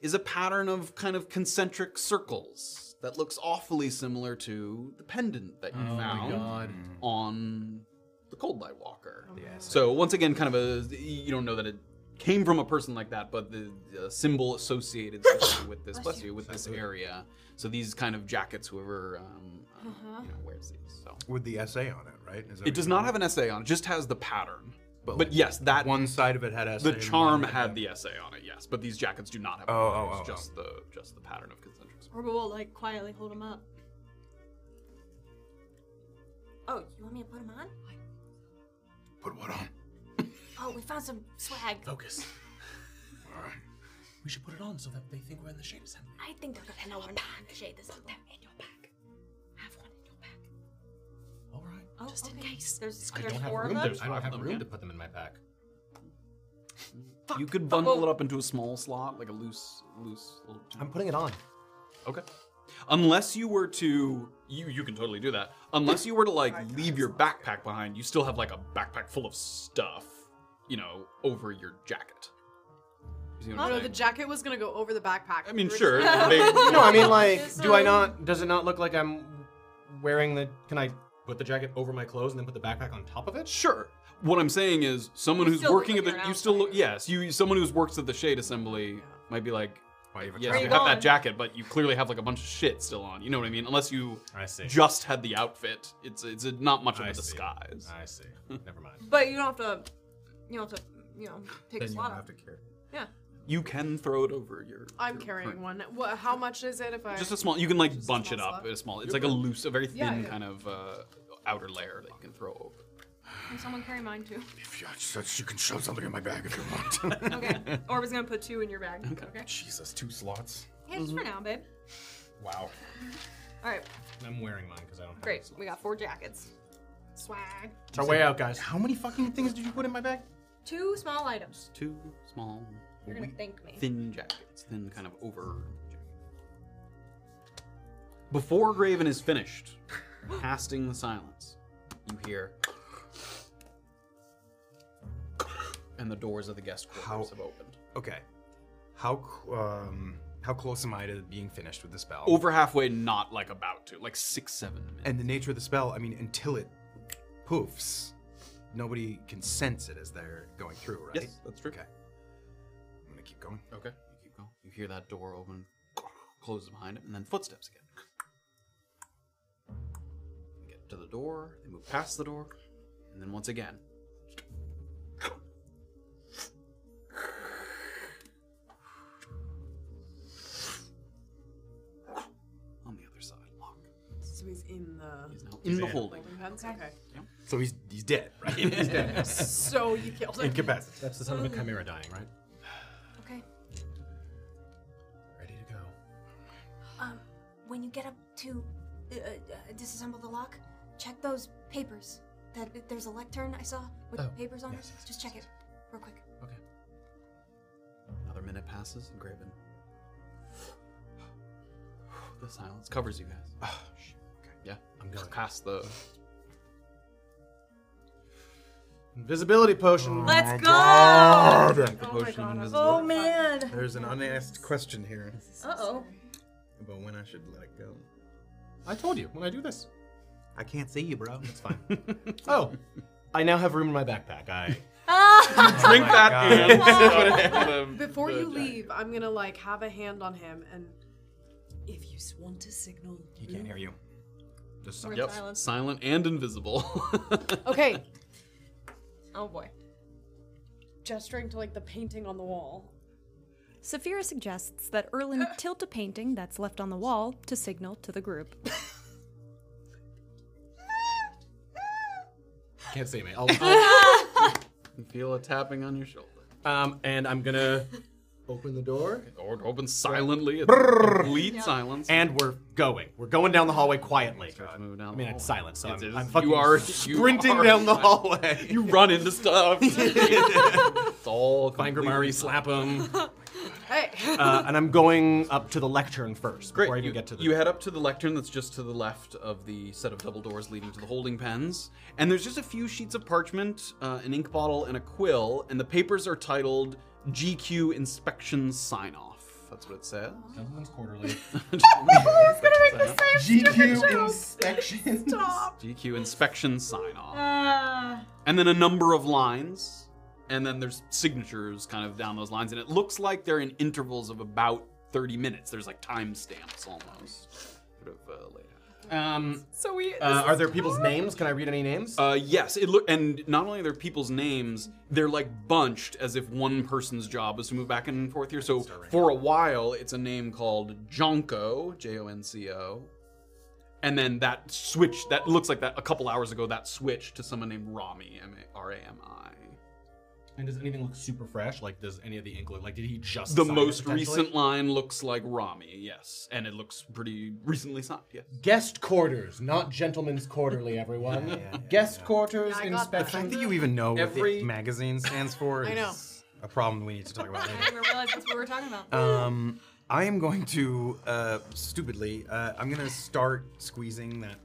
S2: is a pattern of kind of concentric circles that looks awfully similar to the pendant that you
S37: Oh my
S2: found
S37: God.
S2: on the Cold Light Walker.
S37: Yes.
S2: So once again, kind of a you don't know that it came from a person like that, but the uh, symbol associated specifically with this bless you with this area. So these kind of jackets, whoever um,
S8: Uh-huh.
S2: wears these. So
S5: With the essay on it, right? Is that
S2: it does not have an essay on it; just has the pattern. But, yes, that
S5: one side of it had essay.
S2: the charm had the essay on it. Yes, but these jackets do not have.
S5: Oh,
S2: an essay, it's
S5: oh, oh, oh.
S2: just the just the pattern of concentric.
S4: Or we'll like quietly hold him up.
S8: Oh, you want me to put him on?
S5: Put what on?
S8: Oh, we found some swag.
S38: Focus. We should put it on so that they think we're in the shade assembly.
S8: I think they're gonna know we're not in the shade this Put them in your bag.
S38: All right.
S8: Oh, just in case.
S4: There's,
S9: I
S4: there's
S9: don't have
S4: four of
S9: room.
S4: them.
S9: To, I don't have
S2: them,
S9: room
S2: yeah.
S9: to put them in my pack.
S2: You could bundle it up into a small slot, like a loose, loose. Little...
S38: I'm putting it on.
S2: Okay. Unless you were to, you you can totally do that. Unless you were to like leave your backpack behind, you still have like a backpack full of stuff, you know, over your jacket. You see what
S22: No,
S2: I'm
S22: no,
S2: saying?
S22: Oh, the jacket was gonna go over the backpack.
S2: I mean,
S22: We're
S2: sure.
S22: just-
S2: they-
S38: no, I mean like, do I not? Does it not look like I'm wearing the? Can I
S9: Put the jacket over my clothes and then put the backpack on top of it.
S2: Sure. What I'm saying is, someone
S9: You
S2: who's
S9: still look
S2: working at
S9: like you're
S2: the,
S9: an
S2: you still look, yes, you someone who's works at the shade assembly might be like,
S9: a
S2: yes,
S9: jacket
S2: you
S9: on?
S2: have that jacket, but you clearly have like a bunch of shit still on. You know what I mean? Unless you just had the outfit, it's it's a, not much of a disguise.
S9: I see. Never mind.
S4: But you don't have to. You don't have to. You know,
S2: Then
S4: pick a
S2: you
S4: slot
S2: don't
S4: up.
S2: have to carry.
S4: Yeah.
S2: You can throw it over your.
S22: I'm carrying one. What? How much is it if I?
S2: Just a small. You can like bunch it up.
S22: slot.
S2: A small. It's
S22: You're
S2: like a
S22: good.
S2: loose, a very thin
S22: Yeah, yeah.
S2: kind of uh, outer layer that you can throw over.
S4: Can someone carry mine too?
S5: Yeah, just- you can shove something in my bag if you want.
S4: okay. Orba's gonna put two in your bag. Okay.
S5: Jesus, two slots.
S4: Yeah, just for now, babe.
S9: Wow.
S4: All right.
S9: I'm wearing mine because I don't.
S4: Great. We got four jackets. Swag.
S38: It's our way out, guys.
S9: How many fucking things did you put in my bag?
S4: Two small items.
S2: Two small.
S4: You're gonna
S2: wee-
S4: thank me.
S2: Thin jackets, thin kind of over. Before Graven is finished, casting the silence, you hear. And the doors of the guest quarters have opened.
S5: Okay. How c- um how close am I to being finished with the spell?
S2: Over halfway, not like about to, like six, seven minutes.
S5: And the nature of the spell, I mean, until it poofs, nobody can sense it as they're going through, right?
S2: Yes, that's true.
S5: Okay. I'm gonna keep going.
S2: Okay. You keep going. You hear that door open, close behind it, and then footsteps again. They get to the door, they move past the door, and then once again. On the other side, lock.
S22: So he's in the.
S2: He's now in the holding.
S22: pens? Okay.
S5: So he's he's dead, right?
S9: He's dead.
S22: So you killed him.
S9: Incapacitated. That's the
S4: Mm.
S9: sound of a chimera dying, right?
S8: Okay.
S9: Ready to go.
S8: Um, when you get up to uh, uh, disassemble the lock, check those papers. That that there's a lectern I saw with
S2: Oh,
S8: papers on it. Just check it, real quick.
S2: Another minute passes, and Graven. The silence covers you guys. Ah, okay. Yeah, I'm going to cast the
S38: Invisibility potion.
S4: Let's go! Oh man.
S5: There's an unasked question here
S4: Uh oh.
S5: about when I should let it go.
S38: I told you when I do this.
S5: I can't see you, bro. It's
S38: fine. oh, I now have room in my backpack. I
S2: Drink
S38: that
S9: Oh
S2: and
S22: Before you leave, I'm gonna like have a hand on him and.
S39: If you s- want to signal.
S5: He can't hear you. Just
S4: We're
S2: yep.
S4: silent.
S2: silent. and invisible.
S22: Okay.
S4: Oh boy.
S22: Gesturing to like the painting on the wall.
S23: Saphira suggests that Erlin tilt a painting that's left on the wall to signal to the group.
S9: Can't see me. I'll,
S2: You feel a tapping on your shoulder.
S9: um, and I'm gonna
S5: Open the door.
S2: Or open silently. Brrr. Complete silence.
S9: And we're going. We're going down the hallway quietly. I mean, it's silent, so I'm, I'm fucking
S2: you are
S9: sprinting down the hall. hallway.
S2: You run into stuff. it's all
S9: Finger Mari, slap him.
S40: Hey.
S9: Uh, and I'm going up to the lectern first before I even get to the
S2: You head up to the lectern that's just to the left of the set of double doors leading to the holding pens, and there's just a few sheets of parchment, uh, an ink bottle, and a quill, and the papers are titled GQ Inspection Sign Off. That's what it says.
S9: Everyone's quarterly.
S2: GQ
S5: inspection. Stop.
S2: GQ Inspection Sign Off.
S40: Uh,
S2: and then a number of lines, and then there's signatures kind of down those lines, and it looks like they're in intervals of about 30 minutes. There's like timestamps almost, sort of uh, laid out. Um,
S40: so we.
S9: Uh, are there people's names? Can I read any names?
S2: Uh, yes, it look, and not only are there people's names, they're like bunched as if one person's job was to move back and forth here. So for a while, it's a name called Jonko, J-O-N-C-O, and then that switch that looks like that a couple hours ago that switched to someone named Rami, M A R A M I.
S9: And does anything look super fresh? Like, does any of the ink look like? Did he just
S2: The
S9: sign it
S2: most
S9: potentially?
S2: recent line looks like Rami, yes, and it looks pretty recently signed. Yes.
S9: guest quarters, not gentlemen's quarterly? Everyone, guest quarters
S40: Yeah, I got that.
S9: inspection.
S40: The fact that
S5: you even know what the
S9: Every-
S5: magazine stands for
S40: I know.
S5: is a problem we need to talk about
S41: I
S5: later.
S41: didn't even realize that's what we were talking about.
S5: Um, I am going to, uh, stupidly, uh, I'm going to start squeezing that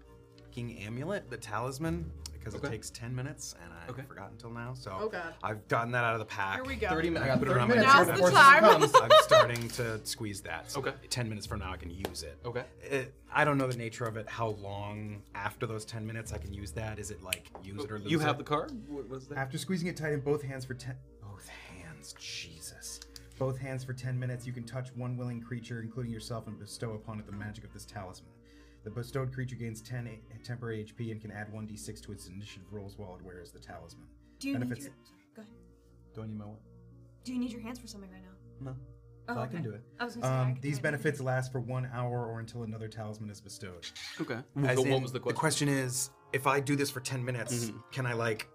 S5: king amulet, the talisman, because it takes 10 minutes and I forgot until now. So
S40: Oh, God.
S5: I've gotten that out of the pack.
S40: Here we go.
S9: 30 minutes.
S5: I got
S9: Put it
S5: 30
S9: on my
S5: minutes.
S40: Now's
S5: Before
S40: the
S5: the sun
S40: time.
S5: comes, I'm starting to squeeze that. So okay. 10 minutes from now, I can use it.
S2: Okay.
S5: It, I don't know the nature of it, how long after those 10 minutes I can use that. Is it like use it or lose
S2: You
S5: it?
S2: have the card? What was that?
S8: After squeezing it tight in both hands for ten, both hands, Jesus, both hands for ten minutes, you can touch one willing creature, including yourself, and bestow upon it the magic of this talisman. The bestowed creature gains 10 a- temporary HP and can add 1d6 to its initiative rolls while it wears the talisman.
S4: Do you
S8: and
S4: need
S8: if
S4: your,
S8: it's,
S4: sorry, go ahead.
S8: do I need my what?
S4: Do you need your hands for something right now?
S8: No.
S4: Oh,
S8: So I
S4: okay.
S8: can do it. Um,
S4: I was gonna say, I can
S8: these
S4: do it.
S8: benefits last for one hour or until another talisman is bestowed.
S2: Okay.
S5: As
S2: So
S5: in,
S2: what was the question? Mm-hmm.
S5: The question is, if I do this for 10 minutes, can I like,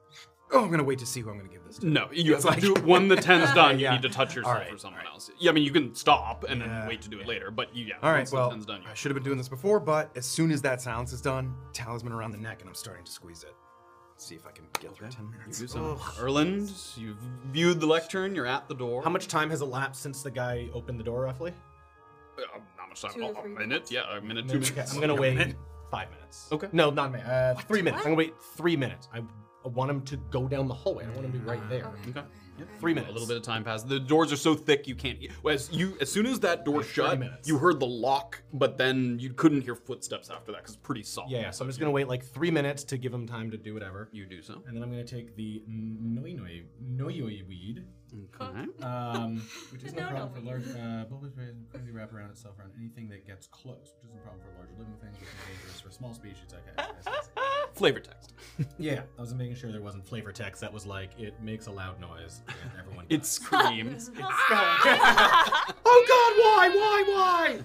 S5: oh, I'm going to wait to see who I'm going to give this to.
S2: No, you
S5: It's
S2: have to
S5: like-
S2: do when the ten's done.
S5: Yeah.
S2: You need to touch yourself
S5: All right,
S2: or someone else. Yeah, I mean you can stop and then wait to do it later, but you, yeah.
S5: All right,
S2: once
S5: well,
S2: the ten's done, you
S5: I should have been doing this before, but as soon as that silence is done, talisman around the neck, and I'm starting to squeeze it. See if I can get through 10 minutes.
S2: do some.
S5: Ugh.
S2: Erland, you've viewed the lectern. You're at the door.
S9: How much time has elapsed since the guy opened the door, roughly?
S2: Uh, not much time.
S9: Two
S2: Oh,
S9: or
S2: a
S9: three
S2: minute? Yeah, a minute, two
S9: Minute,
S2: minutes.
S9: okay, I'm gonna
S2: A
S9: wait
S2: minute.
S9: five minutes.
S2: Okay.
S9: No, not a minute. Uh, three minutes. I'm gonna
S2: What?
S9: wait three minutes. I I want him to go down the hallway. I want him to be right there.
S2: Ah, Okay.
S9: Three minutes.
S2: A little bit of time passes. The doors are so thick you can't. As you, as soon as that door shut,
S9: minutes.
S2: you heard the lock, but then you couldn't hear footsteps after that because it's pretty soft.
S9: Yeah, yeah, so I'm just gonna wait like three minutes to give him time to do whatever.
S2: You do so.
S9: And then I'm gonna take the noi noi noi weed.
S2: Okay.
S9: Um, which isn't a problem for
S42: No-no.
S9: large. Uh, bulbous rays and quickly wrap around itself around anything that gets close, which isn't a problem for larger living things, which is dangerous for small species. Okay. I see, I see.
S2: Flavor text.
S9: Yeah, I was making sure there wasn't flavor text that was like it makes a loud noise and everyone.
S2: It screams.
S9: oh God! Why? Why?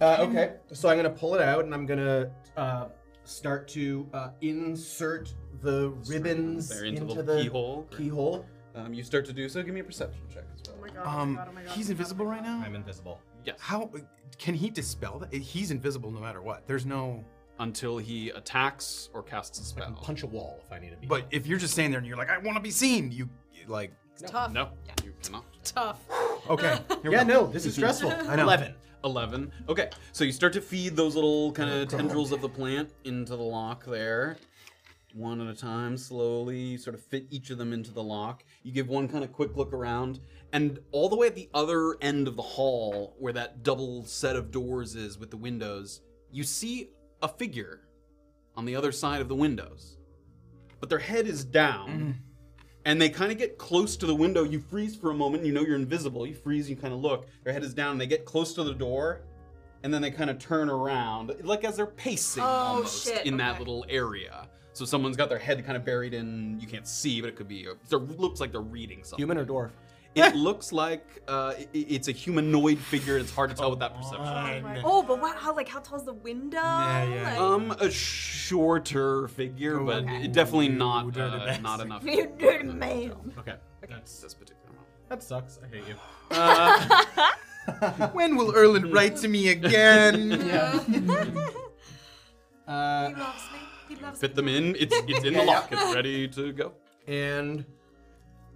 S9: Why? Uh, okay, so I'm gonna pull it out and I'm gonna uh, start to uh, insert the ribbons
S2: There
S9: into,
S2: into, the,
S9: the
S2: keyhole.
S9: Keyhole.
S2: Um, you start to do so. Give me a perception check as well.
S5: Um, he's invisible right now? I'm
S9: invisible.
S2: Yes.
S5: How can he dispel that? He's invisible no matter what. There's no.
S2: Until he attacks or casts a spell.
S9: punch a wall if I need to be.
S5: But if you're just standing there and you're like, I want to be seen, you like.
S2: It's
S40: tough.
S2: No, you cannot.
S40: Tough.
S5: Okay.
S9: yeah, no, this is stressful.
S2: I
S9: know. 11.
S2: 11. Okay, so you start to feed those little kind of tendrils of the plant into the lock there. One at a time, slowly, you sort of fit each of them into the lock. You give one kind of quick look around, and all the way at the other end of the hall, where that double set of doors is with the windows, you see a figure on the other side of the windows. But their head is down, and they kind of get close to the window. You freeze for a moment. You know you're invisible. You freeze. You kind of look. Their head is down. And they get close to the door, and then they kind of turn around, like as they're pacing
S41: Oh,
S2: almost
S41: shit,
S2: in that
S41: okay.
S2: little area. So someone's got their head kind of buried in. You can't see, but it could be. It looks like they're reading something.
S9: Human or dwarf?
S2: It looks like uh, i- i- it's a humanoid figure. It's hard to tell with that
S5: Uh,
S2: perception.
S4: Oh, but wow! How like how tall's the window? Like-
S2: Um, a shorter figure, but definitely not uh, not enough.
S4: You dirty man.
S9: Okay, that's this particular one. That sucks. I hate you.
S43: when will Erland write to me again?
S4: he loves me. He loves
S2: Fit them in. It's it's in
S4: Yeah,
S2: the
S4: yeah.
S2: lock. It's ready to go.
S9: And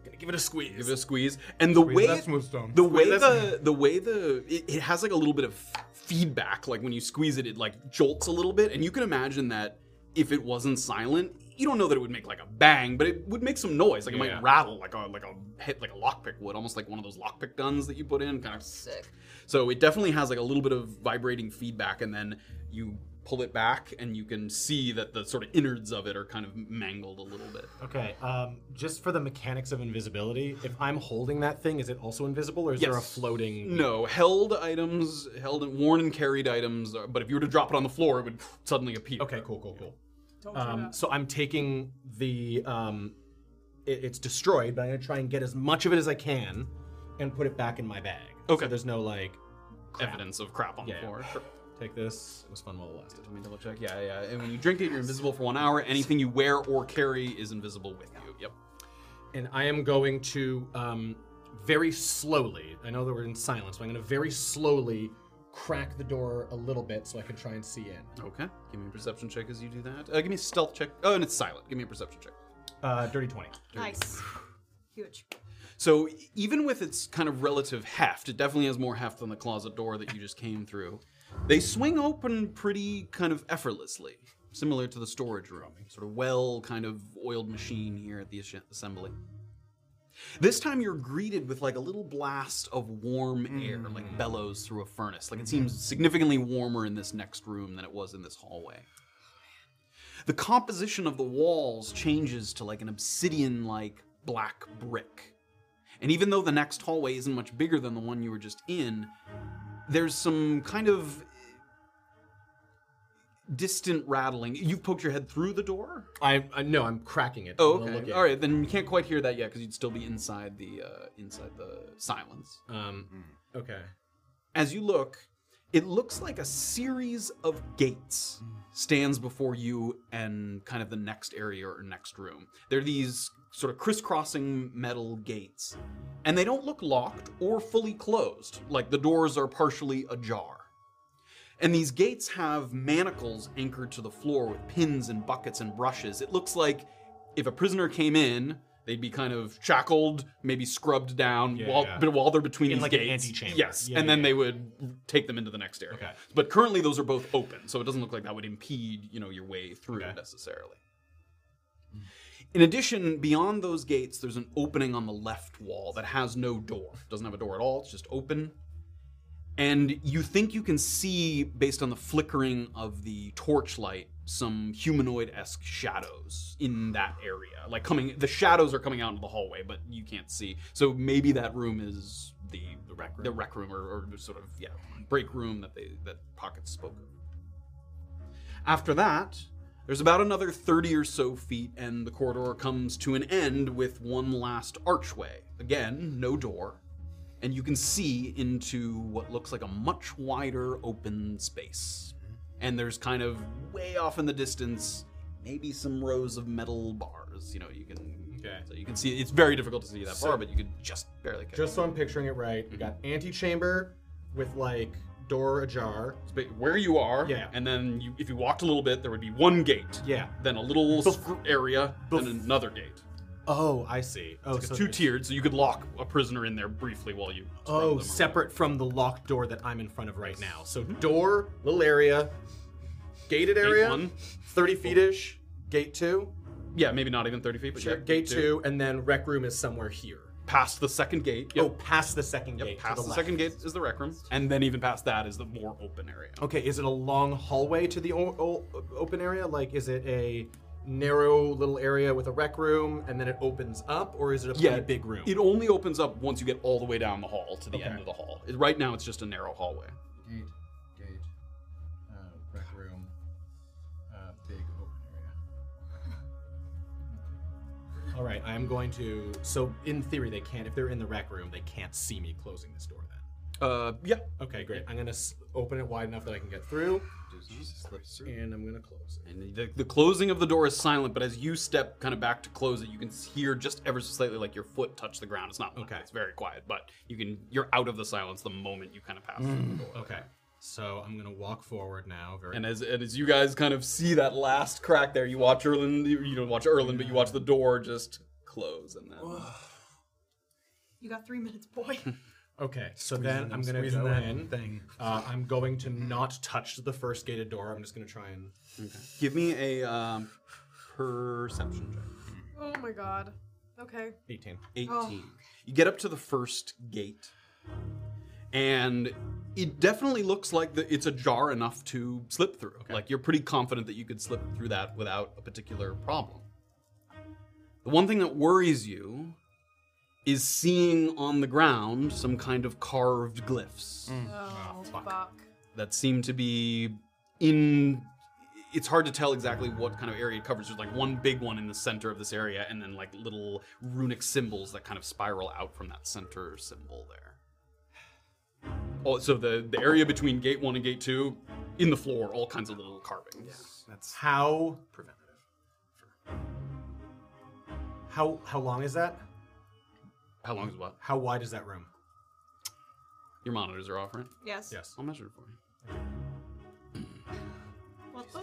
S2: gonna give it a squeeze. Give it a squeeze. And the
S43: Squeeze
S2: way
S43: that smooth stone.
S2: the way
S43: Squeeze that
S2: the the way the it, it has like a little bit of feedback. Like when you squeeze it, it like jolts a little bit. And you can imagine that if it wasn't silent, you don't know that it would make like a bang, but it would make some noise. Like it
S9: Yeah.
S2: might rattle like a like a hit like a lockpick would, almost like one of those lockpick guns that you put in, kind of
S4: sick.
S2: So it definitely has like a little bit of vibrating feedback, and then you pull it back, and you can see that the sort of innards of it are kind of mangled a little bit.
S9: Okay, um, just for the mechanics of invisibility, if I'm holding that thing, is it also invisible, or is there a
S2: Yes.
S9: floating?
S2: No, held items, held and worn and carried items, uh, but if you were to drop it on the floor, it would suddenly appear.
S9: Okay, cool, cool, cool.
S22: Don't do
S9: Um,
S22: that.
S9: so I'm taking the. Um, it, it's destroyed, but I'm gonna try and get as much of it as I can, and put it back in my bag. Okay. So there's no like
S2: evidence of crap on the floor.
S9: Take this. It was fun while it lasted.
S2: Let me double check. Yeah, yeah. And when you drink it, you're invisible for one hour. Anything you wear or carry is invisible with you. Yep.
S9: and I am going to um, very slowly. I know that we're in silence, but I'm going to very slowly crack the door a little bit so I can try and see in.
S2: Okay. Give me a perception check as you do that. Uh, give me a stealth check. Oh, and it's silent. Give me a perception check.
S9: Uh, dirty twenty.
S4: Nice. Huge.
S2: So even with its kind of relative heft, it definitely has more heft than the closet door that you just came through. They swing open pretty kind of effortlessly, similar to the storage room, sort of well kind of oiled machine here at the as- assembly. This time you're greeted with like a little blast of warm air, like bellows through a furnace. Like it seems significantly warmer in this next room than it was in this hallway. The composition of the walls changes to like an obsidian like black brick. And even though the next hallway isn't much bigger than the one you were just in, there's some kind of distant rattling. You've poked your head through the door?
S9: I, I no, I'm cracking it.
S2: Oh,
S9: I'm gonna
S2: okay.
S9: look
S2: All right, then you can't quite hear that yet because you'd still be inside the uh, inside the silence.
S9: Um,
S2: Hmm.
S9: okay.
S2: As you look, it looks like a series of gates stands before you and kind of the next area or next room. They're these sort of crisscrossing metal gates, and they don't look locked or fully closed, like the doors are partially ajar. And these gates have manacles anchored to the floor with pins and buckets and brushes. It looks like if a prisoner came in, they'd be kind of shackled, maybe scrubbed down
S9: Yeah,
S2: while,
S9: yeah.
S2: but while they're between
S9: In
S2: these
S9: like an
S2: gates.
S9: antechamber.
S2: Yes,
S9: Yeah,
S2: and
S9: yeah,
S2: then
S9: yeah.
S2: they would take them into the next area.
S9: Okay.
S2: But currently, those are both open, so it doesn't look like that would impede, you know, your way through necessarily. In addition, beyond those gates, there's an opening on the left wall that has no door. It doesn't have a door at all. It's just open. And you think you can see, based on the flickering of the torchlight, some humanoid esque shadows in that area. Like coming, the shadows are coming out into the hallway, but you can't see. So maybe that room is the, the rec room, the rec room, or, or sort of yeah, break room that they that Pocket spoke of. After that, there's about another 30 or so feet, and the corridor comes to an end with one last archway. Again, no door, and you can see into what looks like a much wider open space. And there's kind of way off in the distance, maybe some rows of metal bars. You know, you can. So you can see it's very difficult to see that
S9: So-
S2: far, but you can just barely catch.
S9: Just so I'm picturing it right,
S2: Mm-hmm.
S9: we got antechamber with like door ajar.
S2: Where you are,
S9: yeah.
S2: And then you, if you walked a little bit, there would be one gate.
S9: Yeah.
S2: Then a little scr- area, then another gate.
S9: Oh, I see. Oh,
S2: it's
S9: so
S2: like two tiered, so you could lock a prisoner in there briefly while you.
S9: Oh, separate from the locked door that I'm in front of right now. So door, little area, gated
S2: Mm-hmm. Gate
S9: area,
S2: one.
S9: thirty feet ish. Gate two.
S2: Yeah, maybe not even thirty feet, but
S9: Sure.
S2: yeah,
S9: gate two, and then rec room is somewhere here.
S2: Past the second gate.
S9: Oh, past the second gate.
S2: Past the, second gate is the rec room, and then even past that is the more open area.
S9: Okay, is it a long hallway to the o- o- open area? Like, is it a narrow little area with a rec room, and then it opens up, or is it a pretty big room?
S2: It only opens up once you get all the way down the hall to the
S9: Okay.
S2: end of the hall. It- Right now, it's just a narrow hallway.
S5: Gate, gate, uh, rec room, uh, big open
S9: All right, I am going to. So, in theory, they can't. If they're in the rec room, they can't see me closing this door. Then.
S2: Uh, yeah.
S9: Okay, great. I'm gonna s- open it wide enough that I can get through. And I'm gonna close it.
S2: And the, the closing of the door is silent, but as you step kind of back to close it, you can hear just ever so slightly like your foot touch the ground. It's not okay. It's very quiet, but you can you're out of the silence the moment you kind of pass through
S9: Mm.
S2: the door.
S9: Okay. So I'm gonna walk forward now. Very.
S2: And as and as you guys kind of see that last crack there, you watch Erlin. You don't watch Erlin, but you watch the door just close, and then
S4: You got three minutes, boy.
S9: Okay, so
S26: Squeezing
S9: then
S26: them,
S9: I'm gonna
S26: squeezing
S9: go
S26: that
S9: in.
S26: thing.
S9: Uh, I'm going to not touch the first gated door. I'm just gonna try and. Okay.
S2: Give me a um, perception check.
S22: Oh my god. Okay.
S2: 18.
S22: Oh.
S2: 18. You get up to the first gate, and it definitely looks like the, it's ajar enough to slip through. Like, you're pretty confident that you could slip through that without a particular problem. The one thing that worries you is seeing on the ground some kind of carved glyphs
S22: Oh, fuck.
S2: that seem to be in it's hard to tell exactly what kind of area it covers there's like one big one in the center of this area and then like little runic symbols that kind of spiral out from that center symbol there oh so the the area between gate one and gate two in the floor all kinds of little carvings
S9: That's how preventative. How how long is that?
S2: How long is what?
S9: How wide is that room?
S2: your monitors are off right
S4: Yes.
S9: Yes.
S2: i'll measure it for you
S4: What the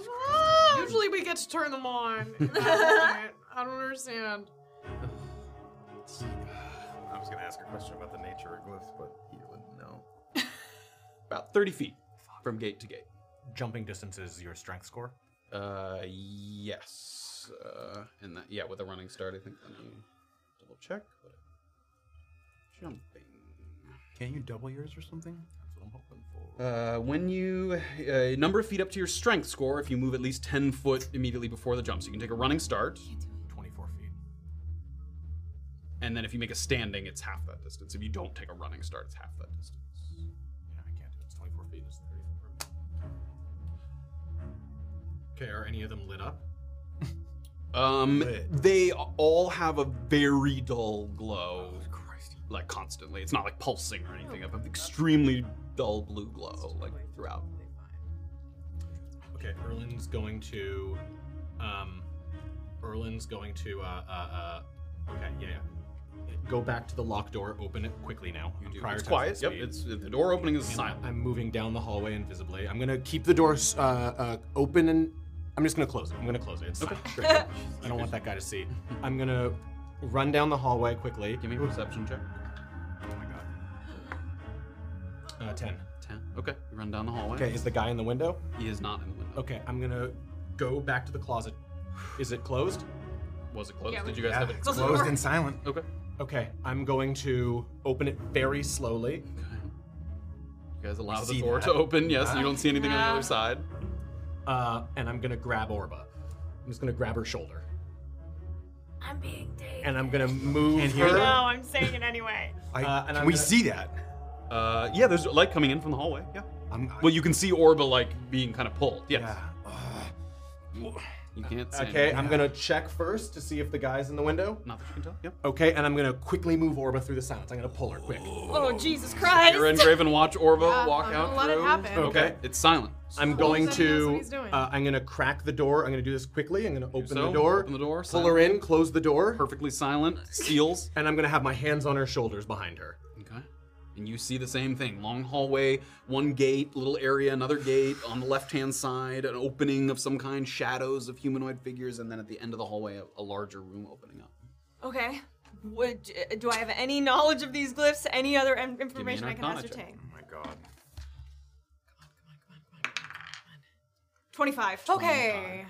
S22: Usually we get to turn them on. I don't understand.
S43: I was gonna ask a question about the nature of glyphs, but you wouldn't know.
S2: about 30 feet from gate to gate
S9: Jumping distance is your strength score.
S2: uh yes uh and that yeah with a running start i think let me double check but jumping
S43: Can't you double yours or something? That's what I'm hoping for.
S2: Uh, when you uh, number of feet up to your strength score, if you move at least ten foot immediately before the jump, so you can take a running start.
S9: Twenty-four feet.
S2: And then if you make a standing, it's half that distance. If you don't take a running start, it's half that distance.
S9: Yeah, I can't do it. It's 24 feet. It's 30. Okay, are any of them lit up?
S2: Um, they all have a very dull glow. Like constantly, it's not like pulsing or anything. Of an extremely dull blue glow, like throughout.
S9: Okay, Erlin's going to. Um, Erlin's going to. Uh, uh, uh, okay, yeah, yeah. Go back to the locked door. Open it quickly now. You
S2: do. It's quiet. Yep, it's- the door opening is silent.
S9: I'm moving down the hallway invisibly. I'm gonna keep the doors uh, uh, open and I'm just gonna close it. I'm gonna close it. It's okay. I don't want that guy to see. I'm gonna run down the hallway quickly. Give
S2: me a perception check.
S9: Uh, ten.
S2: Ten. Okay, you run down the hallway.
S9: Okay, is the guy in the window?
S2: He is not in the window.
S9: Okay, I'm gonna go back to the closet. Is it closed?
S2: Was it closed? Yeah, Did you guys Oh. yeah, have it- it's
S43: closed Closed and silent.
S2: Okay.
S9: Okay, I'm going to open it very slowly.
S2: You guys allow the
S9: see
S2: door
S9: that.
S2: to open. Yes,
S9: Ah.
S2: you don't see anything on the
S9: Yeah.
S2: other side.
S9: Uh, and I'm gonna grab Orba. I'm just gonna grab her shoulder.
S44: I'm being
S9: And I'm gonna move her.
S44: No, I'm saying it anyway.
S9: Uh, and
S2: can
S9: I'm
S2: we
S9: gonna-
S2: see that? Uh, yeah, there's light coming in from the hallway. Yeah. well, you can see Orba like being kind of pulled. Yes. you can't. Say
S9: Ah, Okay,
S2: anything.
S9: I'm gonna check first to see if the guy's in the window.
S2: Not that you can tell. Yep.
S9: Okay, and I'm gonna quickly move Orba through the silence. I'm gonna pull her quick.
S4: Oh, Jesus Christ.
S2: You're in Graven. Watch Orba
S4: Yeah,
S2: walk
S4: I'm
S2: out.
S4: gonna let it
S2: through.
S4: happen.
S2: Okay.
S9: Okay.
S2: It's silent.
S9: I'm
S2: Well,
S9: going
S2: then he knows what
S9: to.
S2: he's doing.
S9: Uh, I'm gonna crack the door. I'm gonna do this quickly. I'm gonna open
S2: so,
S9: the door.
S2: open the door,
S9: Pull
S2: silent.
S9: her in. Close the door.
S2: Perfectly silent. Seals.
S9: and I'm gonna have my hands on her shoulders behind her.
S2: Okay. And you see the same thing. Long hallway, one gate, little area, another gate. On the left hand side, an opening of some kind, shadows of humanoid figures, and then at the end of the hallway, a, a larger room opening up.
S4: Okay. Would, do I have any knowledge of these glyphs? Any other in-
S2: Give me an
S4: information I can
S2: Arcana check.
S4: ascertain?
S2: my god.
S4: 25. Okay.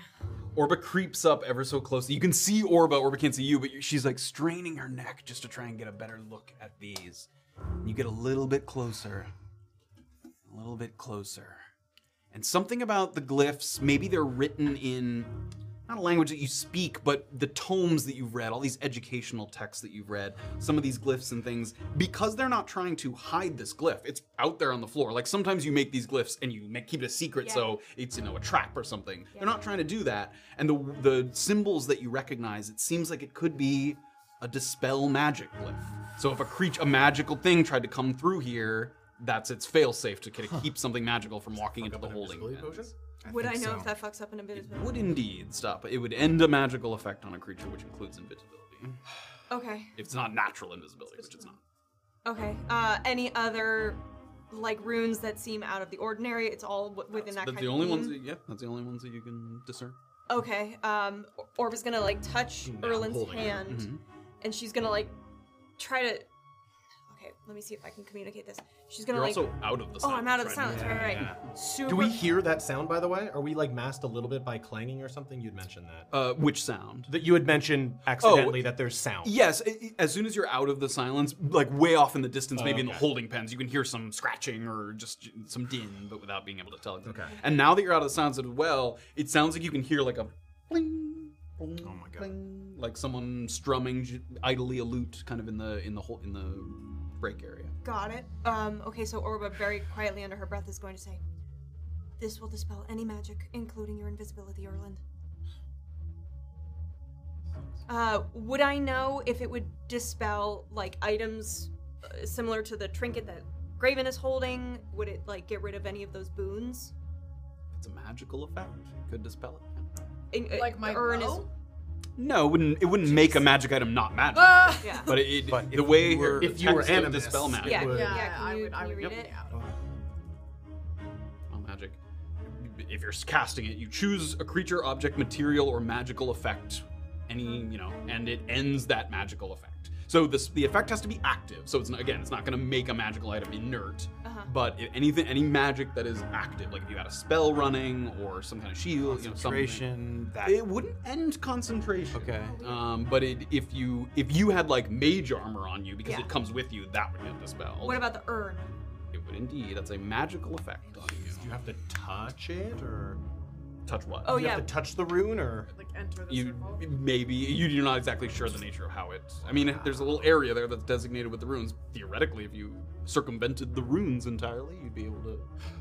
S2: Orba creeps up ever so closely. You can see Orba. Orba can't see you, but you- she's like straining her neck just to try and get a better look at these. And you get a little bit closer. A little bit closer. And something about the glyphs, maybe they're written in not a language that you speak, but the tomes that you've read, all these educational texts that you've read, some of these glyphs and things, because they're not trying to hide this glyph, it's out there on the floor. Like sometimes you make these glyphs and you make, keep it a secret, so it's you know a trap or something. They're not trying to do that. And the the symbols that you recognize, it seems like it could be a dispel magic glyph. So if a creature, a magical thing, tried to come through here, that's its failsafe to kind of keep something magical from walking into the holding. pen.
S4: Would I know
S2: think
S4: if
S2: so.
S4: that fucks up an invisibility?
S2: Would indeed stop. It would end a magical effect on a creature, which includes invisibility.
S4: Okay.
S2: If it's not natural invisibility, which it's not.
S4: Okay. Uh, any other like runes that seem out of the ordinary? It's all w- within that.
S2: That's
S4: kind
S2: the
S4: of
S2: only
S4: theme?
S2: ones. That, yeah, that's the only ones that you can discern.
S4: Okay. Um, Or- Orb is gonna like touch
S2: Now
S4: Erlin's
S2: holding it.
S4: hand,
S2: Mhm.
S4: and she's gonna like try to. Okay, let me see if I can communicate this. She's gonna
S9: You're
S4: like.
S9: also out of the
S4: Oh, I'm out of the
S9: silence
S4: silence.
S9: right
S4: Right,
S9: now.
S4: right.
S9: Yeah,
S4: right. Super.
S9: Do we hear that sound, by the way? Are we like masked a little bit by clanging or something? You'd mentioned that.
S2: Uh, which sound?
S9: That you had mentioned accidentally
S2: Oh,
S9: that there's sound.
S2: Yes, i- i- as soon as you're out of the silence, like way off in the distance,
S9: Oh,
S2: maybe in the
S9: okay.
S2: holding pens, you can hear some scratching or just j- some din, but without being able to tell.
S9: Okay.
S2: And now that you're out of the silence as well, it sounds like you can hear like a oh my god, like someone strumming j- idly a lute, kind of in the in the hol- in the break area.
S4: Got it. Um, okay, so Orba very quietly under her breath is going to say,
S8: This will dispel any magic, including your invisibility, Erland.
S4: uh, would I know if it would dispel like items uh, similar to the trinket that Graven is holding? Would it like get rid of any of those boons?
S2: It's a magical effect. It could dispel it.
S4: In- uh,
S22: Like my
S4: Urn is-
S22: bow?
S2: No, it wouldn't. It wouldn't make a magic item not magic.
S22: Ah!
S4: Yeah.
S2: But it, the way
S9: were-
S2: if you were animus, dispel
S9: animus,
S2: magic.
S9: it Yeah, would-
S4: Yeah,
S22: Yeah,
S4: can
S22: I
S4: you,
S22: would-
S4: can
S22: I
S4: you
S22: would
S4: read
S22: read
S4: it?
S2: Well, magic. If you're casting it, you choose a creature, object, material, or magical effect, any you know, and it ends that magical effect. So this the effect has to be active. So it's not, again, it's not going to make a magical item inert.
S4: Uh-huh.
S2: But if anything, any magic that is active, like if you had a spell running or some kind of shield, you know, something.
S5: Concentration, that-
S2: It wouldn't end concentration.
S5: Okay.
S2: Um, but it, if you if you had like mage armor on you because
S4: Yeah.
S2: it comes with you, that would get dispelled.
S4: What about the urn?
S2: It would indeed. That's a magical effect on you. Do you have to touch it or touch what?
S4: Oh, You have yeah.
S2: to touch the rune or
S22: Like enter the
S2: you
S22: circle.
S2: maybe you, you're not exactly sure the nature of how it. I mean, there's a little area there that's designated with the runes. Theoretically, if you circumvented the runes entirely, you'd be able to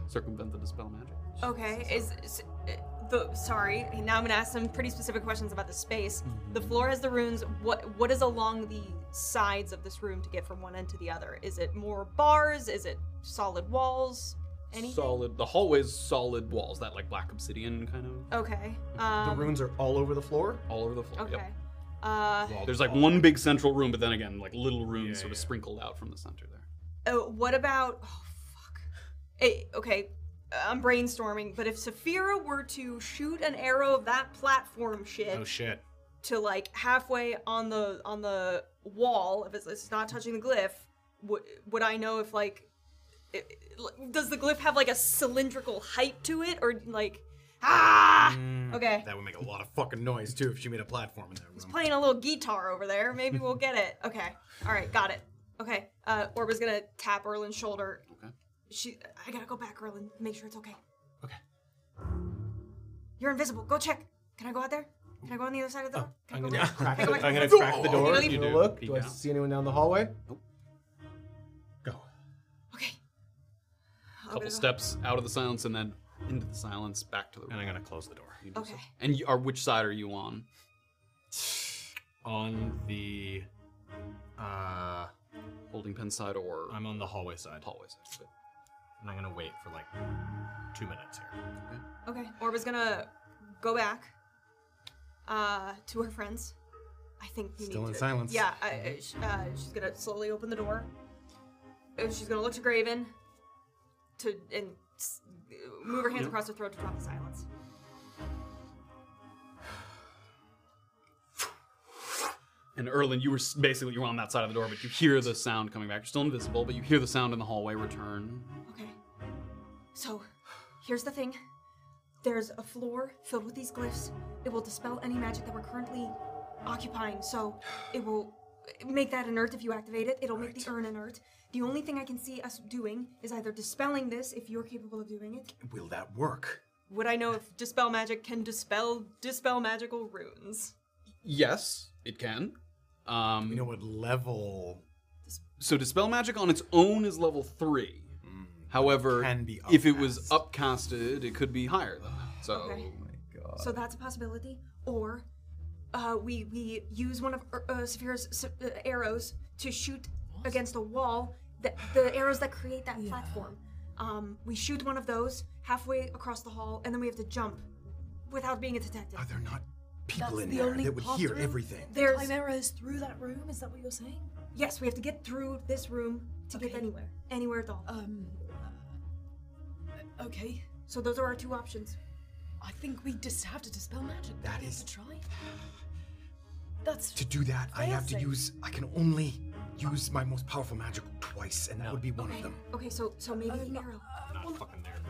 S2: circumvent the dispel magic.
S4: Okay, is, is uh, the sorry? Now I'm gonna ask some pretty specific questions about the space. The floor has the runes. What what is along the sides of this room to get from one end to the other? Is it more bars? Is it solid walls? Any?
S2: Solid. The hallways solid walls. That like black obsidian kind of.
S4: Okay. Um,
S9: the runes are all over the floor.
S2: All over the floor.
S4: Okay.
S2: Yep.
S4: Uh,
S2: There's like one big central room, but then again, like little rooms sort of sprinkled out from the center there.
S4: Oh, what about? Oh fuck. Eh, okay, I'm brainstorming. But if Saphira were to shoot an arrow of that platform shit,
S9: Oh shit.
S4: to like halfway on the on the wall if it's, it's not touching the glyph would would i know if like it, it- does the glyph have like a cylindrical height to it or like ah okay
S43: That would make a lot of fucking noise too if she made a platform in that room.
S4: he's playing a little guitar over there maybe we'll get it okay all right got it okay uh orba's gonna tap erlin's shoulder
S2: okay
S4: she i gotta go back erlin make sure it's okay okay you're invisible go check can i go out there can i go on the other side of the
S2: Oh,
S4: door
S9: I'm
S4: go
S9: gonna
S4: back?
S9: crack
S4: Can I
S9: the,
S4: go back?
S9: I'm gonna crack
S4: Can
S9: the
S4: I
S9: door.
S4: leave?
S9: Do a look. Do I see anyone down the hallway?
S4: I'll go
S2: couple
S4: to the-
S2: steps out of the silence and then into the silence, back to the room. And I'm gonna close the door.
S4: Okay.
S2: And you are which side are you on?
S9: On the uh
S2: holding pen side or
S9: I'm on the hallway side.
S2: Hallway side.
S9: And I'm gonna wait for like two minutes here.
S4: Okay, Orba's gonna go back uh, to her friends. I think you
S43: Still
S4: need
S43: in
S4: to-
S43: silence.
S4: Yeah, I- I- sh- uh, she's gonna slowly open the door. Uh, She's gonna look to Graven to and s- move her hands
S2: Yep.
S4: across her throat to drop the silence.
S2: And Erlin, you were s- basically you were on that side of the door, but you hear the sound coming back. You're still invisible, but you hear the sound in the hallway return.
S8: Okay.
S4: So,
S8: here's the thing. There's a floor filled with these glyphs. It will dispel any magic that we're currently occupying, so it will make that inert if you activate it. It'll make the urn inert. The only thing I can see us doing is either dispelling this if you're capable of doing it.
S43: Will that work?
S4: Would I know if dispel magic can dispel dispel magical runes?
S2: Yes, it can. Um, you know
S43: what level?
S2: So dispel magic on its own is level three. However, if Mm, it was upcasted, it could be higher than that. So
S8: Okay. So that's a possibility. Or uh, we uh, we use one of Er- uh, Saphira's s- uh, arrows to shoot against a wall, the, the arrows that create that platform. Um, we shoot one of those halfway across the hall, and then we have to jump without being detected. Are
S5: there not people
S8: That's
S5: in
S8: the
S5: there
S8: only
S5: that would
S8: path
S5: hear
S8: through?
S5: everything?
S8: There's-
S1: The chimera is through that room. Is that what you're saying?
S8: Yes, we have to get through this room to get anywhere, anywhere at all.
S1: Um. uh, Okay.
S8: So those are our two options.
S1: I think we just have to dispel magic.
S5: That
S1: We
S5: is-
S1: have to try. That's
S5: To do that, I have to
S8: Failsafe.
S5: use. I can only use my most powerful magic twice, and that would be one
S8: okay.
S5: of them.
S8: Okay, so so maybe the arrow.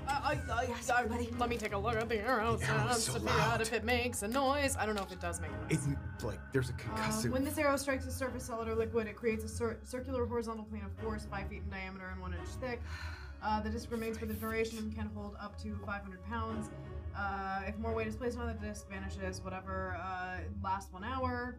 S22: I, I, I, I, let me take a look at the arrow
S5: The arrow's
S22: sounds
S5: so
S22: to figure
S5: loud.
S22: out if it makes a noise. I don't know if it does make a noise.
S5: It's like there's a concussive.
S22: when this arrow strikes a surface, solid, or liquid, it creates a cir- circular horizontal plane of force, five feet in diameter and one inch thick. Uh, the disc remains for the duration and can hold up to 500 pounds. Uh, if more weight is placed on it, the disc vanishes. Whatever uh, lasts one hour.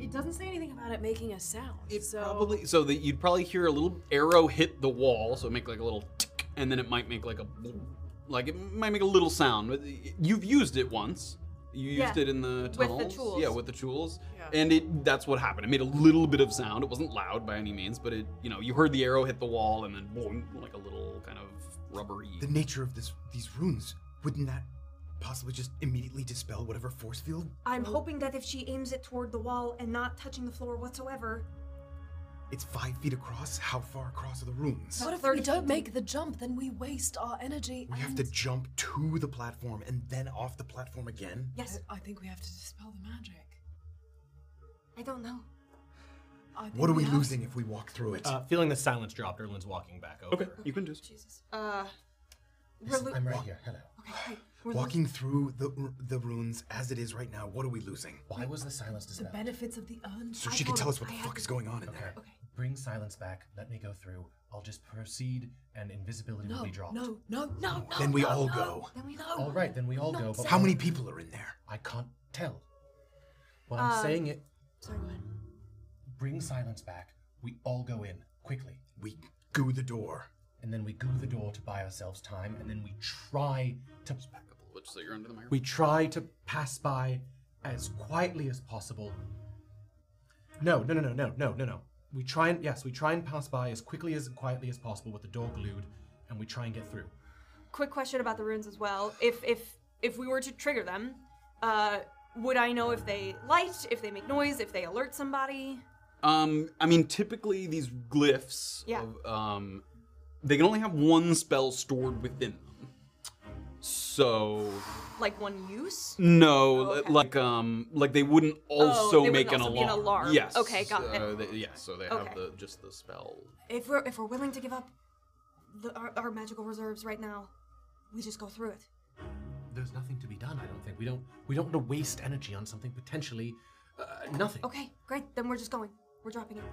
S22: It doesn't say anything about it making a sound. so
S2: Probably so that you'd probably hear a little arrow hit the wall, so it make like a little tick, and then it might make like a bloop. like it might make a little sound. But You've used it once. You used
S4: Yeah.
S2: it in the
S4: With the
S2: tunnels.
S4: tools.
S2: Yeah, with the tools.
S4: Yeah.
S2: And it that's what happened. It made a little bit of sound. It wasn't loud by any means, but it you know, you heard the arrow hit the wall and then boom, like a little kind of rubbery
S5: the nature of this these runes wouldn't that possibly just immediately dispel whatever force field
S8: I'm hoping that if she aims it toward the wall and not touching the floor whatsoever,
S5: it's five feet across how far across are the runes
S1: What if we don't make the jump? Then we waste our energy.
S5: we have to jump to the platform and then off the platform again
S8: Yes.
S1: I, I think we have to dispel the magic.
S8: I don't know.
S1: I think
S5: what are we
S1: have to-
S5: losing if we walk through it
S9: Uh, feeling the silence dropped, Erlin's walking back over. Okay,
S2: you can just.
S9: Jesus.
S8: Uh,
S5: Listen,
S8: lo-
S5: i'm right here hello walking through the r- the runes as it is right now what are we losing why was the silence
S1: The benefits of the urn.
S5: so she can tell us what the fuck is going on in there
S26: Bring silence back. Let me go through. I'll just proceed, and invisibility will
S1: No,
S26: be dropped.
S1: no, no, no, no.
S26: Then we
S1: no,
S26: all
S1: no.
S26: go.
S1: Then we
S26: All right, then we all
S1: No.
S26: go. But
S5: how many people are in there
S26: I can't tell. But I'm
S8: Um,
S26: saying it.
S8: Sorry, go ahead.
S26: Bring silence back. We all go in quickly.
S5: We goo the door.
S26: And then we goo the door to buy ourselves time, and then we try to
S2: which so you're under the microphone.
S26: we try to pass by as quietly as possible. No, no, no, no, no, no, no, no. We try and yes, we try and pass by as quickly as and quietly as possible with the door glued, and we try and get through.
S4: Quick question about the runes as well. If if if we were to trigger them, uh, would I know if they light, if they make noise, if they alert somebody?
S2: Um, I mean, typically these glyphs,
S4: Yeah.
S2: of, um, they can only have one spell stored within them. So
S4: Like one use?
S2: no, li- like um, like they wouldn't also
S4: Oh, they
S2: make
S4: wouldn't also
S2: an
S4: be an
S2: alarm.
S4: alarm.
S2: Yes.
S4: Okay, got it.
S2: uh, They, yes, so they
S8: Okay.
S2: have the just the spell.
S8: If we're if we're willing to give up the, our, our magical reserves right now, we just go through it.
S26: There's nothing to be done. I don't think we don't we don't want to waste energy on something potentially uh, nothing.
S9: Oh.
S8: Okay, great. Then we're just going. We're dropping it.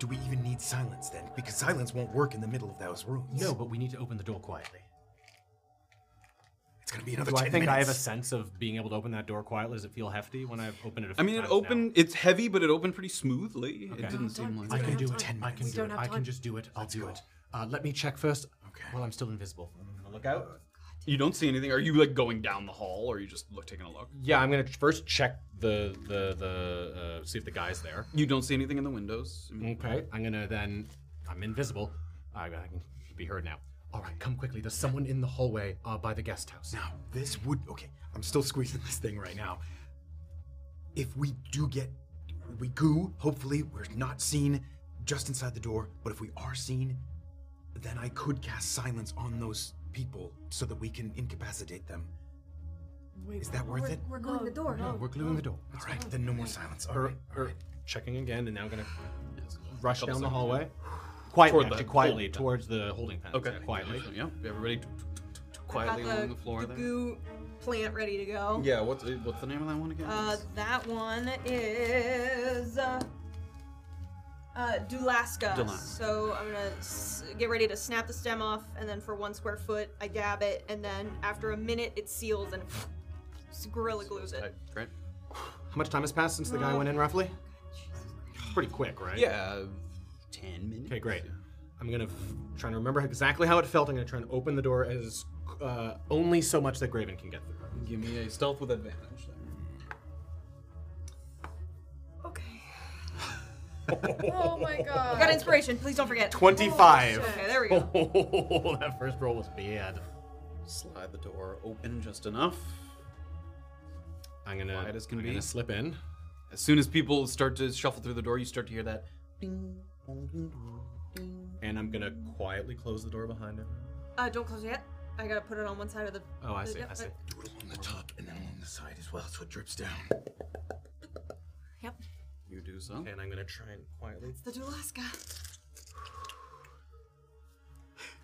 S5: do we even need silence then because silence won't work in the middle of those runes
S26: No, but we need to open the door quietly.
S5: It's gonna be another
S9: Do I
S5: 10
S9: think I have a
S5: minutes.
S9: sense of being able to open that door quietly? Does it feel hefty when I've opened it?
S2: I
S9: A few
S2: mean, it
S9: times
S2: opened. It's heavy, but it opened pretty smoothly.
S9: Okay.
S2: It
S4: Oh,
S2: didn't seem like
S26: I can do it.
S5: Ten
S26: I can
S5: minutes.
S26: do
S5: We
S26: it.
S5: don't
S26: I
S5: have
S26: can
S5: time.
S26: just do it. I'll do it. Uh, let me check first. Okay. While I'm still invisible. Look out.
S2: You don't see anything. Are you like going down the hall, or are you just look, taking a look?
S9: Yeah, I'm gonna first check the the the uh, see if the guy's there.
S2: You don't see anything in the windows.
S9: Okay, I'm gonna then. I'm invisible. I, I can be heard now. All right, come quickly. There's someone in the hallway uh, by the guest house.
S5: Now, this would okay. I'm still squeezing this thing right now. If we do get we goo, hopefully we're not seen just inside the door, but if we are seen, then I could cast silence on those people so that we can incapacitate them. Is that worth it?
S8: We're going to the door.
S9: No, we're gluing the door.
S5: All right, then no more silence. All
S9: Er-
S5: right.
S9: er, checking again, and now I'm gonna rush
S2: Couple
S9: down the
S2: seconds.
S9: hallway. Quietly,
S2: Toward the
S9: actually, quietly
S2: holding pen.
S9: towards the holding pen.
S2: Okay.
S9: yeah, quietly.
S2: Yeah, everybody t- t- t- t- quietly
S4: Got
S2: along the floor there.
S4: goo plant ready to go.
S2: Yeah. What's uh, what's the name of that one again?
S4: Uh, that one is uh, uh, Dulaska.
S2: Dulaska.
S4: So I'm gonna s- get ready to snap the stem off, and then for one square foot, I dab it, and then after a minute, it seals and gorilla glues it.
S2: Great.
S9: How much time has passed since the guy went in, roughly? Pretty quick, right?
S2: Yeah, ten minutes.
S9: Okay, great. I'm gonna f- try and remember exactly how it felt. I'm gonna try and open the door as uh, only so much that Graven can get through.
S2: Give me a stealth with advantage. There.
S4: Okay.
S22: Oh my god.
S4: Got inspiration. Please don't forget.
S9: 25.
S4: Okay, there we go.
S9: Oh, that first roll was bad.
S2: Slide the door open just enough.
S9: I'm gonna.
S2: Quiet as can
S9: I'm
S2: be.
S9: gonna slip in.
S2: As soon as people start to shuffle through the door, you start to hear that.
S9: And I'm gonna quietly close the door behind him.
S4: Uh, don't close it yet. I gotta put it on one side of the.
S9: Oh, I
S4: the-
S9: see, I
S4: but-
S9: see.
S45: Do it along the top and then along the side as well, so it drips down.
S4: Yep.
S2: You do so.
S9: And I'm gonna try and quietly.
S4: It's the Dulaska.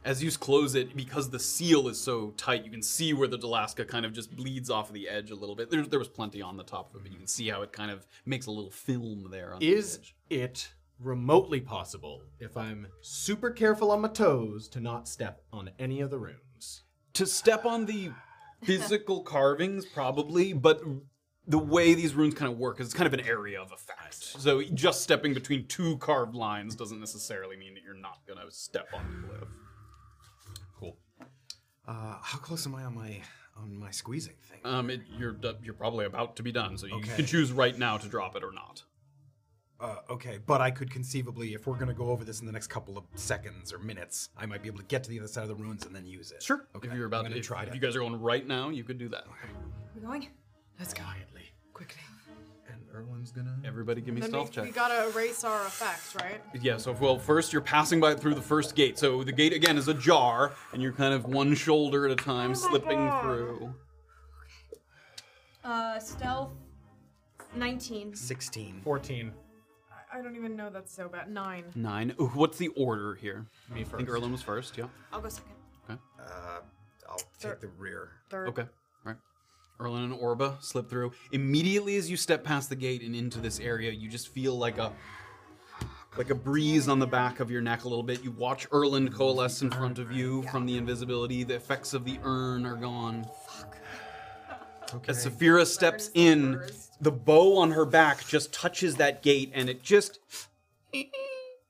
S2: As you close it, because the seal is so tight, you can see where the Dalaska kind of just bleeds off of the edge a little bit. There, there was plenty on the top of it, but you can see how it kind of makes a little film there. On
S9: Is it remotely possible if I'm super careful on my toes to not step on any of the runes?
S2: To step on the physical carvings, probably, but the way these runes kind of work is it's kind of an area of effect. So just stepping between two carved lines doesn't necessarily mean that you're not gonna step on the cliff.
S9: Cool.
S5: Uh, how close am I on my on my squeezing thing?
S2: Um, it, you're do- you're probably about to be done, so you
S5: Okay.
S2: can choose right now to drop it or not.
S5: Uh, okay, but I could conceivably, if we're gonna go over this in the next couple of seconds or minutes, I might be able to get to the other side of the ruins and then use it. Sure. Okay.
S2: If you're
S5: I'm
S2: about
S5: gonna
S2: to, if,
S5: try
S2: if
S5: to.
S2: you guys are going right now, you could do that.
S4: We're going.
S9: Let's go. Quietly.
S4: Quickly.
S9: And Erwin's gonna.
S2: Everybody, give me
S22: Then
S2: stealth
S22: we, we
S2: check.
S22: gotta erase our effects, right?
S2: Yeah, so well, first you're passing by through the first gate. So the gate again is ajar, and you're kind of one shoulder at a
S22: Oh
S2: time slipping
S4: God.
S2: through.
S4: Uh, stealth. 19.
S5: 16.
S9: 14.
S22: I- I don't even know that's so bad. Nine.
S2: Nine. Ooh, What's the order here?
S9: Me
S2: I think
S9: first.
S2: Erlen was first. Yeah.
S4: I'll go second.
S2: Okay.
S5: Uh, I'll take the rear.
S22: Third.
S2: Okay. Right. Erlen and Orba slip through. Immediately as you step past the gate and into this area, you just feel like a like a breeze on the back of your neck a little bit. You watch Erland coalesce in front of you from the invisibility. The effects of the urn are gone. As Saphira steps in, the bow on her back just touches that gate and it just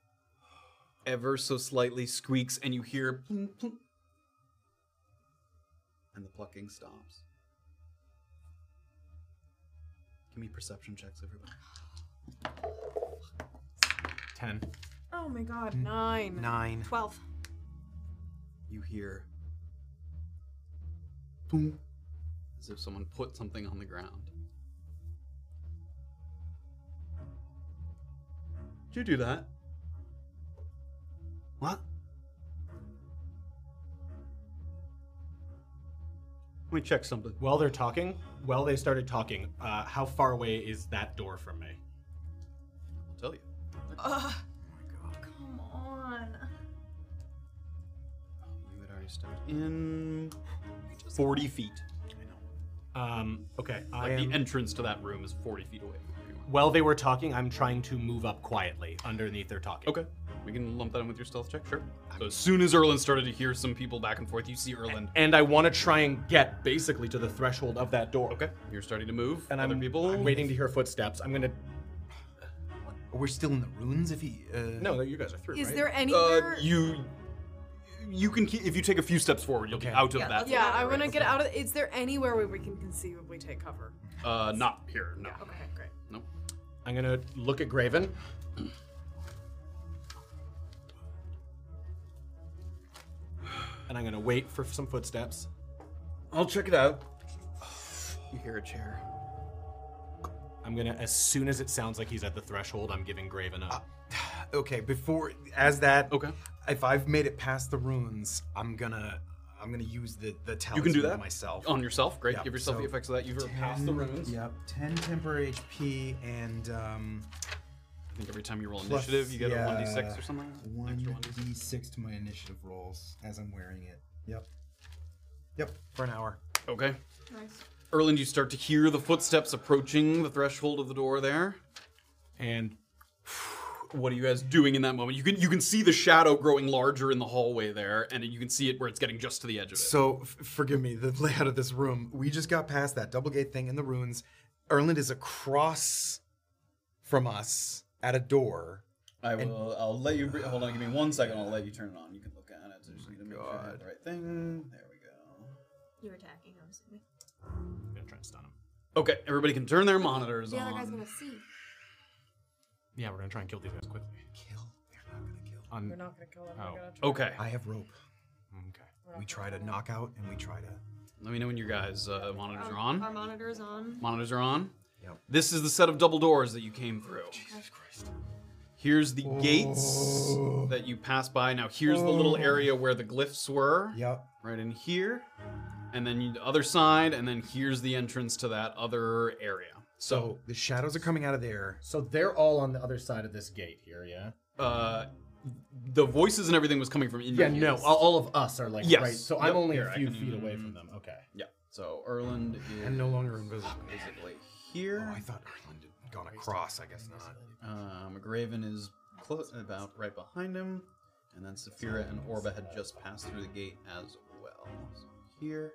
S2: ever so slightly squeaks and you hear plink, plink, and the plucking stops. Give me perception checks, everybody.
S9: 10.
S22: Oh my god, nine.
S5: Nine.
S4: 12.
S2: You hear boom as if someone put something on the ground. Did you do that? What? Let me check something.
S9: While they're talking, while they started talking, uh, how far away is that door from me?
S2: I'll tell you.
S4: Ugh. Come on.
S2: You had already stepped in 40 feet.
S9: Um, okay. I
S2: Like
S9: am,
S2: the entrance to that room is 40 feet away. from where you
S9: while they were talking, I'm trying to move up quietly underneath their talking.
S2: Okay. are. We can lump that in with your stealth check, sure. So as soon as Erland started to hear some people back and forth, you see Erland.
S9: And I want to try and get basically to the threshold of that door. Okay.
S2: You're starting to move.
S9: And other I'm, people. I'm waiting to hear footsteps. I'm gonna.
S5: We're still in the ruins. If he. Uh...
S9: No, you guys are through.
S22: Is
S9: right?
S22: there anywhere?
S2: Uh, you you can keep, if you take a few steps forward, you'll be out of that.
S22: Yeah, I want to get out of. Is there anywhere where we can conceivably take cover?
S2: Uh, not here. No.
S22: Okay, great.
S2: Nope.
S9: I'm gonna look at Graven. And I'm gonna wait for some footsteps.
S2: I'll check it out. You hear a chair.
S9: I'm gonna, as soon as it sounds like he's at the threshold, I'm giving Graven up.
S5: Okay. Before as that.
S2: Okay.
S5: If I've made it past the runes, I'm gonna I'm gonna use the the
S2: You
S5: talisman
S2: can do that
S5: myself
S2: on yourself. Great.
S5: Yep,
S2: Give yourself
S5: so
S2: the effects of that. You've passed the
S5: 10
S2: runes.
S5: Yep. Ten temporary HP and um.
S2: I think every time you roll
S5: Plus,
S2: initiative, you get
S5: yeah,
S2: a one d six or something.
S5: One d six to my initiative rolls as I'm wearing it. Yep. Yep. For an hour.
S2: Okay.
S4: Nice.
S2: Erland, you start to hear the footsteps approaching the threshold of the door there.
S9: And
S2: what are you guys doing in that moment? You can you can see the shadow growing larger in the hallway there, and you can see it where it's getting just to the edge of it.
S5: So f- forgive me the layout of this room. We just got past that double gate thing in the ruins. Erland is across from us at a door.
S2: I will. I'll let you. Re- hold on. Give me one second. I'll let you turn it on. You can look at it. So just need to make sure I have the right thing. There we go.
S4: You're attacking, I'm assuming.
S9: I'm gonna try and stun him.
S2: Okay, everybody can turn their monitors
S46: The other
S2: on.
S46: guy's gonna see.
S26: Yeah, we're gonna try and kill these guys quickly. Kill?
S22: We're not gonna kill them.
S26: Oh.
S22: We're gonna try.
S2: Okay.
S5: I have rope.
S22: Okay.
S5: We try to knock out and we try to.
S2: Let me know when your guys' uh, monitors
S4: Our,
S2: are on.
S4: our monitor's on.
S2: Monitors are on.
S5: Yep. Oh,
S2: This is the set of double doors that you came through.
S4: Jesus Christ.
S2: Here's the gates that you pass by. Now here's the little
S5: Oh.
S2: area where the glyphs were.
S5: Yep.
S2: Right in here. And then you- the other side, and then here's the entrance to that other area.
S5: So the shadows are coming out of there.
S9: So they're all on the other side of this gate here, yeah?
S2: Uh, the voices and everything was coming from in
S9: Oh. Yeah,
S2: here.
S9: no, all, all of us are like
S2: Yes.
S9: right. So
S2: Yep,
S9: I'm only
S2: here,
S9: a
S2: I
S9: few
S2: can-
S9: feet away from them. Okay.
S2: Yeah. So Erland is
S9: And no longer invisible.
S2: Visibly here.
S5: Oh, I thought Erland had gone across. I guess not.
S2: Um, Graven is clo- about right behind him, and then Saphira and Orba had just passed through the gate as well. So here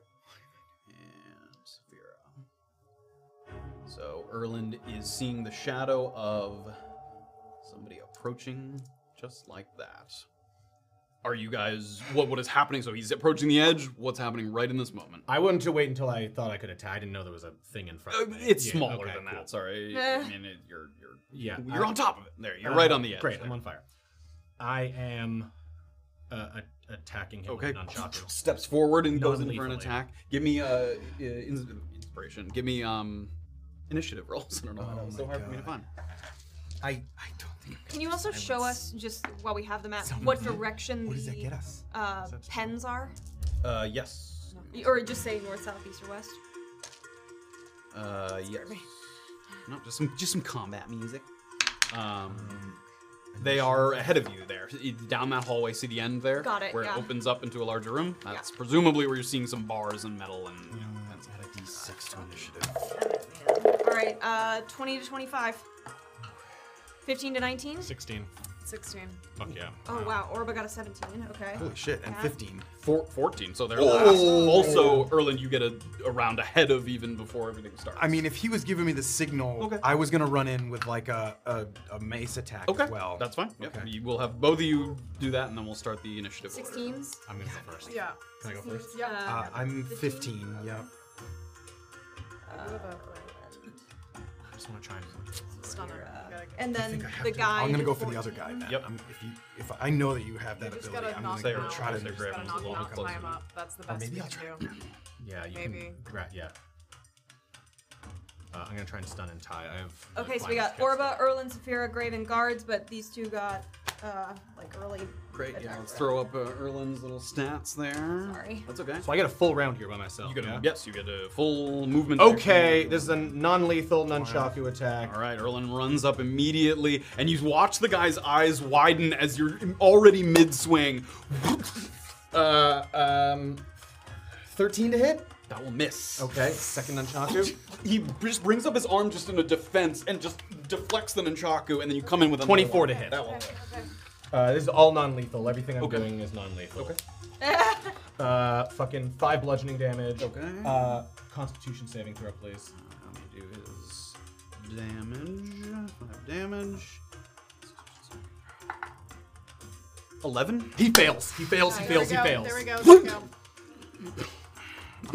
S2: and Saphira. So Erland is seeing the shadow of somebody approaching, just like that. Are you guys what what is happening? So he's approaching the edge. What's happening right in this moment?
S9: I wanted to wait until I thought I could attack. I didn't know there was a thing in front
S2: Uh,
S9: of me.
S2: it's
S9: Yeah,
S2: smaller
S9: okay,
S2: than
S9: cool.
S2: that. Sorry,
S9: Eh.
S2: I mean it, you're you're
S9: Yeah.
S2: you're
S9: I-
S2: on top of it. There, you're
S9: Uh,
S2: right on the edge.
S9: Great,
S2: there.
S9: I'm on fire. I am uh, a- attacking him
S2: Okay.
S9: with nunchaku.
S2: Steps forward and goes in for an
S9: Non-lethally.
S2: attack. Give me uh, uh, ins- inspiration. Give me um, initiative rolls. I don't know. how that was so hard for me to find.
S5: I
S4: Can you also show us just while we have the map
S2: Some
S4: what
S2: of it.
S4: direction
S2: What
S4: the
S2: does that get us?
S4: Uh, pens are?
S2: Uh, yes.
S4: Or just say north, south, east, or west.
S2: Uh, yes. No, just some just some combat music. Um, they are ahead of you there, It's down that hallway. See the end there,
S4: Got it,
S2: where
S4: yeah.
S2: it opens up into a larger room. That's presumably where you're seeing some bars and metal and. You know, that's
S5: at a D6 to initiative.
S4: All right, uh, 20 to 25. 15 to 19?
S26: 16.
S4: 16.
S26: Fuck yeah.
S9: Uh,
S4: Oh, wow. Orba got a 17. Okay. Yeah.
S2: Four, 14, so they're
S5: Oh.
S2: last. Also, Erland, you get a, a round ahead of even before everything starts.
S5: I mean, if he was giving me the signal, I was gonna run in with like a a, a mace attack
S2: Okay,
S5: as well.
S2: that's fine. Yep. You- We'll have both of you do that, and then we'll start the initiative order.
S4: 16s?
S2: I'm gonna go
S22: first. Yeah.
S2: Can I go first?
S22: Yeah.
S5: Uh, I'm 15. Yep.
S4: uh,
S26: I just want to try and.
S22: Stunner. Gotta go.
S4: And
S5: I
S4: then
S5: think I have
S4: the
S5: to-
S4: guy.
S5: I'm gonna
S4: did
S5: go for the other
S4: 14.
S5: guy. Then. Yep. I'm, if you, if I know that you have that
S22: just
S5: ability,
S22: gotta
S5: I'm
S22: knock
S5: gonna
S22: him out.
S5: try to
S22: Just gotta knock him out, tie him up. That's the
S26: Or
S22: best
S26: maybe
S22: we
S26: I'll
S22: can
S26: try-
S22: do.
S26: Yeah, you
S22: Maybe.
S26: can. Right, yeah. Uh, I'm gonna try and stun and tie. I have. uh,
S4: Okay, so we
S26: blindness
S4: got
S26: kicks.
S4: Orba, Erlin, Saphira, Graven, guards, but these two got uh, like early.
S2: Great, yeah.
S4: attack.
S2: Let's throw up uh, Erland's little stats there.
S4: Sorry.
S2: That's okay.
S9: So I get a full round here by myself.
S2: You get a-
S9: yeah?
S2: Yes, you get a full movement.
S9: Okay, this is a non-lethal nunchaku attack.
S2: All right, Erlen runs up immediately, and you watch the guy's eyes widen as you're already mid swing.
S9: Uh, um, 13 to hit?
S2: That will miss.
S9: Okay, second nunchaku.
S2: He just brings up his arm just in a defense and just deflects the nunchaku, and then you come in with a
S9: 24 to hit.
S2: That will
S9: Uh, this is all non-lethal. Everything I'm doing is non-lethal. Okay. uh, fucking five bludgeoning damage.
S2: Okay.
S9: Uh, Constitution saving throw, please.
S2: Let me do his damage. Five damage. Eleven.
S9: He fails. He fails. He
S22: There we
S9: fails. He
S22: go,
S9: fails.
S22: There we go. There we go.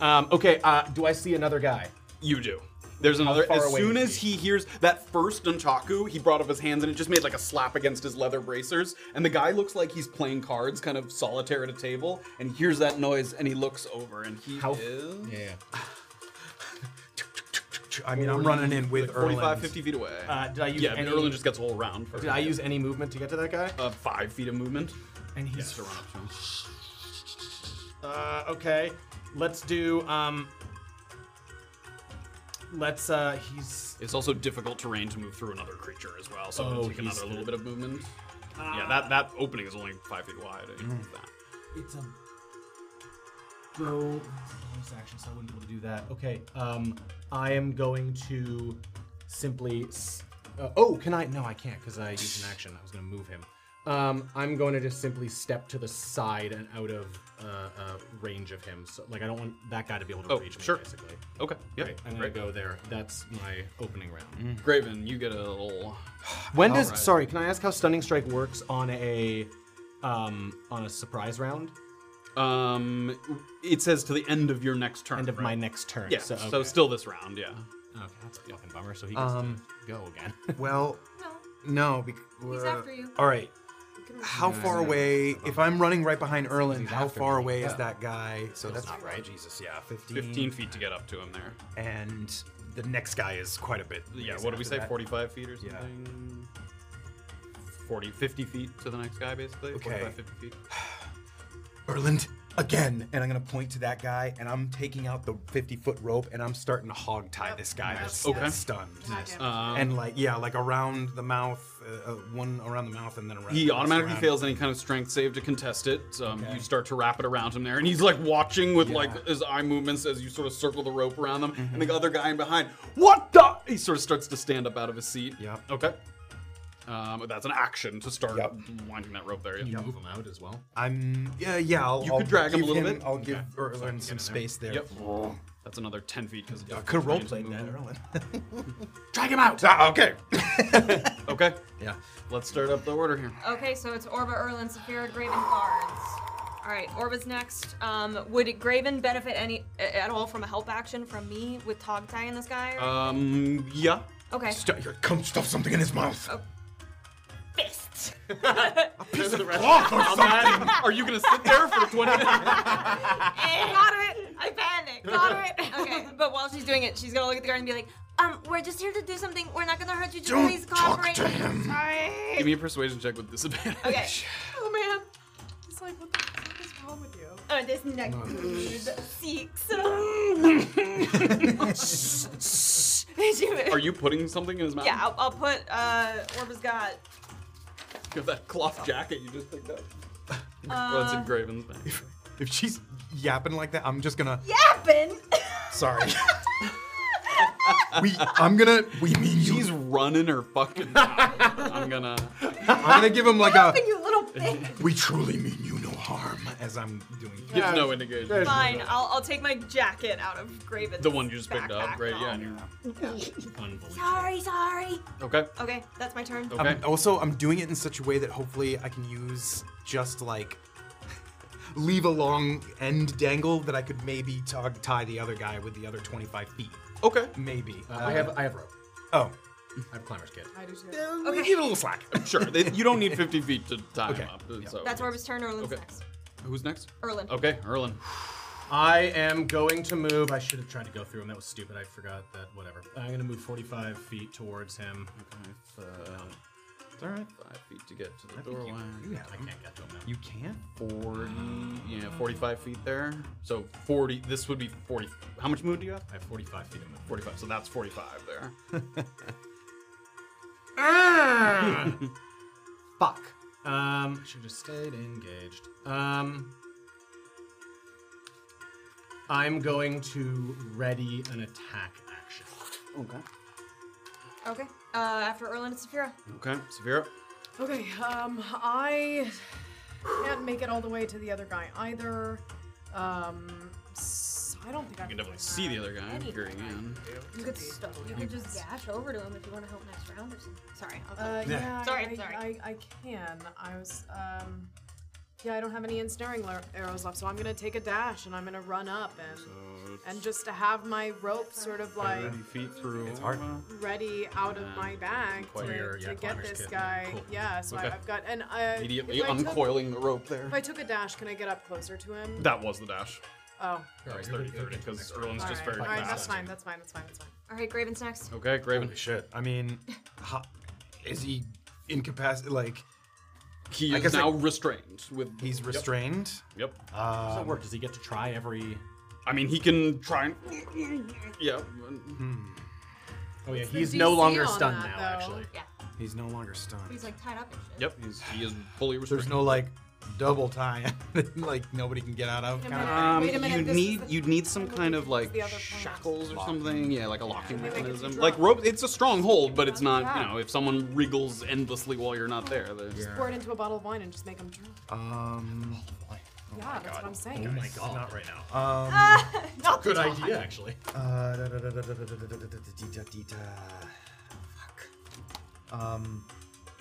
S9: Um, okay. Uh, do I see another guy?
S2: You do. There's another.
S9: far
S2: As
S9: away
S2: soon
S9: is
S2: as he hears that first nunchaku, he brought up his hands and it just made like a slap against his leather bracers. And the guy looks like he's playing cards, kind of solitaire at a table. And he hears that noise and he looks over and he is.
S9: Yeah.
S5: I mean, I'm running in with
S2: like 45,
S5: Erland.
S2: 50 feet away.
S9: Uh, did I use
S2: yeah, and
S9: any-
S2: Erlen just gets a whole round. For
S9: Did I use any movement to get to that guy?
S2: uh, five feet of movement?
S9: And he's
S2: to run up to him.
S9: Uh, okay. Let's do. Um, let's. Uh, he's.
S2: It's also difficult terrain to move through another creature as well, so
S9: Oh,
S2: it'll take
S9: he's-
S2: another little bit of movement. yeah,
S9: Ah.
S2: that that opening is only five feet wide. I think that.
S9: It's a. Go. Bonus action, so I wouldn't be able to do that. Okay. Um, I am going to simply. s- Uh, oh, can I? No, I can't because I used an action. I was going to move him. Um, I'm going to just simply step to the side and out of uh, uh, range of him. So, like, I don't want that guy to be able to
S2: Oh,
S9: reach me,
S2: sure.
S9: basically.
S2: Okay. Yeah.
S9: Right, I'm gonna go there. That's my opening round.
S2: Graven, you get a little.
S9: When does
S2: Alright.
S9: sorry? Can I ask how stunning strike works on a um on a surprise round?
S2: Um, it says to the end of your next turn. End of
S9: my next turn.
S2: Yeah. So,
S9: so okay.
S2: still this round. Yeah.
S9: Okay, that's a fucking bummer. So he gets
S5: Um,
S9: to go again.
S5: well,
S47: No, bec-
S4: He's
S47: uh,
S4: after you.
S47: All right.
S4: Come here.
S47: How
S4: Yeah,
S47: far
S4: yeah.
S47: away? If I'm running right behind Erland, how
S5: after
S47: far
S5: me.
S47: away is
S5: Yeah.
S47: that guy? So that's
S5: not right. Jesus, yeah, 15.
S2: 15 feet to get up to him there.
S5: And the next guy is quite a bit.
S2: Yeah,
S5: He's
S2: what do we
S5: after
S2: say?
S5: that.
S2: 45 feet or something? 40, 50 feet to the next guy, basically?
S5: Okay.
S2: 45, 50 feet.
S5: Erland again, and I'm gonna point to that guy, and I'm taking out the 50 foot rope, and I'm starting to hog tie this guy that's
S2: Okay.
S5: that's stunned,
S2: Yes. Um,
S5: and like yeah, like around the mouth, uh, uh, one around the mouth, and then around.
S2: He
S5: once
S2: automatically
S5: around.
S2: fails any kind of strength save to contest it. Um, You start to wrap it around him there, and he's like watching with like his eye movements as you sort of circle the rope around them. And
S5: Mm-hmm.
S2: the other guy in behind, what the? He sort of starts to stand up out of his seat. Yeah. Okay. Um, that's an action to start winding that rope there. Can
S5: you move
S2: him out as well?
S5: I'm yeah, yeah. I'll,
S2: you
S5: I'll
S2: could drag him a
S5: give
S2: little bit.
S5: I'll
S2: Okay.
S5: give
S2: So I can
S5: Erland
S2: get
S5: some
S2: in
S5: space there.
S2: Yep. That's another 10 feet because
S5: I
S2: of
S5: could
S2: range
S5: roleplay that,
S2: movement.
S5: Erland.
S2: Drag him out.
S5: okay.
S2: okay.
S5: Yeah.
S2: Let's start up the order here.
S4: Okay, so it's Orba, Erlin, Saphira, Graven, Barnes. All right, Orba's next. Um, would Graven benefit any at all from a help action from me with Tog Tie in this guy? Or?
S2: Um, yeah.
S4: Okay.
S5: Stu- here, come stuff something in his mouth.
S4: Fist.
S5: cloth or
S2: How bad Are you gonna sit there for 20
S4: Got it. I panicked. Got it. Okay, but while she's doing it, she's gonna look at the guard and be like, "Um, we're just here to do something. We're not gonna hurt you. Just
S2: Don't
S4: please cooperate." Sorry.
S2: Give me a persuasion check with disadvantage.
S4: Okay. Oh man.
S1: It's like, what the fuck is wrong with you?
S4: Oh, this next dude seeks.
S2: Are you putting something in his mouth?
S4: Yeah, I'll, I'll put uh, Orba's got.
S2: You have that cloth jacket you just picked up.
S4: Uh,
S2: That's in Graven's name.
S5: If she's yapping like that, I'm just gonna.
S4: Yappin'.
S5: Sorry. we. I'm gonna. We mean you.
S2: She's running her fucking. mouth. I'm gonna.
S5: I'm gonna give him like a.
S4: you little bitch.
S5: We truly mean you no harm. As I'm doing.
S2: Gives no indication.
S4: Fine, I'll, I'll take my jacket out of Graven's.
S2: The one you just picked
S4: backpack.
S2: up, great. Yeah. and you're-
S4: Sorry, sorry.
S2: Okay.
S4: Okay, that's my turn.
S2: Um,
S5: I'm- also, I'm doing it in such a way that hopefully I can use just like leave a long end dangle that I could maybe tug tie the other guy with the other 25 feet.
S2: Okay.
S5: Maybe.
S9: Uh, I have- I have rope.
S5: Oh.
S9: I have climber's kit.
S1: I do too.
S5: We
S4: Okay.
S5: give it a little slack.
S2: oh, Sure. they- you don't need 50 feet to tie
S5: Okay.
S2: him up. So.
S4: That's Orba's turn. Erlin's
S2: Okay.
S4: next.
S2: Who's next?
S4: Erlin.
S2: Okay, Erlin.
S9: I am going to move. I should have tried to go through him. That was stupid. I forgot that. Whatever. I'm going to move 45 feet towards him. Uh,
S2: Okay. It's all right. Five feet to get to the doorway.
S9: I can't get to him now.
S5: You can?
S2: 40, yeah, 45 feet there. So 40, this would be 40. How much move do you have?
S9: I have 45 feet of movement.
S2: 45, so that's 45 there.
S9: Fuck. Um, I should have stayed engaged. Um, I'm going to ready an attack action.
S2: Okay.
S4: Okay. Uh, after Erlin, it's Saphira.
S2: Okay, Severa.
S1: Okay, um, I can't make it all the way to the other guy either. Um, s- I don't think I
S2: You can definitely see the other guy peering in.
S4: You could stop. You could just dash over to him if you want to help next round or something. Sorry. I'll
S1: Uh,
S4: go.
S1: yeah,
S4: Sorry.
S1: I,
S4: sorry.
S1: I, I can. I was, um, yeah, I don't have any ensnaring lar- arrows left, so I'm gonna take a dash and I'm gonna run up and and just to have my rope sort of like
S2: 30 feet through. It's
S5: hard.
S1: ready out of my bag
S2: Uncoil
S1: to,
S2: your-
S1: to
S2: yeah,
S1: get
S2: climber's
S1: this
S2: kit.
S1: guy.
S2: Cool.
S1: Yeah, so
S2: Okay.
S1: I, I've got and uh,
S2: Immediately
S1: if I took-
S2: uncoiling the rope there.
S1: If I took a dash, can I get up closer to him?
S2: That was the dash.
S1: Oh.
S2: That was 30 30 because Erlin's
S1: All
S2: just
S1: right.
S2: very
S1: All right, that's
S2: fast.
S1: fine. That's fine. That's fine. That's fine.
S4: All right, Graven's next.
S2: Okay, Graven.
S5: Holy shit. I mean, ho- is he incapacitated? Like,
S2: He
S5: I
S2: is
S5: guess
S2: now
S5: I-
S2: restrained. With
S5: he's
S2: Yep.
S5: restrained?
S2: Yep.
S5: Um,
S9: How does that work? Does he get to try every?
S2: I mean, he can try and. Yeah.
S43: Mm-hmm.
S9: Oh yeah,
S1: It's the
S9: he's no
S1: DC
S9: longer
S1: on
S9: stunned
S1: that,
S9: now.
S1: though.
S9: Actually,
S4: Yeah.
S5: He's no longer stunned.
S4: He's like tied up and shit.
S2: Yep, he's, he is fully restrained.
S5: There's no like double tie, like nobody can get out of.
S1: Wait a
S5: kind of
S1: minute.
S5: thing.
S2: Um,
S1: Wait a minute,
S2: you'd
S1: this is
S2: need
S1: the-
S2: you'd need some kind of like
S1: the other point.
S2: shackles or something. Yeah, like a locking
S1: Can we make it
S2: mechanism.
S1: drop?
S2: Like rope. It's a strong hold, but it's not. You
S1: Yeah.
S2: know, if someone wriggles endlessly while you're not there, there's
S1: Pour it into a bottle of wine and just make him drunk.
S5: Um,
S1: yeah, that's what I'm saying.
S9: Oh my god, not right now.
S5: um,
S4: Not
S9: Good
S4: the
S9: idea, actually.
S5: uh, da- da- da- da- da- da- da- da- da- da- da- da- da- da- da- Fuck. Um,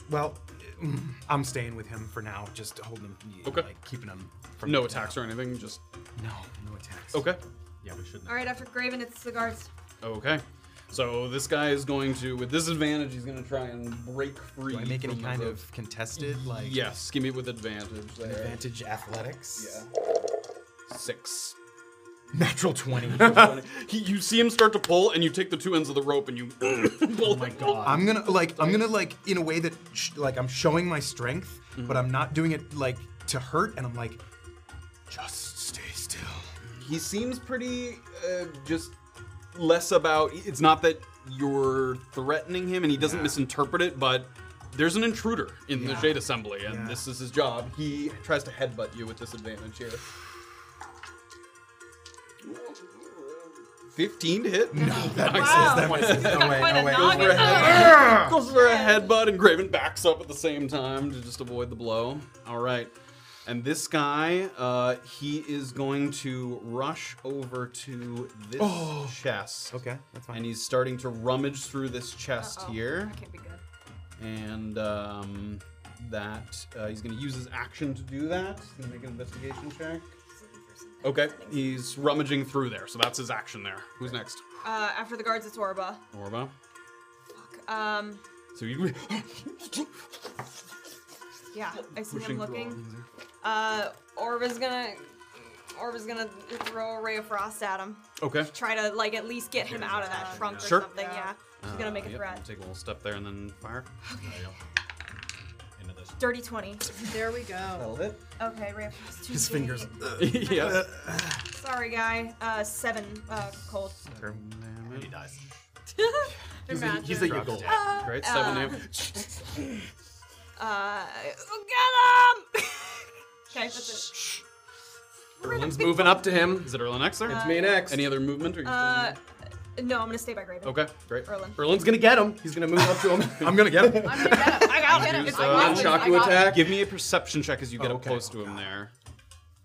S5: well, mm, I'm staying with him for now, just holding him, y-
S2: Okay.
S5: like keeping him from
S2: no
S5: getting
S2: attacks or anything. Just
S5: out. No, no attacks.
S2: okay,
S9: Yeah, we shouldn't.
S4: All right, after Graven, it's the guards.
S2: okay. So this guy is going to, with disadvantage, he's going to try and break free.
S43: Do I make any
S2: from
S43: kind
S2: the-
S43: of contested like
S2: Yes, give me with advantage there.
S43: advantage athletics?
S2: Yeah. Six.
S9: Natural 20.
S2: He, you see him start to pull, and you take the two ends of the rope and you pull. Oh my god.
S43: I'm gonna like I'm gonna like in a way that sh- like I'm showing my strength, but I'm not doing it like to hurt, and I'm like, just stay still.
S2: He seems pretty uh, just less about. It's not that you're threatening him and he doesn't misinterpret it, but there's an intruder in the
S48: Yeah.
S2: Jade Assembly, and
S48: Yeah.
S2: this is his job. He tries to headbutt you with disadvantage here. 15 to hit? No,
S43: that misses,
S4: Oh,
S43: Wow. that misses. No way, no way.
S2: Goes for a head- Goes for a headbutt, and Graven backs up at the same time to just avoid the blow. All right. And this guy, uh, he is going to rush over to this
S43: Oh.
S2: chest. Okay, that's fine. And he's starting to rummage through this chest here. That
S4: can't be good.
S2: And um, that uh, he's going to use his action to do that. He's going to make an investigation check. Okay, he's rummaging through there, so that's his action there. Who's next?
S4: Uh, after the guards, it's Orba.
S2: Orba.
S4: Um,
S2: So you
S4: yeah, I see
S2: Pushing
S4: him
S2: through all
S4: looking.
S2: things there.
S4: Uh, Orba's gonna, Orba's gonna throw a ray of frost at him.
S2: Okay.
S4: Try to like at least get him out of that trunk or
S2: Sure.
S4: something. Yeah. She's
S2: Uh,
S4: gonna make a
S2: yep,
S4: threat.
S2: Take a little step there and then fire.
S4: Dirty twenty.
S22: There we go.
S2: That'll hit.
S4: Okay, ray of frost.
S43: His
S4: 2d8.
S43: fingers.
S2: yeah.
S4: Sorry, guy. Uh, seven. Uh, cold.
S2: he dies.
S4: They're magic.
S2: Drops dead.
S4: Uh,
S2: Great seven
S4: uh,
S2: damage.
S4: Uh, get him! okay, that's it.
S2: Erlin's moving up to him. Is it Erlin next there?
S4: It's me next.
S2: Any other movement? Or you
S4: Uh, no, I'm gonna stay by Graven.
S2: still- okay, great.
S4: Erlin.
S2: Erlin's gonna get him. He's gonna move up to him. I'm gonna get him.
S4: I got him. It's
S2: Uh,
S4: my
S2: shock
S4: I
S2: you
S4: got him.
S2: attack. Give me a perception check as you get up close to him there.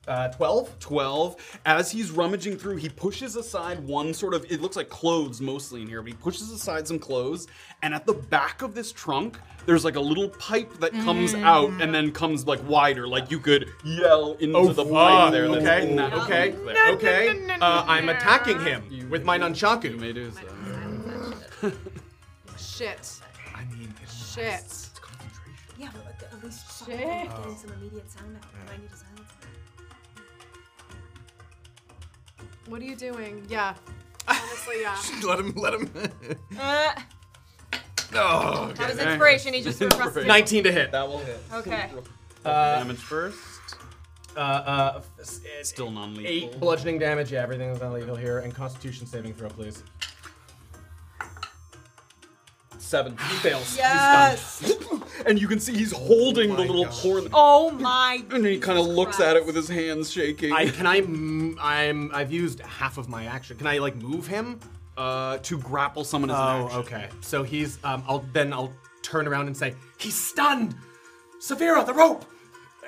S2: Uh, 12? 12. As he's rummaging through, he pushes aside one sort of, it looks like clothes mostly in here, but he pushes aside some clothes, and at the back of this trunk, there's like a little pipe that comes
S48: Mm.
S2: out and then comes like wider, like you could yell into
S9: Oh,
S2: the pipe
S9: ah,
S2: there. that's
S9: okay,
S2: in that
S9: okay,
S2: trunk there.
S9: okay. Uh, I'm attacking him with my nunchaku. You
S2: may do so.
S22: Shit.
S43: I mean,
S22: Shit.
S8: Yeah, but at- at least stop
S22: Shit.
S8: getting
S43: Oh.
S8: some immediate sound out. I need to silence them.
S22: What are you doing? Yeah. Honestly, yeah.
S43: let him, let him.
S4: Uh,
S43: oh,
S4: That was inspiration, he just threw across the table.
S9: 19 to hit.
S2: That will hit.
S4: okay.
S2: damage first.
S9: Uh, uh,
S2: Still non-lethal.
S9: eight bludgeoning damage. Yeah, everything is non-lethal here. And Constitution saving throw, please.
S2: Seven. He fails.
S4: Yes.
S2: He's done. and you can see he's holding the little horn.
S4: Oh my.
S2: And he kind of looks at it with his hands shaking.
S9: I can I m- I'm I've used half of my action. Can I like move him?
S2: Uh, to grapple someone
S9: Oh,
S2: is an action.
S9: okay. So he's um. I'll then I'll turn around and say he's stunned. Severa, the rope.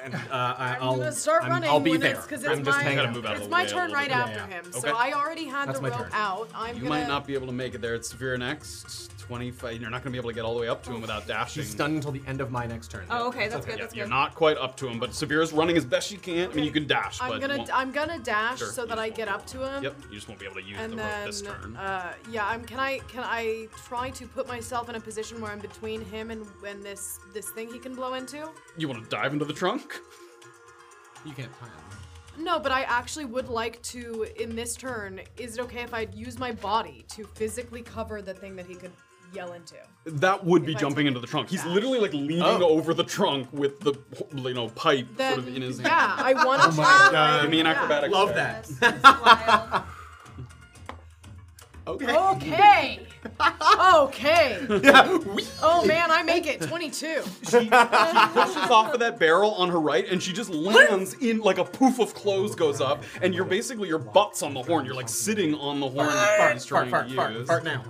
S9: And uh, I-
S22: I'm
S9: I'll
S22: gonna start
S9: I'm-
S22: running
S9: I'll be
S22: when
S9: there.
S22: it's because it's
S9: I'm just
S22: my,
S9: hanging.
S22: it's my turn right after him. So I already had
S2: That's
S22: the
S2: my
S22: rope
S2: turn.
S22: out. I'm
S2: you
S22: gonna
S2: might not be able to make it there. It's Severe next. 25. You're not going to be able to get all the way up to him without dashing.
S9: He's stunned until the end of my next turn.
S4: Oh, okay, that's good. That's
S2: You're
S4: good.
S2: not quite up to him, but Severa's running as best she can. I mean, you can dash, but.
S22: I'm
S2: you
S22: gonna
S2: won't-
S22: I'm gonna dash
S2: Sure,
S22: so
S2: you
S22: that
S2: just
S22: I get up to him.
S2: Yep, you just won't be able to use
S22: and
S2: the rope
S22: then
S2: this turn.
S22: uh yeah, I'm can I can I try to put myself in a position where I'm between him and and this this thing he can blow into?
S2: you want to dive into the trunk?
S9: You can't plan.
S22: No, but I actually would like to in this turn, is it okay if I use my body to physically cover the thing that he could yell into?
S2: That would be
S22: If I
S2: jumping into the trunk. He's literally like leaning
S9: Oh.
S2: over the trunk with the you know pipe
S22: Then
S2: sort of in his hand.
S22: yeah, I wanna
S2: Oh my
S22: try.
S2: God. Give me an acrobatics
S9: Love
S2: check.
S9: that.
S2: Okay.
S22: Okay. okay. oh man, I make it 22.
S2: pushes off of that barrel on her right, and she just lands in like a poof of clothes goes up, and you're basically your butt's on the horn. You're like sitting on the horn that he's trying to use.
S9: now.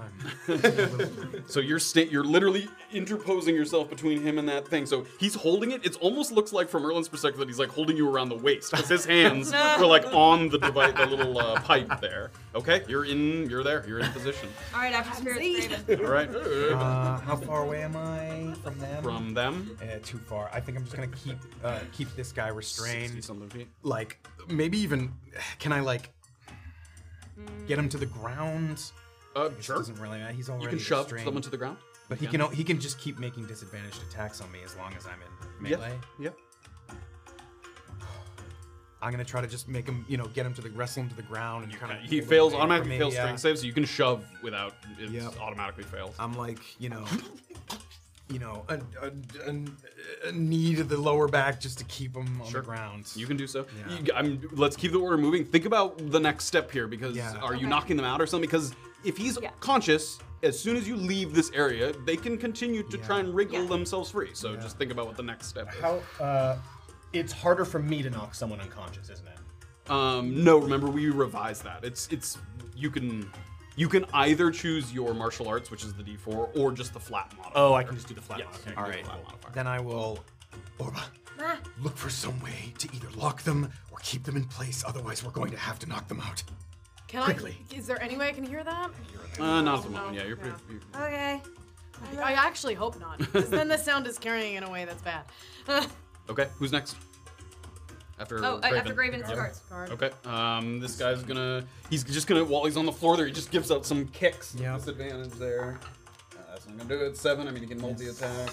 S2: So you're sta- you're literally interposing yourself between him and that thing. So he's holding it. It almost looks like from Erlin's perspective that he's like holding you around the waist because his hands were like on the device, the little uh, pipe there. Okay, you're in. You're there. You're in position.
S4: All right, after Spirit's
S2: All
S4: Graven.
S2: right.
S43: Uh, how far away am I from them?
S2: From them?
S43: Uh, too far. I think I'm just gonna keep uh, keep this guy restrained.
S2: 60-something feet.
S43: Like maybe even can I like get him to the ground?
S2: Uh,
S43: This
S2: sure.
S43: doesn't really matter. He's already
S2: You can shove
S43: restrained.
S2: someone to the ground.
S43: But he
S2: Yeah.
S43: can o- he can just keep making disadvantaged attacks on me as long as I'm in
S2: Yeah,
S43: melee.
S2: yeah.
S43: I'm gonna try to just make him, you know, get him to the wrestle him to the ground and kind of
S2: He fails automatically fails strength saves. So you can shove without it automatically fails.
S5: Um,
S43: I'm like, you know, you know, a, a, a, a knee to the lower back just to keep him on the ground.
S2: You can do so. You- I'm, let's keep the order moving. Think about the next step here because
S43: Yeah.
S2: are you
S43: Okay.
S2: knocking them out or something? Because if he's conscious, as soon as you leave this area, they can continue to try and wriggle themselves free. So just think about what the next step is.
S9: How? Uh, it's harder for me to knock someone unconscious, isn't it?
S2: Um, no, remember we revised that. It's it's you can you can either choose your martial arts, which is the D4, or just the flat modifier.
S9: Oh, I can just do the flat
S2: Yes,
S9: modifier.
S2: you can
S43: All
S2: do the
S43: right.
S2: flat modifier.
S43: Then I will
S4: Ah.
S5: Look for some way to either lock them or keep them in place, otherwise, we're going to have to knock them out.
S22: Can
S5: Quickly.
S22: I? Is there any way I can hear that?
S2: Uh, not at the moment. Yeah, you're pretty. you
S22: Okay. I actually hope not, because then the sound is carrying in a way that's bad.
S2: Okay, who's next? After
S4: Oh, uh,
S2: Graven.
S4: after Graven, it's
S2: Yeah.
S4: guards.
S22: Guard.
S2: Okay. Um, this guy's gonna. He's just gonna while he's on the floor there. He just gives out some kicks. Yeah. Disadvantage there. Uh, that's not gonna do it. Seven. I mean, he can multi attack.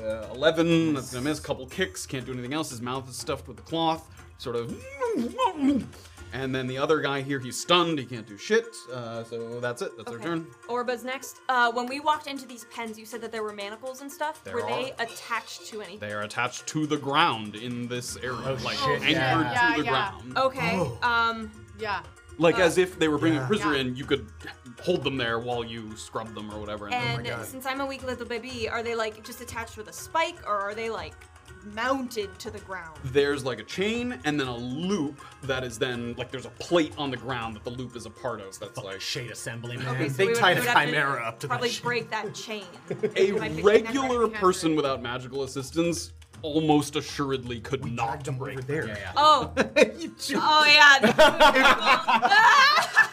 S2: Uh, Eleven. That's gonna miss. Couple kicks. Can't do anything else. His mouth is stuffed with the cloth. Sort of. And then the other guy here, he's stunned. He can't do shit. Uh, so that's it. That's
S4: Okay.
S2: their turn.
S4: Orba's next. Uh, when we walked into these pens, you said that there were manacles and stuff.
S2: There
S4: were they
S2: are.
S4: attached to anything?
S2: They are attached to the ground in this area, like
S4: Oh,
S2: anchored to
S22: yeah.
S2: the
S22: Yeah, yeah.
S2: ground.
S4: Okay. Um.
S22: Yeah.
S2: Like as if they were bringing
S4: yeah.
S2: a prisoner in, you could hold them there while you scrub them or whatever.
S4: And since I'm a weak little baby, are they like just attached with a spike, or are they like mounted to the ground?
S2: there's like a chain and then a loop that is then like there's a plate on the ground that the loop is a part of. That's like shade assembly man.
S4: so we would- we would have to Probably break that chain.
S2: A
S4: Am I picturing that
S2: regular
S4: right?
S2: person without magical assistance almost assuredly could not break. there.
S4: Oh. oh yeah.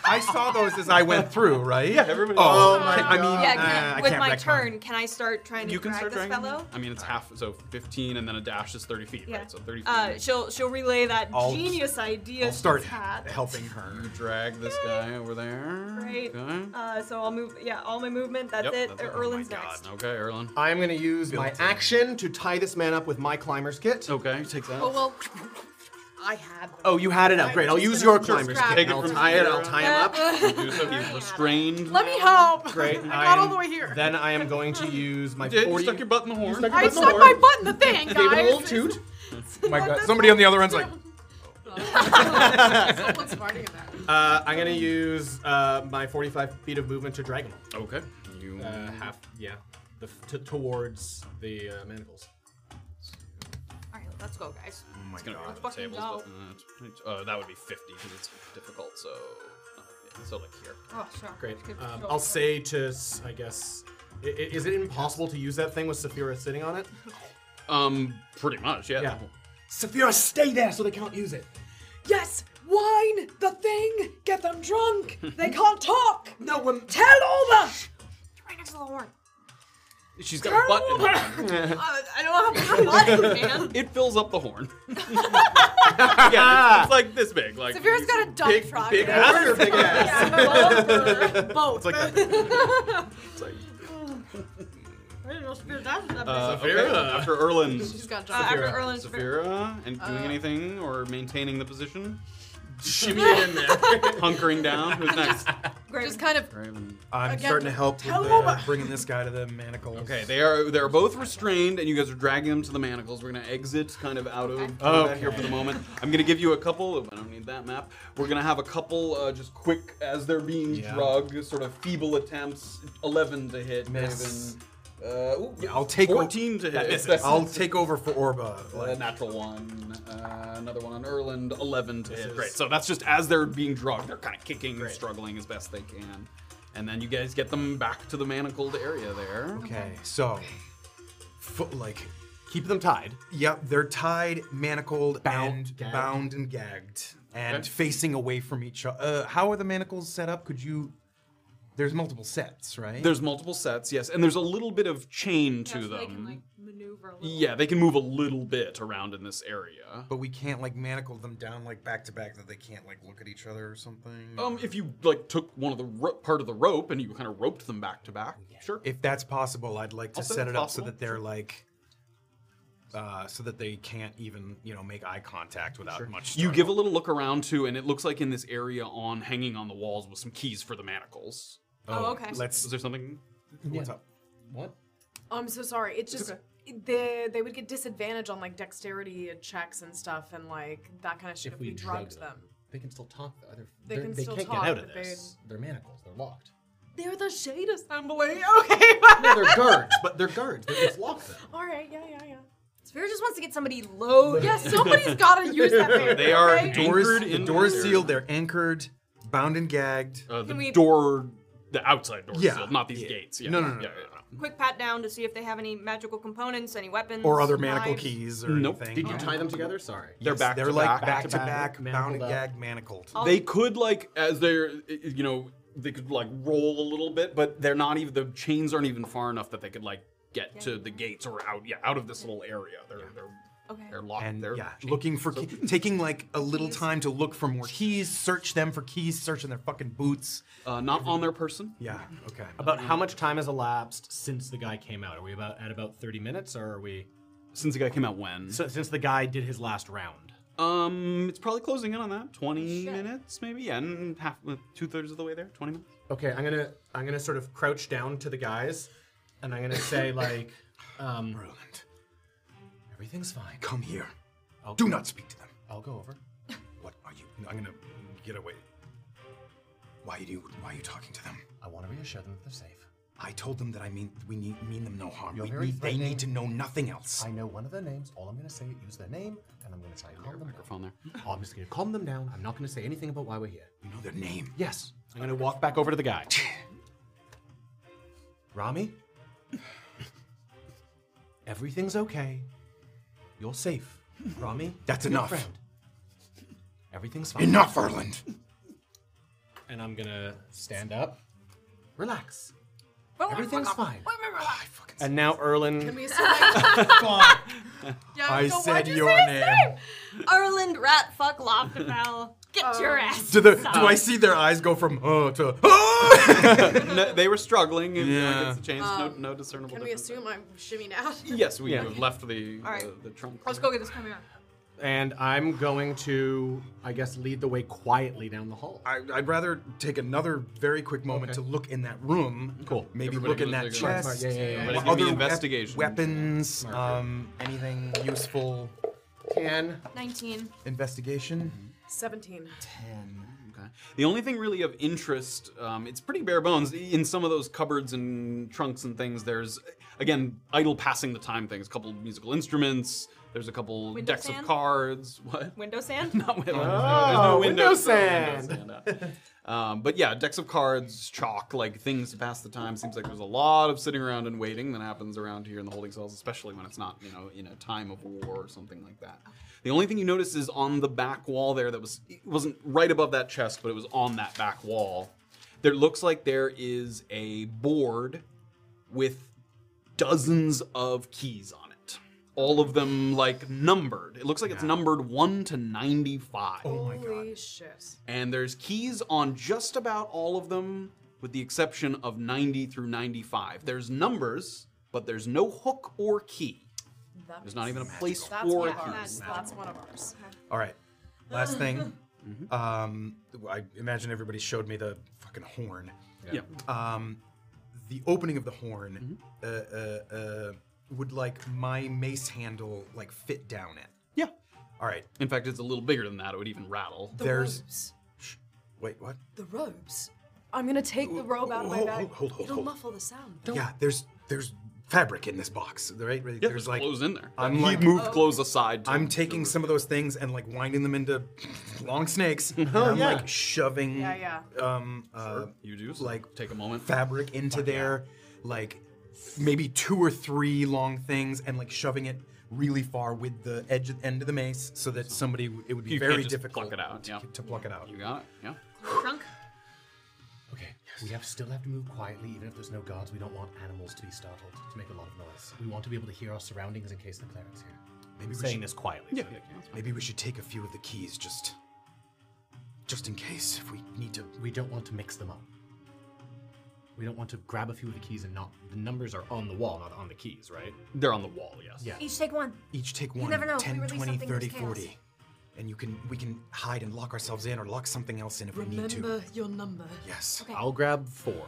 S43: I saw those as I went through, right? Yeah,
S2: everybody.
S43: Oh, my, I mean,
S4: yeah,
S43: uh,
S4: can-
S43: I
S4: with
S43: can't
S4: my
S43: recognize-
S4: turn, can I start trying to
S2: You can
S4: drag
S2: start
S4: this
S2: dragging.
S4: fellow?
S2: I mean, it's half, so 15, and then a dash is 30 feet, right? So 30 feet.
S4: Uh, she'll she'll relay that
S2: I'll-
S4: genius idea. she's had.
S2: helping her. You drag this guy over there.
S4: Great.
S2: Okay.
S4: Uh, so I'll move. Yeah, all my movement. That's
S2: Yep,
S4: it. Er,
S2: that's it. Oh my
S4: Erlin's
S2: God.
S4: next.
S2: Okay, Erlin.
S9: I'm gonna use my action to tie this man up with my climber's kit.
S2: Okay, take that.
S22: Oh well. I had.
S9: Oh, you had it out. Great. I'll use your climber's
S22: grab
S9: kit.
S22: it.
S9: and I'll tie it. I'll tie him up.
S2: Do so, he's restrained.
S22: Let me help.
S9: Great.
S22: I got all
S9: I'm-
S22: the way here.
S9: Then I am going to use my
S2: You did, you
S9: 40.
S2: stuck your butt in the horn.
S9: stuck your butt
S22: I
S9: in the
S22: stuck
S9: horn.
S22: my butt in the thing, guys.
S9: Gave it a little toot.
S22: Oh
S9: my god.
S43: Somebody on the other end's like,
S22: Someone's farting in that.
S9: Uh, I'm gonna use uh, my 45 feet of movement to drag him.
S2: Okay. You
S9: uh, half, yeah, the, f- t- towards the uh, manacles.
S4: All right, let's go, guys.
S2: it's gonna
S4: Let's
S2: be on the
S4: fucking
S2: tables,
S4: go.
S2: but uh, uh, that would be 50 because it's difficult. So, uh, yeah, so like here.
S4: Oh, sure.
S9: Great.
S4: Good
S9: Um,
S4: job.
S9: I'll say to, s- I guess, i- i- is it impossible to use that thing with Saphira sitting on it?
S2: Um, pretty much, yeah.
S9: Saphira, stay there so they can't use it.
S49: Yes, wine, the thing, get them drunk. They can't talk. No one. Tell all that.
S4: Right next to the horn.
S2: She's got a butt in
S4: Uh,
S2: the horn.
S4: I don't have a butt, man.
S2: It fills up the horn. yeah, it's, it's like this big. Like
S22: Saphira's got a dump
S2: big,
S22: truck.
S2: Big ass or big ass? It's
S22: Both.
S2: like that.
S22: It's
S2: like.
S22: I didn't know Saphira died from that
S2: Uh,
S22: big.
S2: okay, After Erlin.
S22: She's got Uh, after
S2: Saphira.
S22: Erlin's-
S2: Saphira, and doing
S22: Uh,
S2: anything or maintaining the position? Shimmy in there. Hunkering down. Who's next?
S22: Just kind of.
S2: Raven.
S43: I'm
S22: Again,
S43: starting to help with
S22: tell
S43: the,
S22: him
S43: uh, bringing this guy to the manacles.
S2: Okay, they are they're both restrained, and you guys are dragging them to the manacles. We're gonna exit kind of out of combat here for the moment. I'm gonna give you a couple. Oh, I don't need that map. We're gonna have a couple uh, just quick as they're being
S43: Yeah.
S2: drugged, sort of feeble attempts. Eleven to hit,
S43: Miss.
S2: Raven. Uh, ooh,
S43: Yeah, I'll take o-
S2: 14 to
S43: That
S2: hit.
S43: misses.
S2: That's-
S43: I'll take over for Orba.
S2: a
S43: Like,
S2: natural one, uh, another one on Erland, 11 to hit. Great. So that's just as they're being drugged, they're kind of kicking and struggling as best they can. And then you guys get them back to the manacled area there.
S43: Okay, so, fo- like, keep them tied. Yep, they're tied, manacled, bound, and
S9: gagged.
S43: bound and gagged, and
S9: Okay.
S43: facing away from each other. Uh, how are the manacles set up? Could you? There's multiple sets, right?
S2: There's multiple sets, yes, and there's a little bit of chain to
S4: Yeah, so
S2: them.
S4: they can like maneuver. move or a little.
S2: Yeah, they can move a little bit around in this area.
S5: But we can't like manacle them down like back to back that they can't like look at each other or something.
S2: Um, if you like took one of the ro- part of the rope and you kind of roped them back to back, sure.
S5: If that's possible, I'd like to
S2: Also,
S5: set
S2: if
S5: it up
S2: possible,
S5: so that they're like, uh, so that they can't even you know make eye contact without much.
S2: You give a little look around too, and it looks like in this area on hanging on the walls was some keys for the manacles.
S22: Oh, Oh, okay.
S2: Let's. Is there something?
S5: What's up?
S2: What?
S22: I'm so sorry. It's just they they would get disadvantage on like dexterity checks and stuff and like that kind of shit if, we, drugged them.
S23: They can still talk. The other,
S22: They
S23: they
S22: can
S23: can they
S22: still
S23: can't
S22: talk,
S23: get out of
S22: but
S23: this. They're manacles. They're locked.
S22: They're the shade assembly. Okay.
S23: no, they're guards, but they're guards. They just lock them.
S22: All right. Yeah. Yeah. Yeah.
S4: Sphere just wants to get somebody low.
S22: Yeah. Somebody's gotta use that. Paper,
S2: They are
S22: okay?
S5: Doors,
S2: Anchored
S5: the
S2: in
S5: doors
S2: there.
S5: sealed. They're anchored, bound and gagged.
S2: Uh,
S4: Can
S2: the
S4: we-
S2: door, the outside door,
S5: Yeah.
S2: yeah. not these gates. Yeah.
S5: No, no, no,
S2: yeah,
S5: no,
S2: yeah, yeah.
S4: Quick pat down to see if they have any magical components, any weapons,
S5: Or other manacle
S4: knives.
S5: keys or
S2: Nope.
S5: anything.
S2: Did you tie
S23: them together? Sorry.
S2: They're back
S5: They're
S2: to
S5: like
S2: back,
S5: back,
S2: back
S5: to
S2: to back,
S5: back, bound and
S2: manacled up.
S5: gagged, manacled.
S2: They
S22: Um,
S2: could like as they're i- i- you know they could like roll a little bit, but they're not even the chains aren't even far enough that they could like get to the gates or out yeah out of this little area. They're they're
S4: okay.
S2: they're locked.
S5: And
S2: they're
S5: yeah,
S2: chained.
S5: looking for key, taking like a little time to look for more keys, search them for keys, searching their fucking boots.
S2: Uh, not on their person.
S5: Yeah. Okay.
S9: About how much time has elapsed since the guy came out? Are we about at about thirty minutes, or are we?
S2: Since the guy came out when?
S9: So, since the guy did his last round.
S2: Um, it's probably closing in on that. Twenty minutes, maybe. Yeah, and half, two thirds of the way there. Twenty minutes.
S9: Okay, I'm gonna I'm gonna sort of crouch down to the guys, and I'm gonna say like, um,
S5: Roland,
S9: everything's fine.
S5: Come here.
S9: I'll
S5: Do not speak to them.
S9: I'll go over.
S5: What are you? I'm gonna get away. Why are you? Why are you talking to them?
S9: I want to reassure them that they're safe.
S5: I told them that I mean we need, mean them no harm.
S9: You're
S5: We
S9: very
S5: need- they
S9: threatening.
S5: need to know nothing else.
S9: I know one of their names. All I'm gonna say is their name, and I'm gonna try to calm them
S2: microphone down.
S9: There. I'm just gonna calm them down. I'm not gonna say anything about why we're here.
S5: You know their name.
S9: Yes. I'm gonna walk back over to the guy. Rami, everything's okay. You're safe. Rami,
S5: That's
S9: you're
S5: enough.
S9: friend. Everything's fine.
S5: Enough, Erland.
S9: And I'm gonna stand up. Relax.
S4: Oh,
S9: Everything's
S4: fuck off.
S9: fine.
S4: Wait, wait, wait, wait.
S9: And now Erlin.
S4: Can we assume
S9: Fuck.
S4: Yeah,
S5: I
S4: so why'd
S5: said
S4: you
S5: your
S4: say his
S5: name.
S4: name? Erland Rat Fuck Loftabel. Get your ass.
S5: Do, the, do
S4: inside.
S5: I see their eyes go from oh to
S2: No, they were struggling. And, yeah,
S5: Yeah.
S2: against the chains.
S22: Um,
S2: no, no discernible.
S22: Can we
S2: difference.
S22: assume I'm shimmying out?
S2: Yes, we
S9: Yeah.
S2: have left the
S22: All right.
S2: uh, the trunk.
S4: Let's go get this camera.
S9: and I'm going to, I guess, lead the way quietly down the hall.
S5: I, I'd rather take another very quick moment to look in that room.
S9: Cool.
S5: Maybe
S2: Everybody
S5: look in
S2: give
S5: that
S2: us a good-
S5: chest.
S9: Yeah, yeah, yeah, yeah.
S5: or
S2: Everybody give me
S5: wep-
S2: investigation.
S5: weapons, um, anything useful.
S9: Can
S4: 19.
S5: Investigation.
S22: Seventeen.
S23: Oh
S9: Mm-hmm.
S2: Okay. The only thing really of interest, um, it's pretty bare bones. In some of those cupboards and trunks and things, there's, again, idle passing the time things. A couple musical instruments, there's a couple
S4: Window
S2: decks
S4: sand?
S2: of cards. What?
S4: Window sand? Not
S2: Wait, there's
S9: Oh, window
S2: windows.
S9: sand.
S2: Window sand, uh, um, but yeah, decks of cards, chalk, like things to pass the time. Seems like there's a lot of sitting around and waiting that happens around here in the holding cells, especially when it's not, you know, in a time of war or something like that. The only thing you notice is on the back wall there that was it wasn't right above that chest, but it was on that back wall. There looks like there is a board with dozens of keys on it. All of them like numbered. It looks like it's numbered 1 to 95
S22: Holy shit.
S2: and there's keys on just about all of them with the exception of 90 through 95 there's numbers but there's no hook or key
S22: That
S2: There's not even a
S22: makes
S2: place
S22: sense. That's
S2: for
S22: one
S2: a
S22: of
S2: key.
S22: ours. That's one of ours.
S5: All right. Last thing.
S2: Mm-hmm.
S5: um, I imagine everybody showed me the fucking horn.
S2: yeah, Uh,
S5: um, the opening of the horn
S2: Mm-hmm.
S5: uh, uh, uh, would like my mace handle like fit down it.
S2: yeah.
S5: All right.
S2: in fact it's a little bigger than that it would even rattle
S22: The
S5: There's-
S22: robes.
S5: Wait, what?
S22: The robes. I'm gonna take the robe out of my
S5: Hold-
S22: bag.
S5: hold- hold- hold-
S22: It'll
S5: hold.
S22: muffle the sound.
S5: Yeah, there's there's fabric in this box, right? There's,
S2: yeah, there's clothes in there
S5: I'm
S2: he
S5: like-
S2: moved
S22: Oh.
S2: clothes aside to,
S5: I'm taking some of those things and like winding them into long
S2: Oh,
S5: snakes. and I'm
S9: yeah.
S5: like shoving
S22: Yeah,
S5: um uh,
S2: you do so
S5: like
S2: take a moment
S5: fabric into there, like maybe two or three long things, and like shoving it really far with the edge end of the mace, so that somebody w- it would be
S2: You can't
S5: very
S2: just
S5: difficult
S2: pluck it out, yeah.
S5: to, to pluck it out.
S2: you got it yeah
S4: Trunk?
S5: Okay, yes.
S26: We have still have to move quietly, even if there's no guards. We don't want animals to be startled, to make a lot of noise. We want to be able to hear our surroundings in case the cleric's here.
S5: Maybe
S26: I'm
S5: we
S26: saying
S5: should-
S26: this quietly.
S5: Yeah,
S26: so
S5: yeah,
S26: they can't-
S5: Maybe we should take a few of the keys just just in case if we need to.
S26: We don't want to mix them up. We don't want to grab a few of the keys and not. The numbers are on the wall, not on the keys, right?
S2: They're on the wall, yes.
S26: Yeah.
S8: Each take one.
S5: Each take
S8: You
S5: one.
S8: never know, if we
S5: 10,
S8: release
S5: 20,
S8: something, there's
S5: 30,
S8: chaos.
S5: 40. And you can we can hide and lock ourselves in or lock something else in if we need to.
S1: Remember your number.
S5: Yes.
S8: Okay.
S2: I'll grab four.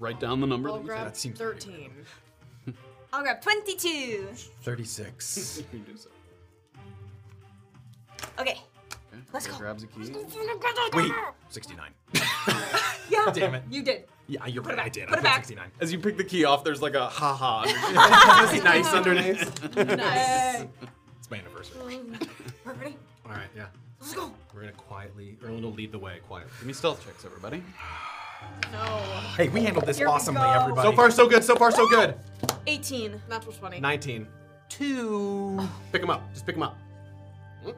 S2: Write down the number.
S1: I'll
S2: that you
S1: grab
S2: said.
S1: 13.
S4: I'll grab 22.
S5: 36.
S2: You do so.
S4: Okay.
S2: Okay.
S4: Let's
S2: he
S4: go.
S2: Grabs a key.
S5: Wait, 69.
S4: Yeah.
S5: Damn it.
S4: You did.
S5: Yeah, you're right. I did.
S4: Put
S5: I
S4: it
S5: put
S4: back.
S5: 69.
S2: As you pick the key off, there's like a ha ha. It's nice underneath.
S4: Nice.
S26: It's my anniversary.
S8: Ready?
S26: All right, yeah.
S8: Let's go.
S26: We're gonna quietly. Erlen will lead the way quietly.
S2: Give me stealth checks, everybody.
S22: No.
S26: Hey, we handled
S22: this Here we awesomely, go. everybody.
S26: So far, so good. So far, so good.
S4: 18.
S22: Natural 20.
S26: 19.
S22: Two.
S26: Pick him up. Just pick him up.
S2: Hmm?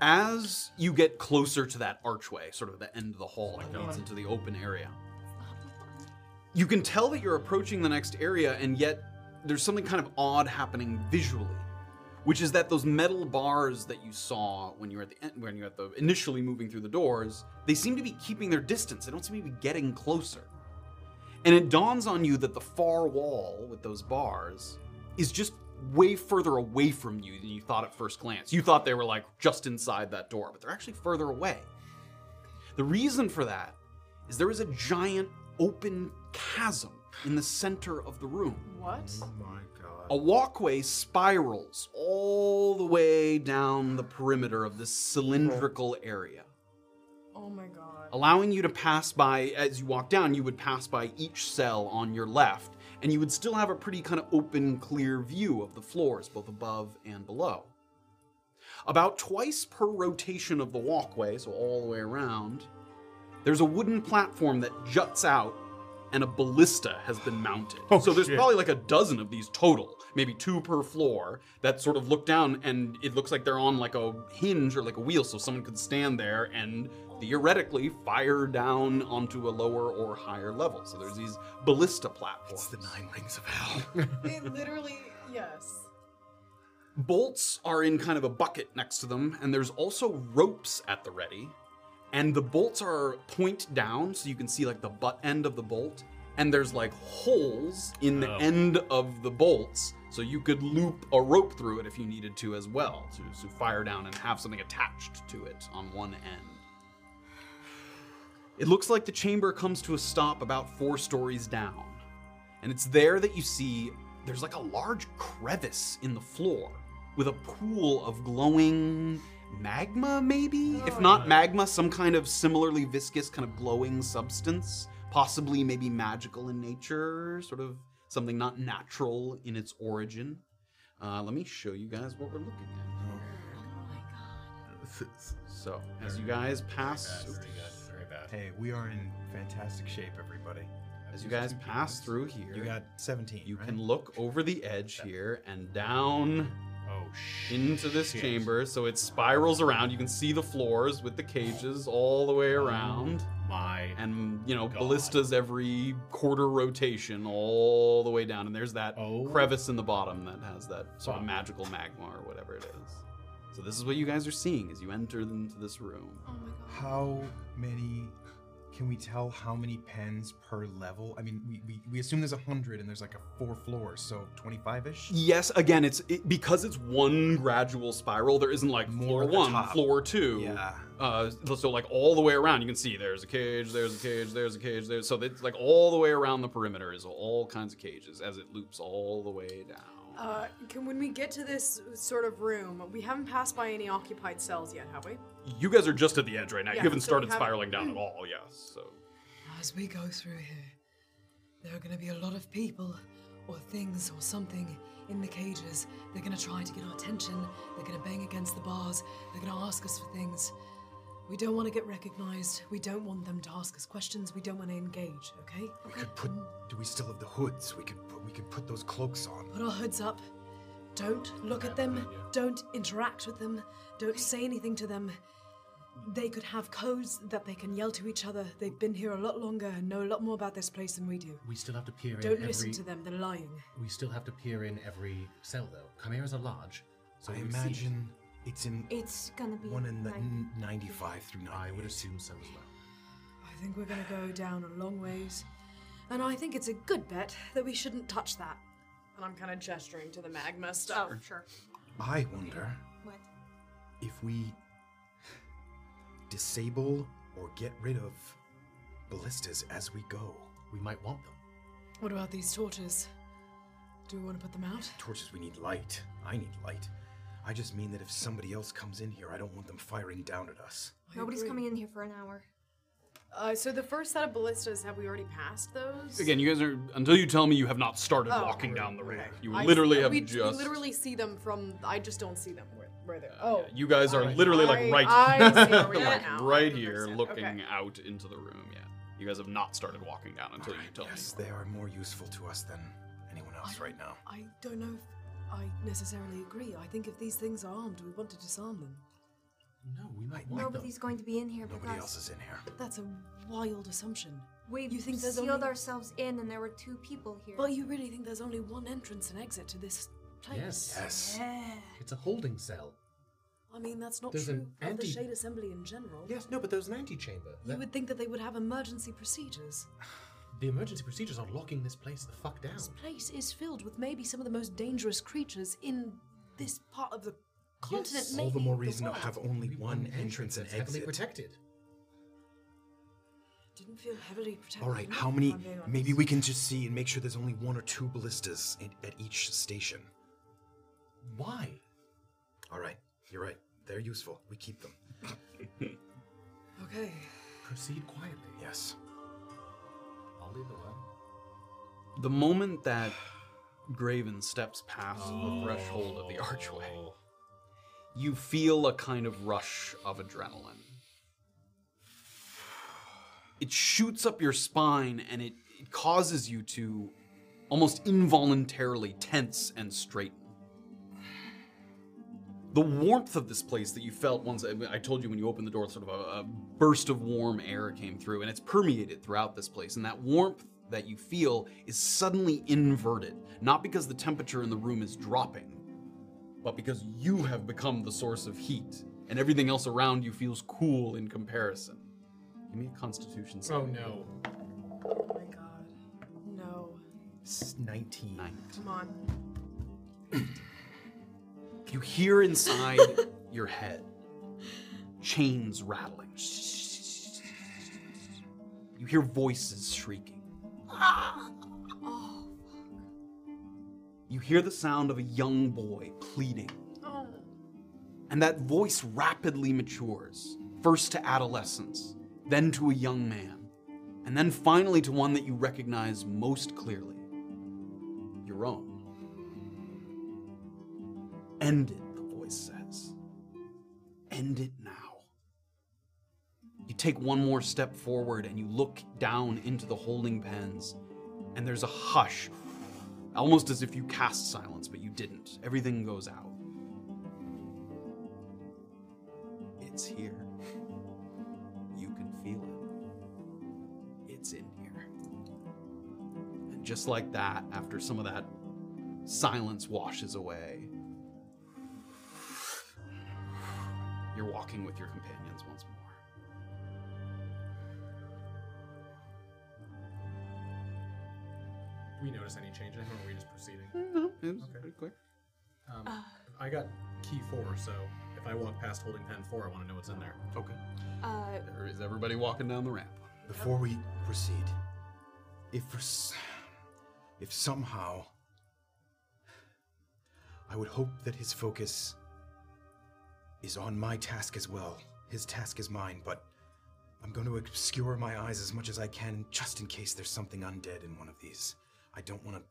S2: As you get closer to that archway, sort of the end of the hall that
S26: uh,
S2: leads into the open area, you can tell that you're approaching the next area, and yet there's something kind of odd happening visually, which is that those metal bars that you saw when you were at the en- when you were at the initially moving through the doors, they seem to be keeping their distance. They don't seem to be getting closer. And it dawns on you that the far wall with those bars is just way further away from you than you thought at first glance. You thought they were like just inside that door, but they're actually further away. The reason for that is there is a giant open chasm in the center of the room.
S22: What?
S26: Oh my god.
S2: A walkway spirals all the way down the perimeter of this cylindrical area
S22: Oh my god.
S2: allowing you to pass by as you walk down you would pass by each cell on your left and you would still have a pretty kind of open clear view of the floors both above and below about twice per rotation of the walkway so all the way around there's a wooden platform that juts out and a ballista has been mounted so there's probably like a dozen of these total maybe two per floor that sort of look down and it looks like they're on like a hinge or like a wheel so someone could stand there and theoretically fire down onto a lower or higher level so there's these ballista platforms it's
S5: the nine rings of hell
S22: It literally, yes.
S2: bolts are in kind of a bucket next to them, and there's also ropes at the ready. And the bolts are point down, so you can see like the butt end of the bolt, and there's like holes in the
S26: Oh.
S2: end of the bolts, so you could loop a rope through it if you needed to as well, to, to fire down and have something attached to it on one end. It looks like the chamber comes to a stop about four stories down. And it's there that you see there's like a large crevice in the floor with a pool of glowing magma, maybe? If not magma, some kind of similarly viscous, kind of glowing substance, possibly maybe magical in nature, sort of something not natural in its origin. Uh, let me show you guys what we're looking at. So, as you guys pass.
S43: Hey, we are in fantastic shape, everybody.
S2: As you guys pass through here,
S43: You got 17.
S2: You
S43: right?
S2: can look over the edge here and down
S9: Oh,
S2: into this chamber. So it spirals around. You can see the floors with the cages all the way around.
S43: Oh,
S26: My
S2: and you know ballistas every quarter rotation all the way down. And there's that
S43: Oh.
S2: crevice in the bottom that has that sort of magical magma or whatever it is. So this is what you guys are seeing as you enter into this room.
S43: How many? Can we tell how many pens per level? I mean, we, we, we assume there's a hundred and there's like a four floors, so twenty-five ish.
S2: Yes, again, it's it, because it's one gradual spiral. There isn't like floor
S43: at the
S2: one,
S43: top.
S2: floor two.
S43: Yeah.
S2: Uh, so like all the way around, you can see there's a cage, there's a cage, there's a cage, there's so it's like all the way around the perimeter is all kinds of cages as it loops all the way down.
S22: Uh, can when we get to this sort of room, we haven't passed by any occupied cells yet, have we?
S2: You guys are just at the edge right now.
S22: Yeah,
S2: you haven't
S22: so we
S2: started
S22: haven't-
S2: spiraling down at all. Yes. So
S49: As we go through here, there are going to be a lot of people or things or something in the cages. They're going to try to get our attention. They're going to bang against the bars. They're going to ask us for things. We don't want to get recognized. We don't want them to ask us questions. We don't want to engage, okay?
S5: We could put. Do we still have the hoods? We could. Put, we could put those cloaks on.
S49: Put our hoods up. Don't look at them. Don't interact with them. Don't say anything to them.
S22: They could have codes that they can yell to each other. They've been here a lot longer and know a lot more about this place than we do.
S9: We still have to peer in
S22: Don't
S9: every.
S22: listen to them, they're lying.
S9: We still have to peer in every cell, though. Chimeras are large, so
S5: I
S9: we would see it.
S5: imagine it's in
S23: It's gonna be
S5: one in the
S23: like-
S5: n- 95 through 90. I would
S9: assume so as well.
S22: I think we're gonna go down a long ways. And I think it's a good bet that we shouldn't touch that.
S1: And I'm kind of gesturing to the magma stuff. Oh, sure.
S5: I wonder
S23: What?
S5: if we disable or get rid of ballistas as we go. We might want them.
S22: What about these torches? Do we want to put them out?
S5: Torches, we need light. I need light. I just mean that if somebody else comes in here, I don't want them firing down at us.
S23: Nobody's
S1: agree.
S23: coming in here for an hour.
S1: Uh, so the first set of ballistas, have we already passed those?
S2: Again, you guys are until you tell me you have not started
S1: Oh,
S2: walking down the road. You
S1: I-
S2: literally have
S1: we, we
S2: just. Uh,
S1: literally see them from. I just don't see them where, where they're. Oh,
S2: you guys are
S1: Alright.
S2: literally
S1: I-
S2: like right,
S1: I see where we are
S2: like,
S1: now.
S2: right here, looking
S1: Okay.
S2: out into the room. Yeah, you guys have not started walking down until you tell
S5: Yes, they are more useful to us than anyone else right now.
S22: I don't know if I necessarily agree. I think if these things are armed, we want to disarm them.
S9: No, we might
S23: Nobody's going to be in here
S5: Nobody
S23: because
S5: else is in here.
S22: That's a wild assumption.
S23: we've
S22: You think there's
S23: sealed
S22: only-
S23: ourselves in and there were two people here.
S22: Well, you really think there's only one entrance and exit to this place?
S9: Yes. Yes.
S22: Yeah.
S9: It's a holding cell.
S22: I mean, that's not
S9: There's
S22: true
S9: an
S22: of the
S9: anti-
S22: Shade Assembly in general.
S9: Yes, no, but there's an antechamber.
S22: You would think that they would have emergency procedures.
S9: The emergency procedures are locking this place the fuck down.
S22: This place is filled with maybe some of the most dangerous creatures in this part of the continent.
S5: All the
S22: maybe
S5: more reason to
S22: world.
S5: have only one entrance and
S9: that's heavily
S5: exit.
S9: protected.
S22: Didn't feel heavily protected.
S5: All right,
S22: enough,
S5: how
S22: if
S5: many?
S22: I'm being honest.
S5: Maybe we can just see and make sure there's only one or two ballistas in, at each station.
S9: Why?
S5: All right, you're right. They're useful. We keep them.
S22: Okay.
S9: Proceed quietly.
S5: Yes.
S9: I'll lead the way.
S2: The moment that Graven steps past the threshold of the archway, you feel a kind of rush of adrenaline. It shoots up your spine and it, it causes you to almost involuntarily tense and straighten. The warmth of this place that you felt once, I I told you when you opened the door, sort of a, a burst of warm air came through, and it's permeated throughout this place. And that warmth that you feel is suddenly inverted, not because the temperature in the room is dropping, but because you have become the source of heat, and everything else around you feels cool in comparison. Give me a constitution save.
S9: Oh, no.
S22: Oh
S1: No.
S5: It's 19.
S1: Come on.
S2: You hear inside your head chains rattling. You hear voices shrieking.
S23: Oh,
S2: You hear the sound of a young boy pleading. And that voice rapidly matures, first to adolescence, then to a young man, and then finally to one that you recognize most clearly your own. End it, the voice says. End it now. You take one more step forward and you look down into the holding pens, and there's a hush, almost as if you cast silence, but you didn't. Everything goes out. It's here. You can feel it. It's in here. And just like that, after some of that silence washes away, you're walking with your companions once more.
S9: We notice any change in him, or are we just proceeding?
S2: No, it was pretty quick.
S9: Um, I got key four, so if I walk past holding pen four, I want to know what's in there.
S2: Okay.
S23: Uh,
S2: There is everybody walking down the ramp.
S5: Before we proceed, if for s- if somehow, I would hope that his focus is on my task as well. His task is mine, but I'm going to obscure my eyes as much as I can, just in case there's something undead in one of these. I don't want to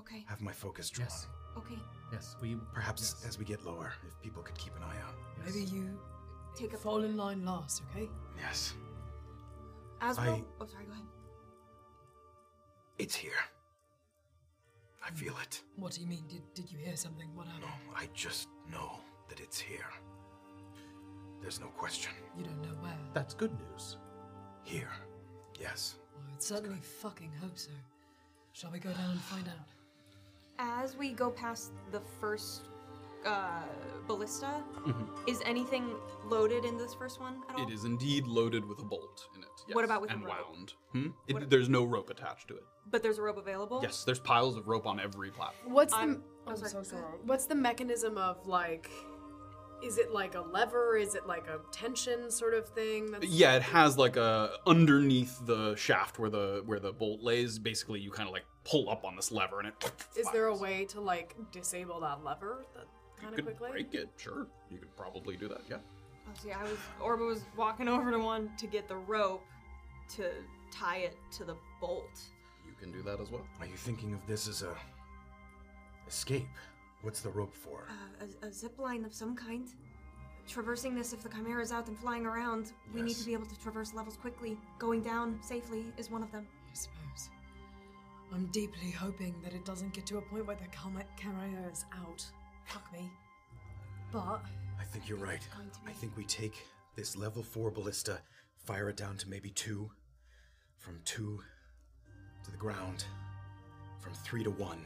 S23: okay,
S5: have my focus drawn. Yes.
S23: okay.
S9: Yes, we
S5: Perhaps as we get lower, if people could keep an eye out.
S22: Maybe you
S23: take a
S22: fall in line last, okay?
S5: Yes.
S23: As
S5: I-
S23: well. Oh, sorry. Go ahead.
S5: It's here. I feel it.
S22: What do you mean? Did, did you hear something? What happened?
S5: I just know that it's here. There's no question.
S22: You don't know where.
S9: That's good news.
S5: Here. Yes.
S22: I'd certainly fucking hope so. Shall we go down and find out?
S4: As we go past the first uh, ballista,
S2: Mhm.
S4: is anything loaded in this first one at all?
S2: It is indeed loaded with a bolt in it. Yes,
S4: What about with a
S2: and
S4: rope?
S2: wound? Hmm? It- there's no rope attached to it.
S4: But there's a rope available?
S2: Yes, there's piles of rope on every platform.
S50: What's the oh, so sorry. What's the mechanism of like? Is it like a lever? Is it like a tension sort of thing? That's,
S2: Yeah, it has like a underneath the shaft where the where the bolt lays. Basically, you kind of like pull up on this lever and it
S50: Is there a way to like disable that lever kind of
S2: could
S50: quickly?
S2: break it. Sure, you could probably do that. Yeah.
S4: Oh, see, I was Orba was walking over to one to get the rope to tie it to the bolt.
S2: You can do that as well.
S5: Are you thinking of this as a escape? What's the rope for?
S4: Uh, a, a zip line of some kind. Traversing this, if the chimera is out and flying around, we need to be able to traverse levels quickly. Going down safely is one of them.
S22: I suppose. I'm deeply hoping that it doesn't get to a point where the camera camera is out. Fuck me. But
S5: I think you're right. I think we take this level four ballista, fire it down to maybe two, from two to the ground, from three to one.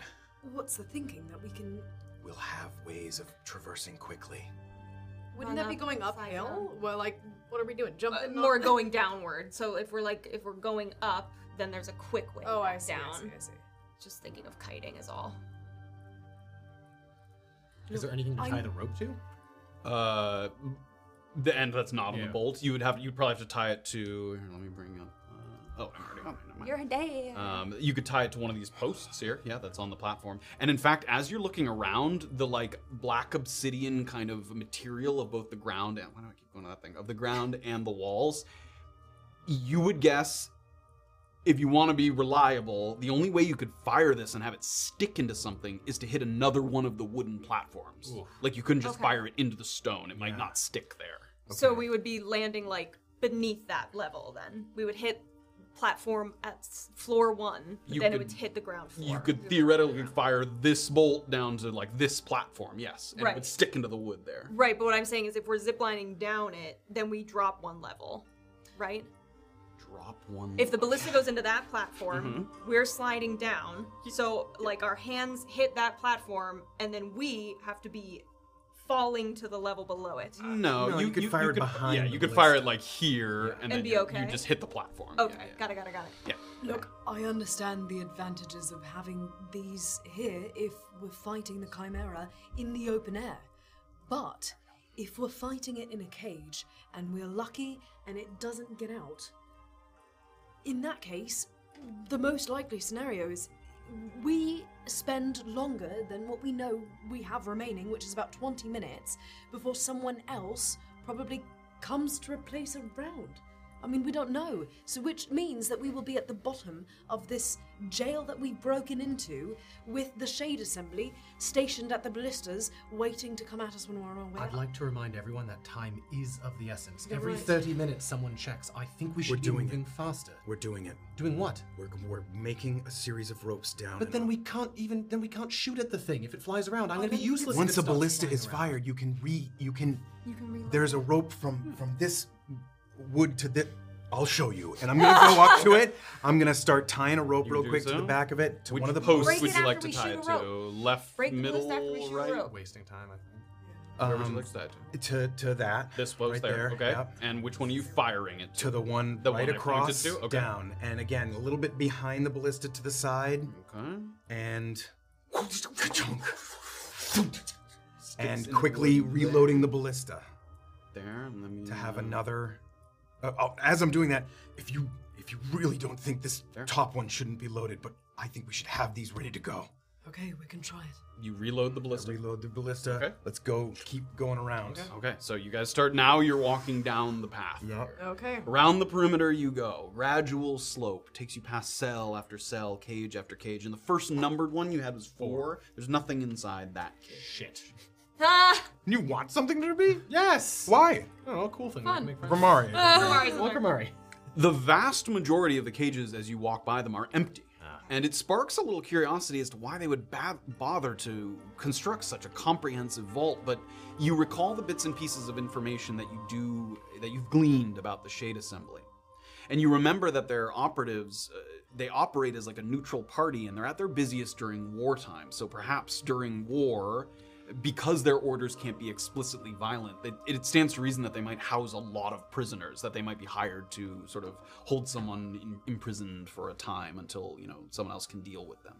S50: What's the thinking that we can?
S5: We'll have ways of traversing quickly.
S50: Wouldn't that be going uphill? Well, like, what are we doing?
S4: Uh,
S50: Jumping? on
S4: more
S50: the-
S4: going downward. So if we're like if we're going up, then there's a quick way.
S50: Oh,
S4: back
S50: I see, I
S4: Down.
S50: see, I see.
S4: Just thinking of kiting is all.
S9: Is there anything to tie
S4: I'm-
S9: the rope to?
S2: Uh, the end that's not on the bolt. You would have you would probably have to tie it to. Here, let me bring up. Uh, oh, I'm already on there. Never mind.
S4: You're a day.
S2: Um, you could tie it to one of these posts here. Yeah, that's on the platform. And in fact, as you're looking around, the like black obsidian kind of material of both the ground and why do I keep going to that thing of the ground and the walls, you would guess if you want to be reliable, the only way you could fire this and have it stick into something is to hit another one of the wooden platforms.
S4: Oof.
S2: Like you couldn't just
S4: Okay.
S2: fire it into the stone; it might not stick there.
S4: So we would be landing like beneath that level. Then we would hit platform at s- floor one. But
S2: You
S4: then
S2: could-
S4: it would hit the ground floor.
S2: You could theoretically fire this bolt down to like this platform, yes, and it
S4: Right.
S2: would stick into the wood there.
S4: Right, but what I'm saying is if we're ziplining down it, then we drop one level, right?
S2: Drop one.
S4: If the ballista goes into that platform,
S2: Mm-hmm.
S4: we're sliding down. So, like, our hands hit that platform, and then we have to be falling to the level below it.
S2: no,
S5: No,
S2: you,
S5: you could fire it behind
S2: Yeah,
S5: the
S2: you could fire it like here, and,
S4: And
S2: then
S4: be
S2: you,
S4: okay?
S2: you just hit the platform.
S4: Okay, Oh, got it, got it, got it.
S2: Yeah.
S22: Look, I understand the advantages of having these here if we're fighting the Chimera in the open air. But if we're fighting it in a cage and we're lucky and it doesn't get out, in that case, the most likely scenario is we spend longer than what we know we have remaining, which is about 20 minutes, before someone else probably comes to replace a round. I mean, we don't know. So, which means that we will be at the bottom of this jail that we've broken into with the Shade Assembly stationed at the ballistas, waiting to come at us when we're on our way.
S9: I'd like to remind everyone that time is of the essence.
S22: You're
S9: Every
S22: right.
S9: 30 minutes, someone checks. I think we should
S5: We're
S9: be
S5: doing
S9: moving faster.
S5: We're doing it.
S9: Doing what?
S5: We're, we're making a series of ropes down.
S9: But
S5: and
S9: then we can't even. Then we can't shoot at the thing if it flies around. I'm
S5: up.
S9: going to be useless. if
S5: Once
S9: it
S5: a
S9: starts
S5: ballista
S9: flying
S5: is
S9: around.
S5: fired, you can re. You can.
S4: You can reload. Hmm.
S5: There's a rope from from this wood to this. I'll show you, and I'm gonna go up to it. I'm gonna start tying a rope real
S2: do
S5: quick to
S2: so?
S5: the back of it to
S2: Which
S5: one of the
S2: posts
S5: posts.
S2: would you like to tie it to? Left,
S5: Break the
S2: middle,
S5: post after we shoot a
S2: right.
S5: rope.
S9: Wasting time. I think.
S2: Where would you
S5: Um,
S2: like to tie it
S5: to? To that.
S2: This post
S5: right
S2: there,
S5: there,
S2: okay.
S5: yep.
S2: And which one are you firing it to?
S5: to the one
S2: The
S5: right
S2: one I pointed
S5: across
S2: to? Okay.
S5: down, and again a little bit behind the ballista to the side.
S2: Okay.
S5: And
S2: in
S5: and
S2: the
S5: quickly
S2: wood
S5: reloading the ballista.
S2: There, and then
S5: to have another. Uh, oh, as I'm doing that, if you if you really don't think this top one shouldn't be loaded, but I think we should have these ready to go.
S22: Okay, we can try it.
S2: You reload the ballista.
S5: reload the ballista.
S2: Okay.
S5: Let's go. Keep going around.
S2: Okay, so you guys start now. You're walking down the path.
S50: Okay.
S2: Around the perimeter you go. Gradual slope takes you past cell after cell, cage after cage. And the first numbered one you had was four. There's nothing inside that cage. Shit.
S51: Ah!
S5: You want something to be?
S9: Yes.
S5: Why?
S9: Oh, cool thing.
S51: Fun.
S2: Gramari.
S51: Uh, Gramari's in
S9: Well,
S51: there.
S9: Gramari.
S2: The vast majority of the cages as you walk by them are empty. And it sparks a little curiosity as to why they would ba- bother to construct such a comprehensive vault, but you recall the bits and pieces of information that you do that you've gleaned about the Shade Assembly. And you remember that their operatives uh, they operate as like a neutral party and they're at their busiest during wartime. So perhaps during war because their orders can't be explicitly violent, it, it stands to reason that they might house a lot of prisoners, that they might be hired to sort of hold someone in, imprisoned for a time until, you know, someone else can deal with them.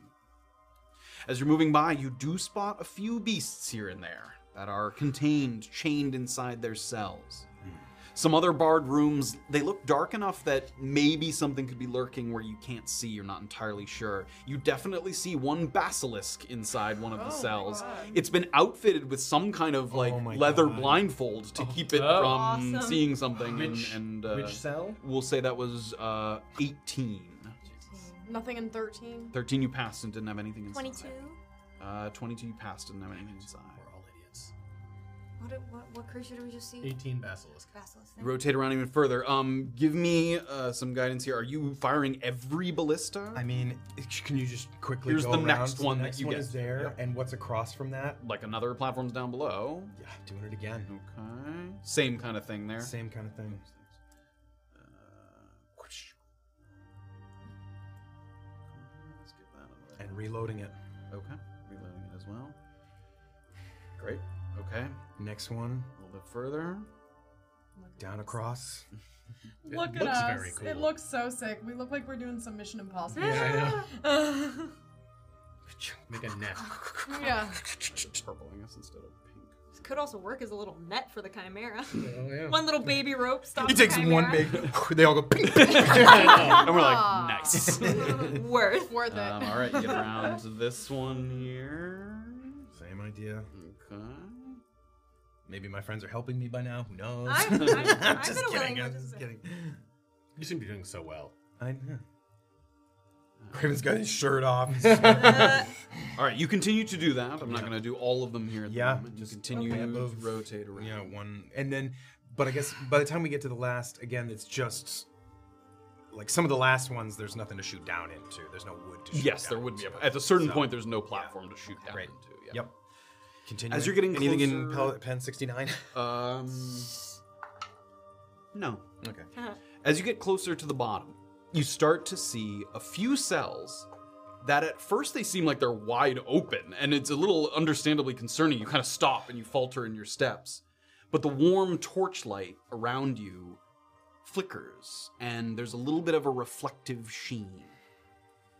S2: As you're moving by, you do spot a few beasts here and there that are contained, chained inside their cells.
S9: Hmm.
S2: Some other barred rooms, they look dark enough that maybe something could be lurking where you can't see, you're not entirely sure. You definitely see one basilisk inside one of the cells. It's been outfitted with some kind of
S9: Oh
S2: like leather blindfold to keep it
S52: Oh.
S2: from
S52: Awesome.
S2: seeing something.
S9: Which-
S2: and, and, uh,
S9: which cell?
S2: We'll say that was uh, 18.
S22: Nothing in 13.
S2: 13 you passed and didn't have anything inside.
S22: 22.
S2: Uh, 22 you passed and didn't have anything inside. We're all idiots.
S8: What, did- what, what creature did we just see?
S9: 18 basilisk.
S8: Basilisk. thank you.
S2: Rotate around even further. Um, give me uh, some guidance here. Are you firing every ballista? I
S5: mean, can you just quickly
S2: Here's
S5: go
S2: the
S5: around
S2: next
S5: to the
S2: one
S5: next
S2: that you
S5: one
S2: get.
S5: is there,
S2: and what's across from that? Like another platform's down below.
S5: Yeah, doing it again.
S2: Okay. Same kind of thing there.
S5: Same kind of thing.
S2: And reloading it. Okay. Reloading it as well. Great. Okay.
S5: Next one.
S2: A little bit further.
S5: Down across.
S22: Look at us. It looks so sick. We look like we're doing some Mission Impossible.
S5: Yeah,
S22: yeah.
S9: Make a net.
S2: Purpling us instead of
S4: This could also work as a little net for the chimera.
S2: yeah.
S4: One little baby rope stops.
S5: He takes
S4: the
S5: one big.
S4: chimera.
S5: They all go.
S2: and we're like, nice.
S4: Ah. Worth. Worth it.
S2: Um, all right, get around to this one here.
S5: Same idea.
S2: Okay.
S5: Maybe my friends are helping me by now. Who knows?
S4: I- I- I've
S5: just
S4: been
S5: kidding.
S4: willing
S5: I'm
S4: to
S5: just
S4: say.
S5: kidding.
S9: You seem to be doing so well.
S5: I know. Raven's got his shirt off.
S2: all right, you continue to do that. I'm not going to do all of them here at
S5: Yeah,
S2: the moment. Just continue to rotate around.
S5: Yeah, one, and then, but I guess by the time we get to the last, again, it's just like some of the last ones. There's nothing to shoot down into. There's no wood to shoot.
S2: Yes, there would be. A, at a certain point, there's no platform to shoot down into. Yeah. Yep.
S5: Continue.
S2: As you're getting
S5: anything in
S2: closer-
S5: Pel- Pen 69.
S2: Um. No.
S5: Okay.
S2: As you get closer to the bottom, you start to see a few cells that at first they seem like they're wide open, and it's a little understandably concerning. You kind of stop and you falter in your steps. But the warm torchlight around you flickers, and there's a little bit of a reflective sheen.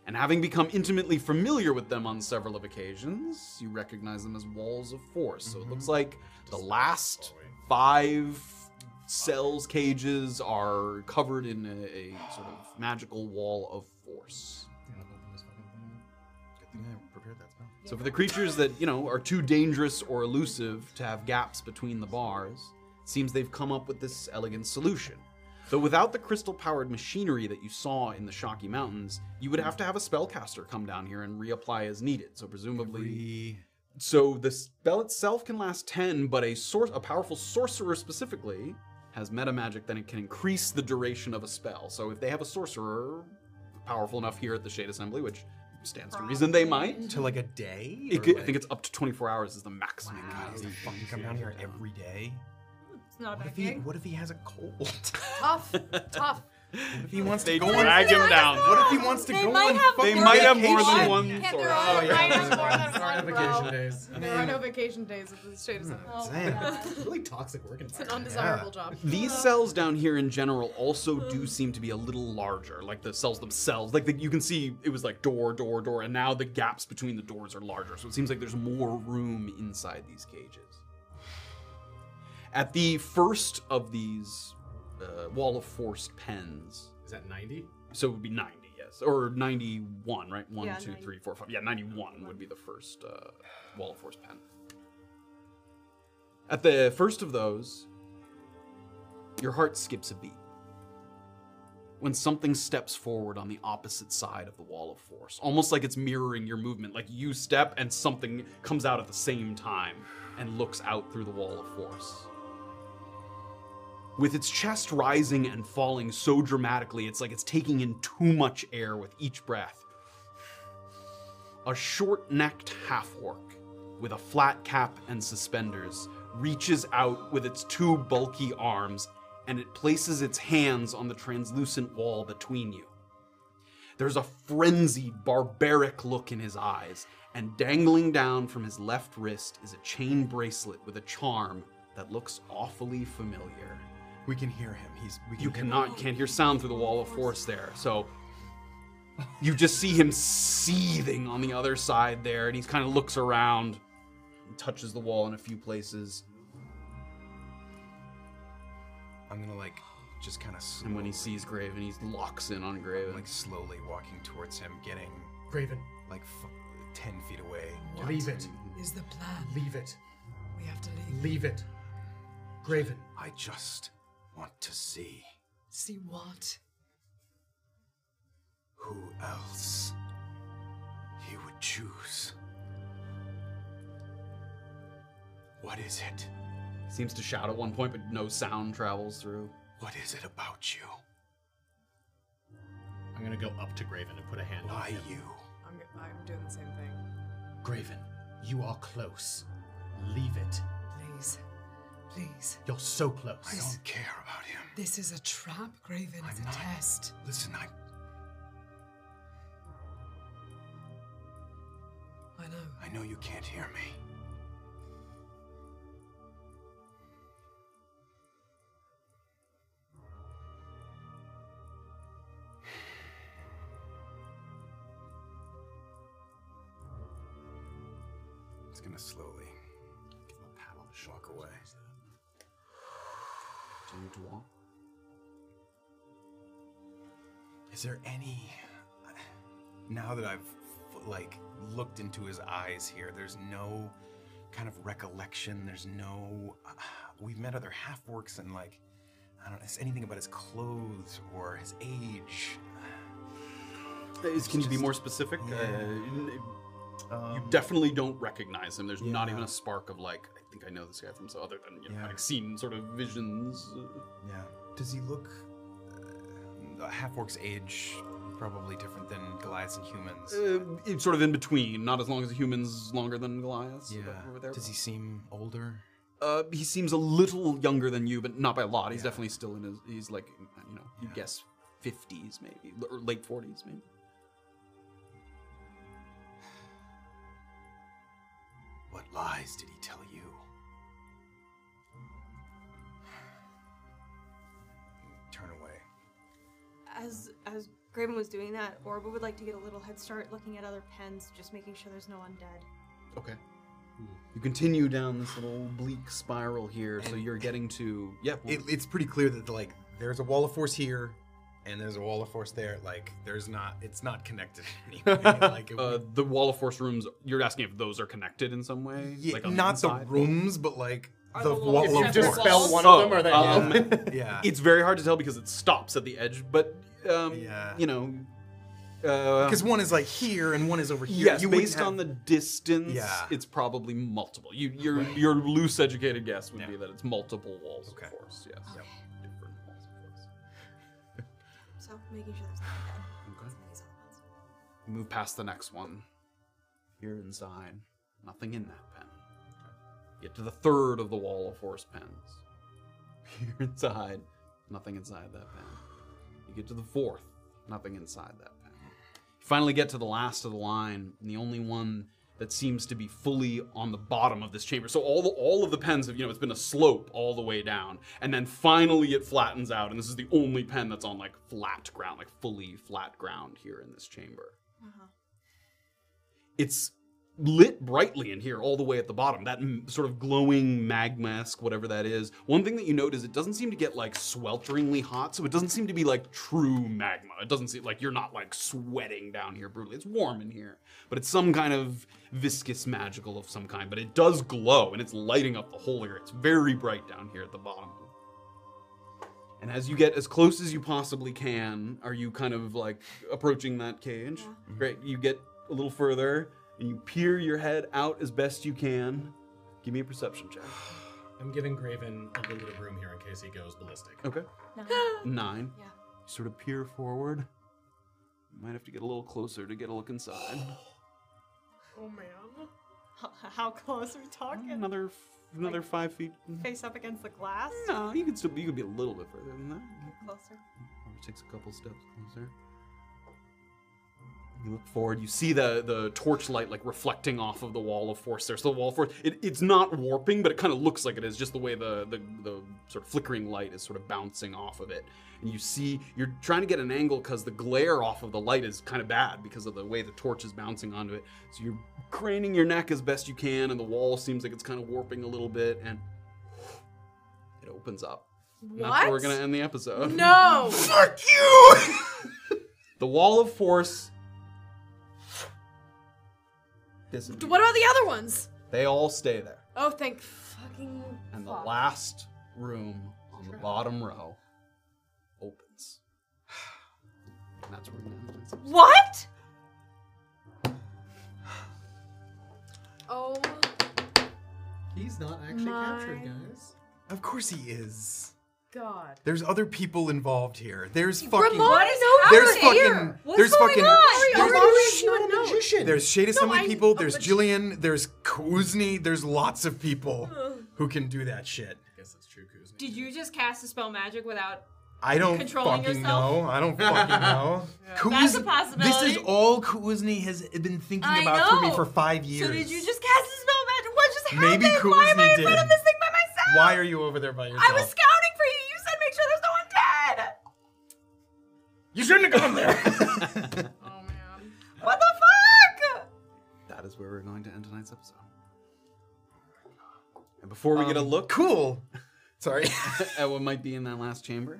S2: And having become intimately familiar with them on several of occasions, you recognize them as walls of force. So it looks like the last five cells cages are covered in a, a sort of magical wall of force.
S5: Good thing I prepared that spell.
S2: So for the creatures that, you know, are too dangerous or elusive to have gaps between the bars, it seems they've come up with this elegant solution. Though without the crystal-powered machinery that you saw in the Shocky Mountains, you would have to have a spellcaster come down here and reapply as needed. So presumably So the spell itself can last 10, but a sor- a powerful sorcerer specifically has meta magic then it can increase the duration of a spell. So if they have a sorcerer powerful enough here at the Shade Assembly, which stands to reason they might
S5: To like a day?
S2: it
S5: Or
S2: could- I
S5: like-
S2: think it's up to 24 hours is the maximum.
S5: God, does he fucking come down here every day?
S4: It's not a
S5: What
S4: bad
S5: if he?
S4: gig.
S5: What if he has a cold?
S22: Tough. Tough.
S5: What if he wants
S52: They
S5: to go
S52: drag him down.
S5: What if he wants to
S52: They
S5: go
S52: might
S5: on
S52: have
S5: fucking
S52: They might have more than
S5: vacation?
S52: one Yeah, they're all-
S5: Oh, yeah.
S52: might have more than
S22: Sorry,
S52: one,
S22: vacation
S52: bro.
S9: days.
S22: There are no vacation days at the state of
S9: Oh, Damn. really toxic work
S22: It's an undesirable job.
S2: These cells down here in general also do seem to be a little larger, like the cells themselves. Like the, you can see, it was like door, door, door, and now the gaps between the doors are larger. So it seems like there's more room inside these cages. At the first of these uh, wall of forced pens,
S9: Is that 90?
S2: so it would be 90, yes, or 91, right? One,
S9: Yeah,
S2: two,
S9: 90.
S2: three, four, five. Yeah, 91 would be the first uh, wall of forced pen. At the first of those, your heart skips a beat when something steps forward on the opposite side of the wall of force, almost like it's mirroring your movement. Like you step and something comes out at the same time and looks out through the wall of force. With its chest rising and falling so dramatically, it's like it's taking in too much air with each breath. A short necked half orc with a flat cap and suspenders reaches out with its two bulky arms and it places its hands on the translucent wall between you. There's a frenzied, barbaric look in his eyes, and dangling down from his left wrist is a chain bracelet with a charm that looks awfully familiar.
S5: We can hear him. He's. We
S2: you cannot can't hear sound through the wall of force there. So you just see him seething on the other side there, and he kind of looks around, and touches the wall in a few places.
S5: I'm gonna like just kind of. Sl-
S2: And when he sees Grave, and he locks in on Grave,
S5: like slowly walking towards him, getting
S53: Graven,
S5: like f- ten feet away.
S53: leave it.
S1: Is the plan?
S53: Leave it.
S1: We have to
S53: Leave it. Graven.
S5: I just want to see
S1: see what?
S5: who else he would choose. What is it?
S2: seems to shout at one point, but no sound travels through.
S5: What is it about you?
S9: I'm gonna go up to Graven and put a hand on him.
S5: you?
S54: I'm, g- I'm doing the same thing.
S9: Graven, you are close. Leave it.
S1: Please. Please.
S9: You're so close.
S1: I don't
S5: care about him.
S1: This is a trap, Graven. It's a test.
S5: Listen, I.
S1: I know.
S5: I know you can't hear me. It's gonna slowly walk away.
S2: Continue to walk.
S5: Is there any now that I've like looked into his eyes here? There's no kind of recollection. There's no. Uh, we've met other half works and like I don't know it's anything about his clothes or his age.
S55: Is-
S2: can you be more specific? Uh, you definitely don't recognize him. There's not
S55: Um,
S2: even
S55: yeah.
S2: a spark of like, I think I know this guy from so other than you know,
S55: Yeah.
S2: having seen sort of visions.
S5: Yeah. Does he look uh, half orc's age? Probably different than Goliaths and humans.
S2: Uh, it's sort of in between, not as long as humans, longer than Goliath.
S5: yeah. Does he seem older?
S2: Uh, he seems a little younger than you, but not by a lot. He's definitely still in his. He's like, you know, you guess fifties maybe, l- or late forties maybe.
S5: What lies did he tell you? Turn away.
S8: As as Graven was doing that, Orba would like to get a little head start looking at other pens, just making sure there's no undead.
S2: Okay. You continue down this little bleak spiral here, so you're getting to yeah.
S5: It, it's pretty clear that like there's a wall of force here, and there's a wall of force there. Like there's not. It's not connected. in any way. like it-
S2: uh, the wall of force rooms. You're asking if those are connected in some way,
S5: yeah,
S2: on
S5: not the
S2: inside?
S5: rooms, but like
S2: Are the
S5: the wall
S2: walls
S5: of force.
S2: separate walls? Oh, um,
S5: yeah.
S2: It's very hard to tell because it stops at the edge, but um, you know, uh, because
S5: Because one is like here and one is over here.
S2: Yes,
S5: You wouldn't
S2: based
S5: have-
S2: on the distance,
S5: Yeah.
S2: it's probably multiple. You, your your loose educated guess would be that it's multiple walls of force. Yes. Different walls of force.
S8: So making sure there's no undead.
S2: Okay. You move past the next one. Here inside, nothing in that pen. Get to the third of the wall of force pens. Here inside, nothing inside that pen. You get to the fourth, nothing inside that pen. You finally get to the last of the line, and the only one that seems to be fully on the bottom of this chamber. So all the, all of the pens have, you know, it's been a slope all the way down, and then finally it flattens out, and this is the only pen that's on like flat ground, like fully flat ground here in this chamber. It's lit brightly in here all the way at the bottom that m- sort of glowing magmask whatever that is one thing that you note is it doesn't seem to get like swelteringly hot so it doesn't seem to be like true magma it doesn't seem like you're not like sweating down here brutally it's warm in here but it's some kind of viscous magical of some kind but it does glow and it's lighting up the whole area it's very bright down here at the bottom and as you get as close as you possibly can, are you kind of like approaching that cage? Great. You get a little further and you peer your head out as best you can. Give me a perception check.
S9: I'm giving Graven a little bit of room here in case he goes ballistic.
S2: Okay.
S8: Nine.
S2: Nine. Yeah. Sort of peer forward. You might have to get a little closer to get a look inside.
S22: Oh man.
S44: How, how close are we talking?
S2: Another another five feet.
S4: Mm.
S44: Face up against the glass?
S2: No, you could still you could be a little bit further than that.
S44: Closer.
S2: Or takes a couple steps closer. You look forward. You see the the torchlight like reflecting off of the wall of force. There's the wall of force. It, it's not warping, but it kind of looks like it is. Just the way the, the the sort of flickering light is sort of bouncing off of it. And you see you're trying to get an angle because the glare off of the light is kind of bad because of the way the torch is bouncing onto it. So you're craning your neck as best you can, and the wall seems like it's kind of warping a little bit, and it opens up. And That's where we're
S22: What?
S2: gonna end the episode.
S22: No!
S2: Fuck you! the wall of force. disappears.
S22: D- What about the other ones?
S2: They all stay there.
S22: Oh, thank fucking.
S2: And the
S22: fuck.
S2: last room on the bottom row opens. And that's where we're gonna end this.
S44: What?
S22: Oh.
S9: He's not actually
S22: My-
S9: captured, guys.
S5: Of course he is.
S22: God.
S5: There's other people involved here. There's
S22: Ramon
S5: fucking.
S22: What is
S5: there's
S22: happening
S5: fucking.
S22: here? What's
S5: there's
S22: going
S5: fucking.
S22: on?
S5: There's,
S22: Ramon is not a
S9: magician.
S5: there's Shade Assembly
S22: No, I-
S5: people.
S22: oh,
S5: There's
S22: but-
S5: Jillian. There's Kuzni. There's lots of people who can do that shit. I
S9: guess that's true, Kuzni.
S4: Did you just cast a spell magic without
S5: I don't
S4: controlling
S5: fucking
S4: yourself?
S5: know. I don't fucking know.
S4: That's a
S5: Kuz- This
S4: possibility.
S5: is all Kuzni has been thinking
S4: I
S5: about for me
S4: know.
S5: for five years.
S4: So did you just cast a spell magic? What just happened?
S5: Maybe
S4: Why am I
S5: Kuzni
S4: in front of
S5: did.
S4: this thing by myself?
S5: Why are you over there by yourself?
S4: I was scouting for you. You said make sure there's no one dead.
S5: You shouldn't have gone there.
S4: What the fuck?
S2: That is where we're going to end tonight's episode. And before we get a
S5: Um,
S2: look,
S5: cool. Sorry,
S2: at what might be in that last chamber,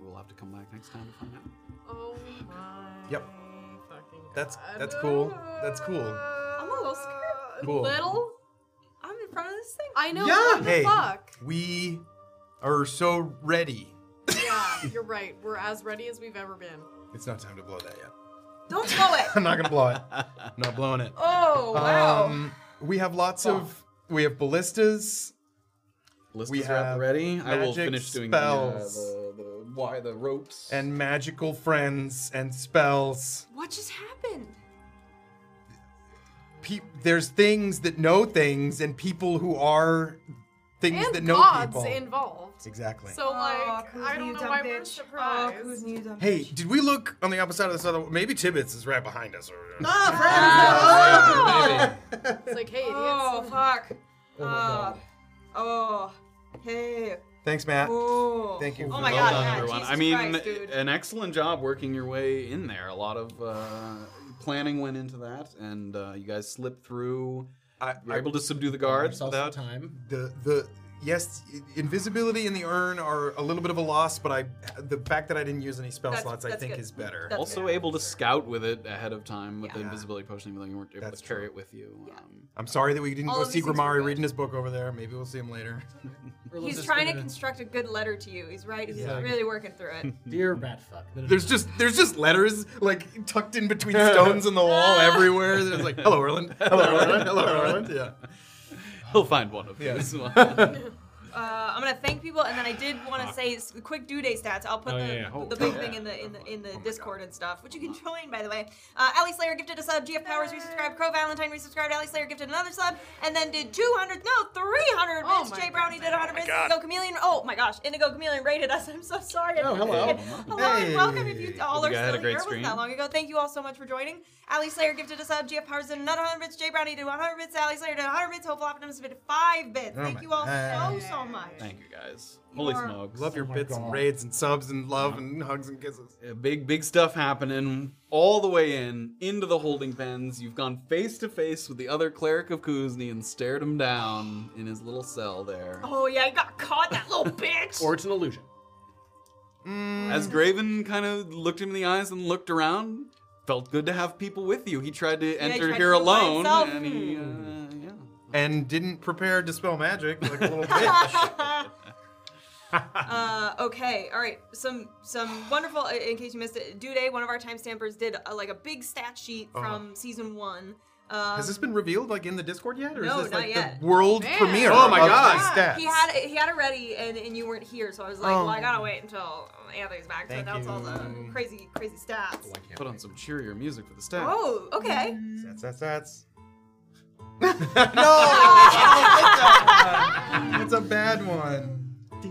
S2: we'll have to come back next time to find out.
S22: Oh my.
S5: Yep. That's that's cool. That's cool.
S4: I'm a little scared.
S5: Cool.
S4: Little? I'm in front of this thing. I
S22: know.
S5: Hey, we are so ready.
S22: Yeah, you're right. We're as ready as we've ever been.
S5: It's not time to blow that yet.
S4: Don't blow it.
S5: I'm not gonna blow it. I'm not blowing it.
S4: Oh wow.
S5: Um, we have lots of. We have ballistas.
S2: Ballistas are at the ready. I will
S5: magic
S2: finish doing the, uh,
S5: spells
S2: the- the why the ropes.
S5: and magical friends and spells.
S8: What just happened?
S5: Pe- there's things that know things and people who are things
S22: and
S5: that know
S22: gods
S5: people.
S22: involved.
S5: exactly.
S22: So like, I don't know why we're surprised.
S5: hey, did we look on the opposite side of this other? Maybe Tibbetts is right behind us. Or,
S4: Ah,
S22: It's like, hey, idiots.
S4: Oh fuck. Uh,
S5: Oh my God.
S4: Oh. Hey.
S5: Thanks, Matt.
S4: Oh.
S5: Thank you.
S4: Oh my
S2: well
S4: god,
S2: done,
S4: Matt,
S2: everyone.
S4: Jesus
S2: I mean,
S4: Christ, dude.
S2: an excellent job working your way in there. A lot of uh, planning went into that, and uh, you guys slipped through.
S5: I,
S2: were able to subdue the guards without
S9: time.
S5: The the yes, i- invisibility and the urn are a little bit of a loss, but I the fact that I didn't use any spell
S2: That's-
S5: slots I
S2: that's
S5: think
S2: good.
S5: is better.
S2: also able to scout with it ahead of time with the invisibility potion, even though you weren't able to carry it with you. Um,
S5: I'm sorry that we didn't
S4: All
S5: go
S4: of
S5: see
S4: these things
S5: Grimari reading his book over there. Maybe we'll see him later.
S4: He's trying to construct a good letter to you. He's right. He's
S5: Yeah.
S4: really working through it.
S9: Dear Ratfuck.
S5: There's just there's just letters like tucked in between stones in the wall everywhere. There's like hello Erland, hello Erland, hello Erland. Yeah.
S2: He'll find one of
S5: Yeah.
S2: these.
S4: Uh, I'm gonna thank people, and then I did want to say s- quick due date stats. I'll put
S2: Oh,
S4: the,
S2: yeah, Oh yeah. Oh,
S4: the big
S2: yeah.
S4: thing in the in the in the Discord and stuff, which you can join by the way. Uh, Ali Slayer gifted a sub. GF Powers resubscribed. Crow Valentine resubscribed. Ali Slayer gifted another sub, and then did 200 no 300
S22: Oh
S4: bits.
S22: my
S4: Jay Brownie did 100
S22: my
S4: bits.
S22: God.
S4: Indigo Chameleon. Oh my gosh, Indigo Chameleon rated us. I'm so sorry.
S22: Oh, hello.
S4: hello and welcome if you
S2: Hey.
S4: all
S2: Hope
S4: are
S2: you guys had a
S4: still
S2: great
S4: here. It wasn't
S2: stream.
S4: that long ago. Thank you all so much for joining. Ali Slayer gifted a sub. GF Powers did another 100 bits. Jay Brownie did 100 bits. Ali Slayer did 100 bits. Hopeful Optimus did five bits.
S5: Oh
S4: Thank
S5: my
S4: you all
S5: God.
S4: so so much.
S2: Thank you guys. Holy
S4: are-
S2: smokes!
S5: Love your bits and raids and subs and love and hugs and kisses.
S2: Yeah, big big stuff happening all the way in into the holding pens. You've gone face to face with the other cleric of Kuzni and stared him down in his little cell there.
S4: Oh yeah, I got caught, that little bitch.
S2: Or it's an illusion. As Graven kind of looked him in the eyes and looked around, felt good to have people with you. He tried to
S4: he
S2: enter
S4: tried to
S2: here
S4: do it by
S2: alone,
S4: himself. Hmm.
S2: and he uh,
S5: And didn't prepare to spell magic like a little bitch.
S4: uh, okay, all right. Some some wonderful. In case you missed it, Dude, one of our time stampers, did uh like a big stat sheet
S5: Uh-huh.
S4: from season one. Um,
S5: Has this been revealed like in the Discord yet, or
S4: No,
S5: is this
S4: not
S5: like
S4: yet.
S5: the world
S4: Man.
S5: premiere?
S2: Oh my
S5: of
S2: God.
S5: these stats?
S4: He had he had it ready, and, and you weren't here, so I was like,
S5: Oh.
S4: well, I gotta wait until Anthony's back to
S2: Thank
S4: announce all the
S2: you.
S4: crazy crazy stats.
S2: Put on some cheerier music for the stats.
S4: Oh, okay.
S5: That's that's that's. That's a bad one.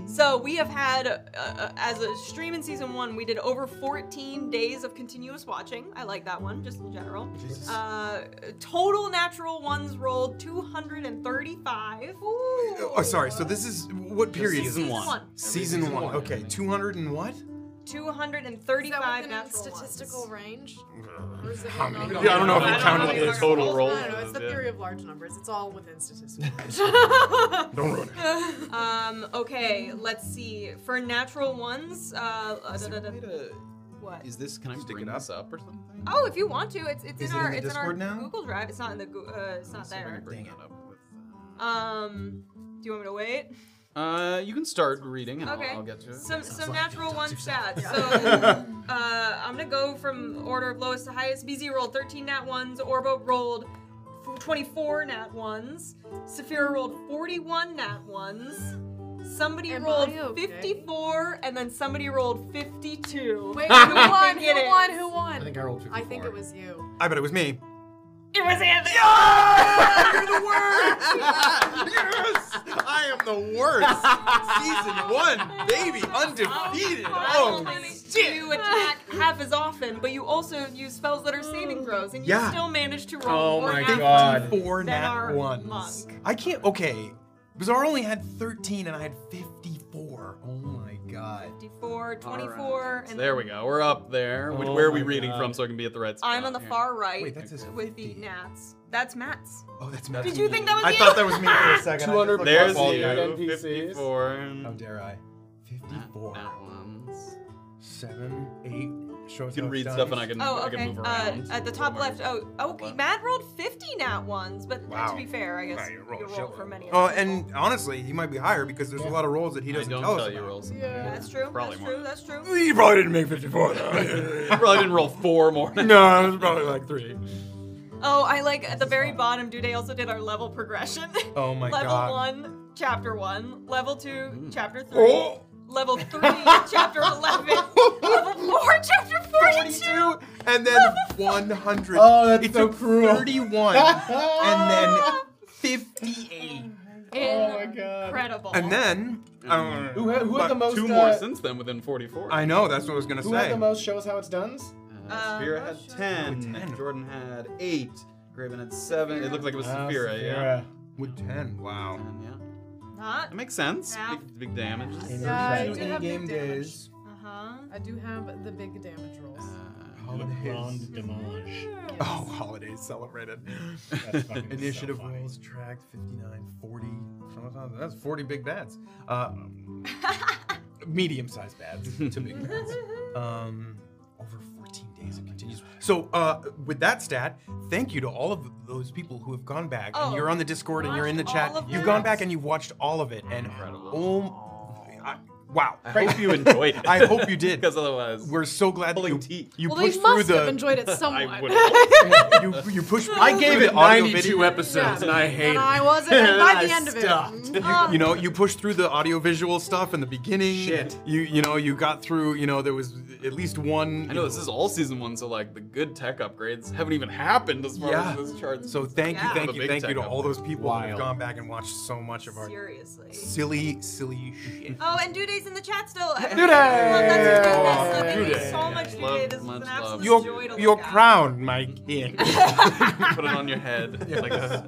S4: So we have had, uh, uh, as a stream in season one, we did over 14 days of continuous watching. I like that one, just in general.
S5: Jesus.
S4: Uh, total natural ones rolled 235.
S5: Oh, sorry. So this is what period?
S4: season Season one. one. Every
S5: Season,
S4: season
S5: one.
S4: one.
S5: Okay, two hundred and what?
S4: 235 natural
S22: statistical
S4: ones.
S22: range?
S5: Or
S22: is it
S5: How
S22: like
S5: many?
S22: all
S5: Yeah,
S22: the-
S5: I don't know if we counted
S22: how many
S5: the
S22: are
S5: total
S22: rolls.
S5: roll.
S22: I don't know. It's the
S5: Yeah.
S22: theory of large numbers. It's all within statistical range.
S5: Don't ruin
S4: um, okay, let's see. For natural ones, uh, uh,
S2: Is there
S4: da-
S2: a
S4: da-
S2: way
S4: da-
S2: to-
S4: what?
S2: Is this? Can I bring this up or something?
S4: Oh, if you want to, it's it's
S2: Is
S4: in
S2: it in
S4: our
S2: the
S4: it's in our
S2: Discord now?
S4: Google Drive. It's not in the Goo- uh, it's not
S2: See if I can
S4: there.
S2: Bring it up. with-
S4: Um, do you want me to wait?
S2: Uh, you can start reading, and I'll-
S4: Okay.
S2: I'll, get to it.
S4: Some some natural one stats.
S2: Yeah.
S4: So uh, I'm gonna go from order of lowest to highest. BZ rolled 13 nat ones. Orbo rolled 24 nat ones. Saphira rolled 41 nat ones. Somebody
S22: Am
S4: rolled
S22: I okay?
S4: 54, and then somebody rolled 52.
S22: Wait,
S4: Who do
S22: who
S4: you
S22: won?
S4: think it
S22: Who won?
S4: is?
S22: Who won?
S4: I think I rolled
S22: I think it was you.
S5: I bet it was me.
S4: It was Anthony.
S5: You're the worst. yes, I am the worst. Season one, baby, undefeated. Oh,
S4: You attack half as often, but you also use spells that are
S22: Oh.
S4: saving throws, and you
S5: Yeah. Oh
S4: still manage to roll. more nat
S5: Four
S4: than
S5: nat
S4: our
S5: ones.
S4: monk.
S5: I can't. Okay, Bizarre only had thirteen, and I had fifty-four. Oh my god.
S4: 54, 24, and
S2: There we go. We're up there. Which,
S5: Oh
S2: where are we
S5: my
S2: reading
S5: God.
S2: from so I can be at the right spot?
S4: I'm on the
S2: here?
S4: far right
S2: Wait, that's his
S4: with the Nats. That's Matt's.
S5: Oh, that's
S4: Did you think that was
S2: I
S4: you?
S2: thought that was me
S5: for a second. I
S2: 200
S5: just looked
S2: There's
S5: up all
S2: you.
S5: the other
S2: 54. How
S5: dare I? 54.
S2: ones.
S5: Seven, eight. Show us
S2: You can
S5: how it's
S2: read
S5: done.
S2: stuff and I can-
S4: Oh,
S2: I can
S4: okay.
S2: move
S4: Uh,
S2: around.
S4: at the top left. Oh, oh, okay. Matt rolled 50 Nat ones, but
S5: Wow.
S4: to be fair, I guess
S5: Right,
S4: you
S5: you
S4: roll,
S5: roll
S4: for many.
S5: Oh, and honestly, he might be higher because there's a lot of rolls that he
S2: I
S5: doesn't
S2: don't
S5: tell us
S2: tell you
S5: about.
S2: rolls.
S4: Yeah, that's true.
S2: Probably
S4: that's
S2: more.
S4: true. That's true.
S5: He probably didn't make 54 though.
S2: probably didn't roll four more.
S5: no, it was probably like three.
S4: Oh, I like at the very bottom. Dude, I also did our level progression.
S5: Oh my
S4: level
S5: god.
S4: one, chapter one. Level two,
S2: Mm.
S4: chapter three.
S5: Oh.
S4: Level three, chapter eleven. level four, chapter forty-two.
S5: And then 100.
S43: Oh, that's
S5: it
S43: so
S5: took
S43: cruel.
S5: 31. and then 58.
S4: Oh my god. Incredible.
S5: And then.
S2: Mm-hmm.
S5: Um,
S43: Who had- who had
S5: but
S43: the most,
S2: Two more
S43: uh,
S2: since then within 44.
S5: I know, that's what I was going to
S43: Who had
S5: say.
S43: the most show us how it's done's?
S2: Uh, Sphera had 10. Jordan had 8. Graven had 7. It looked like it was
S5: Uh,
S43: Ah,
S2: Saphira, yeah.
S43: Saphira.
S5: With 10, wow.
S4: Not.
S2: That makes sense.
S4: Half.
S2: Big, big damage.
S22: Yeah, I do have big damage.
S4: Uh huh.
S22: I do have the big damage rolls.
S5: Uh, Holidays.
S26: damage.
S5: Oh, holidays celebrated.
S26: That's fucking
S5: Initiative
S26: so
S5: rolls tracked 59, 40. sometimes That's 40 big bats. Uh, medium sized bats to big bats. Um, over 14 days it continues. So, uh, with that stat, thank you to all of those people who have gone back.
S4: Oh,
S5: and you're on the Discord and you're in the
S4: watched
S5: chat.
S4: all of
S5: You've
S4: that?
S5: gone back and you've watched all of it. And oh, I, wow.
S2: I hope you enjoyed it.
S5: I hope you did.
S2: Because otherwise,
S5: We're so glad that you, you
S22: well, they
S5: pushed
S22: must
S5: through the.
S22: have enjoyed it somewhat.
S2: would
S5: you, you pushed.
S22: I
S5: through
S22: gave
S5: the
S22: it
S5: audio
S2: 92
S5: video.
S2: episodes, and I And
S22: hated I it. wasn't- and by
S5: I
S22: the end of it,
S5: stopped.
S22: mm.
S5: You, you know, you pushed through the audio visual stuff in the beginning. Shit. You you know you got through. You know there was at least one.
S2: I know this is all season one, so like the good tech upgrades haven't even happened as far
S5: Yeah.
S2: as this chart.
S5: So thank you,
S2: The
S5: thank you,
S2: big
S5: thank you
S2: tech
S5: to all
S2: upgrades.
S5: those people who have gone back and watched so much of our
S4: Seriously.
S5: silly, silly shit.
S4: Oh, and Due Day's in the chat still. Dude,
S5: Due Day!
S4: Thank
S5: Due
S4: you
S5: Day.
S4: so much, Due Day. This was an absolute joy to
S5: Your your
S4: look at.
S5: crown, my king.
S2: Put it on your head. Like this.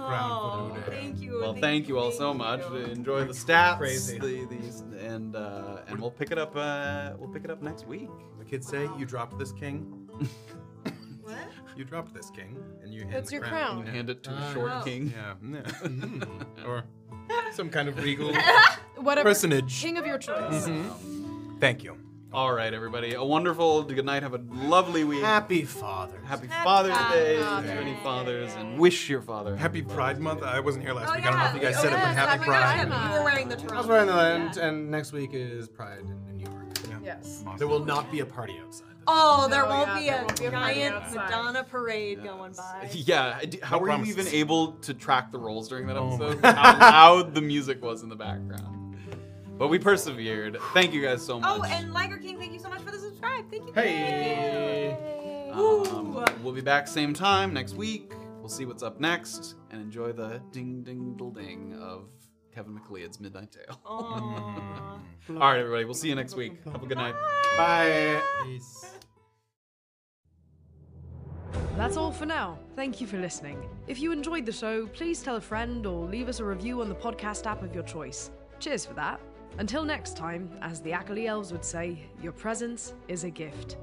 S4: Oh, thank you.
S2: well, thank you all so much. Enjoy the stats, the- these, and uh, and we'll pick it up. Uh, we'll pick it up next week.
S5: The kids say you dropped this king. You dropped this king, and you hand
S22: That's
S5: the
S22: your crown.
S2: You hand it to a Ah. short king.
S5: Yeah, Mm. or some kind of regal
S22: Whatever.
S5: personage.
S22: King of your choice.
S5: Thank you.
S2: All right, everybody. A wonderful good night. Have a lovely week.
S5: Happy Father's.
S2: Happy,
S5: Happy
S2: Father's Day
S5: Father's
S2: to any
S5: Day.
S2: fathers, and wish your father.
S5: Happy Pride Month. I wasn't here last
S4: Oh,
S5: week. I don't know if you guys said it, but Happy Pride.
S4: You were wearing the Toronto.
S26: I was wearing the and, and next week is Pride in New York.
S22: Yes.
S26: There will not be a party outside.
S4: Oh,
S1: No,
S4: there won't
S1: yeah,
S4: be
S1: there
S4: a
S1: won't be a party
S4: giant
S1: outside.
S4: Madonna parade going by.
S2: Yeah, I d- how
S4: No
S2: were you
S4: promises.
S2: even able to track the rolls during that
S4: Oh my
S2: episode?
S4: God.
S2: how loud the music was in the background. But we persevered. Thank you guys so much.
S4: Oh, and Liger King, thank you so much for the subscribe. Thank you.
S2: Hey!
S4: Woo.
S2: Um, we'll be back same time next week. We'll see what's up next and enjoy the ding ding ding ding of Kevin McLeod's Midnight Tale. All
S4: Mm.
S2: right, everybody. We'll see you next week. Have a good night. Bye. Peace.
S22: That's all for now. Thank you for listening. If you enjoyed the show, please tell a friend or leave us a review on the podcast app of your choice. Cheers for that. Until next time, as the Ackley Elves would say, your presence is a gift.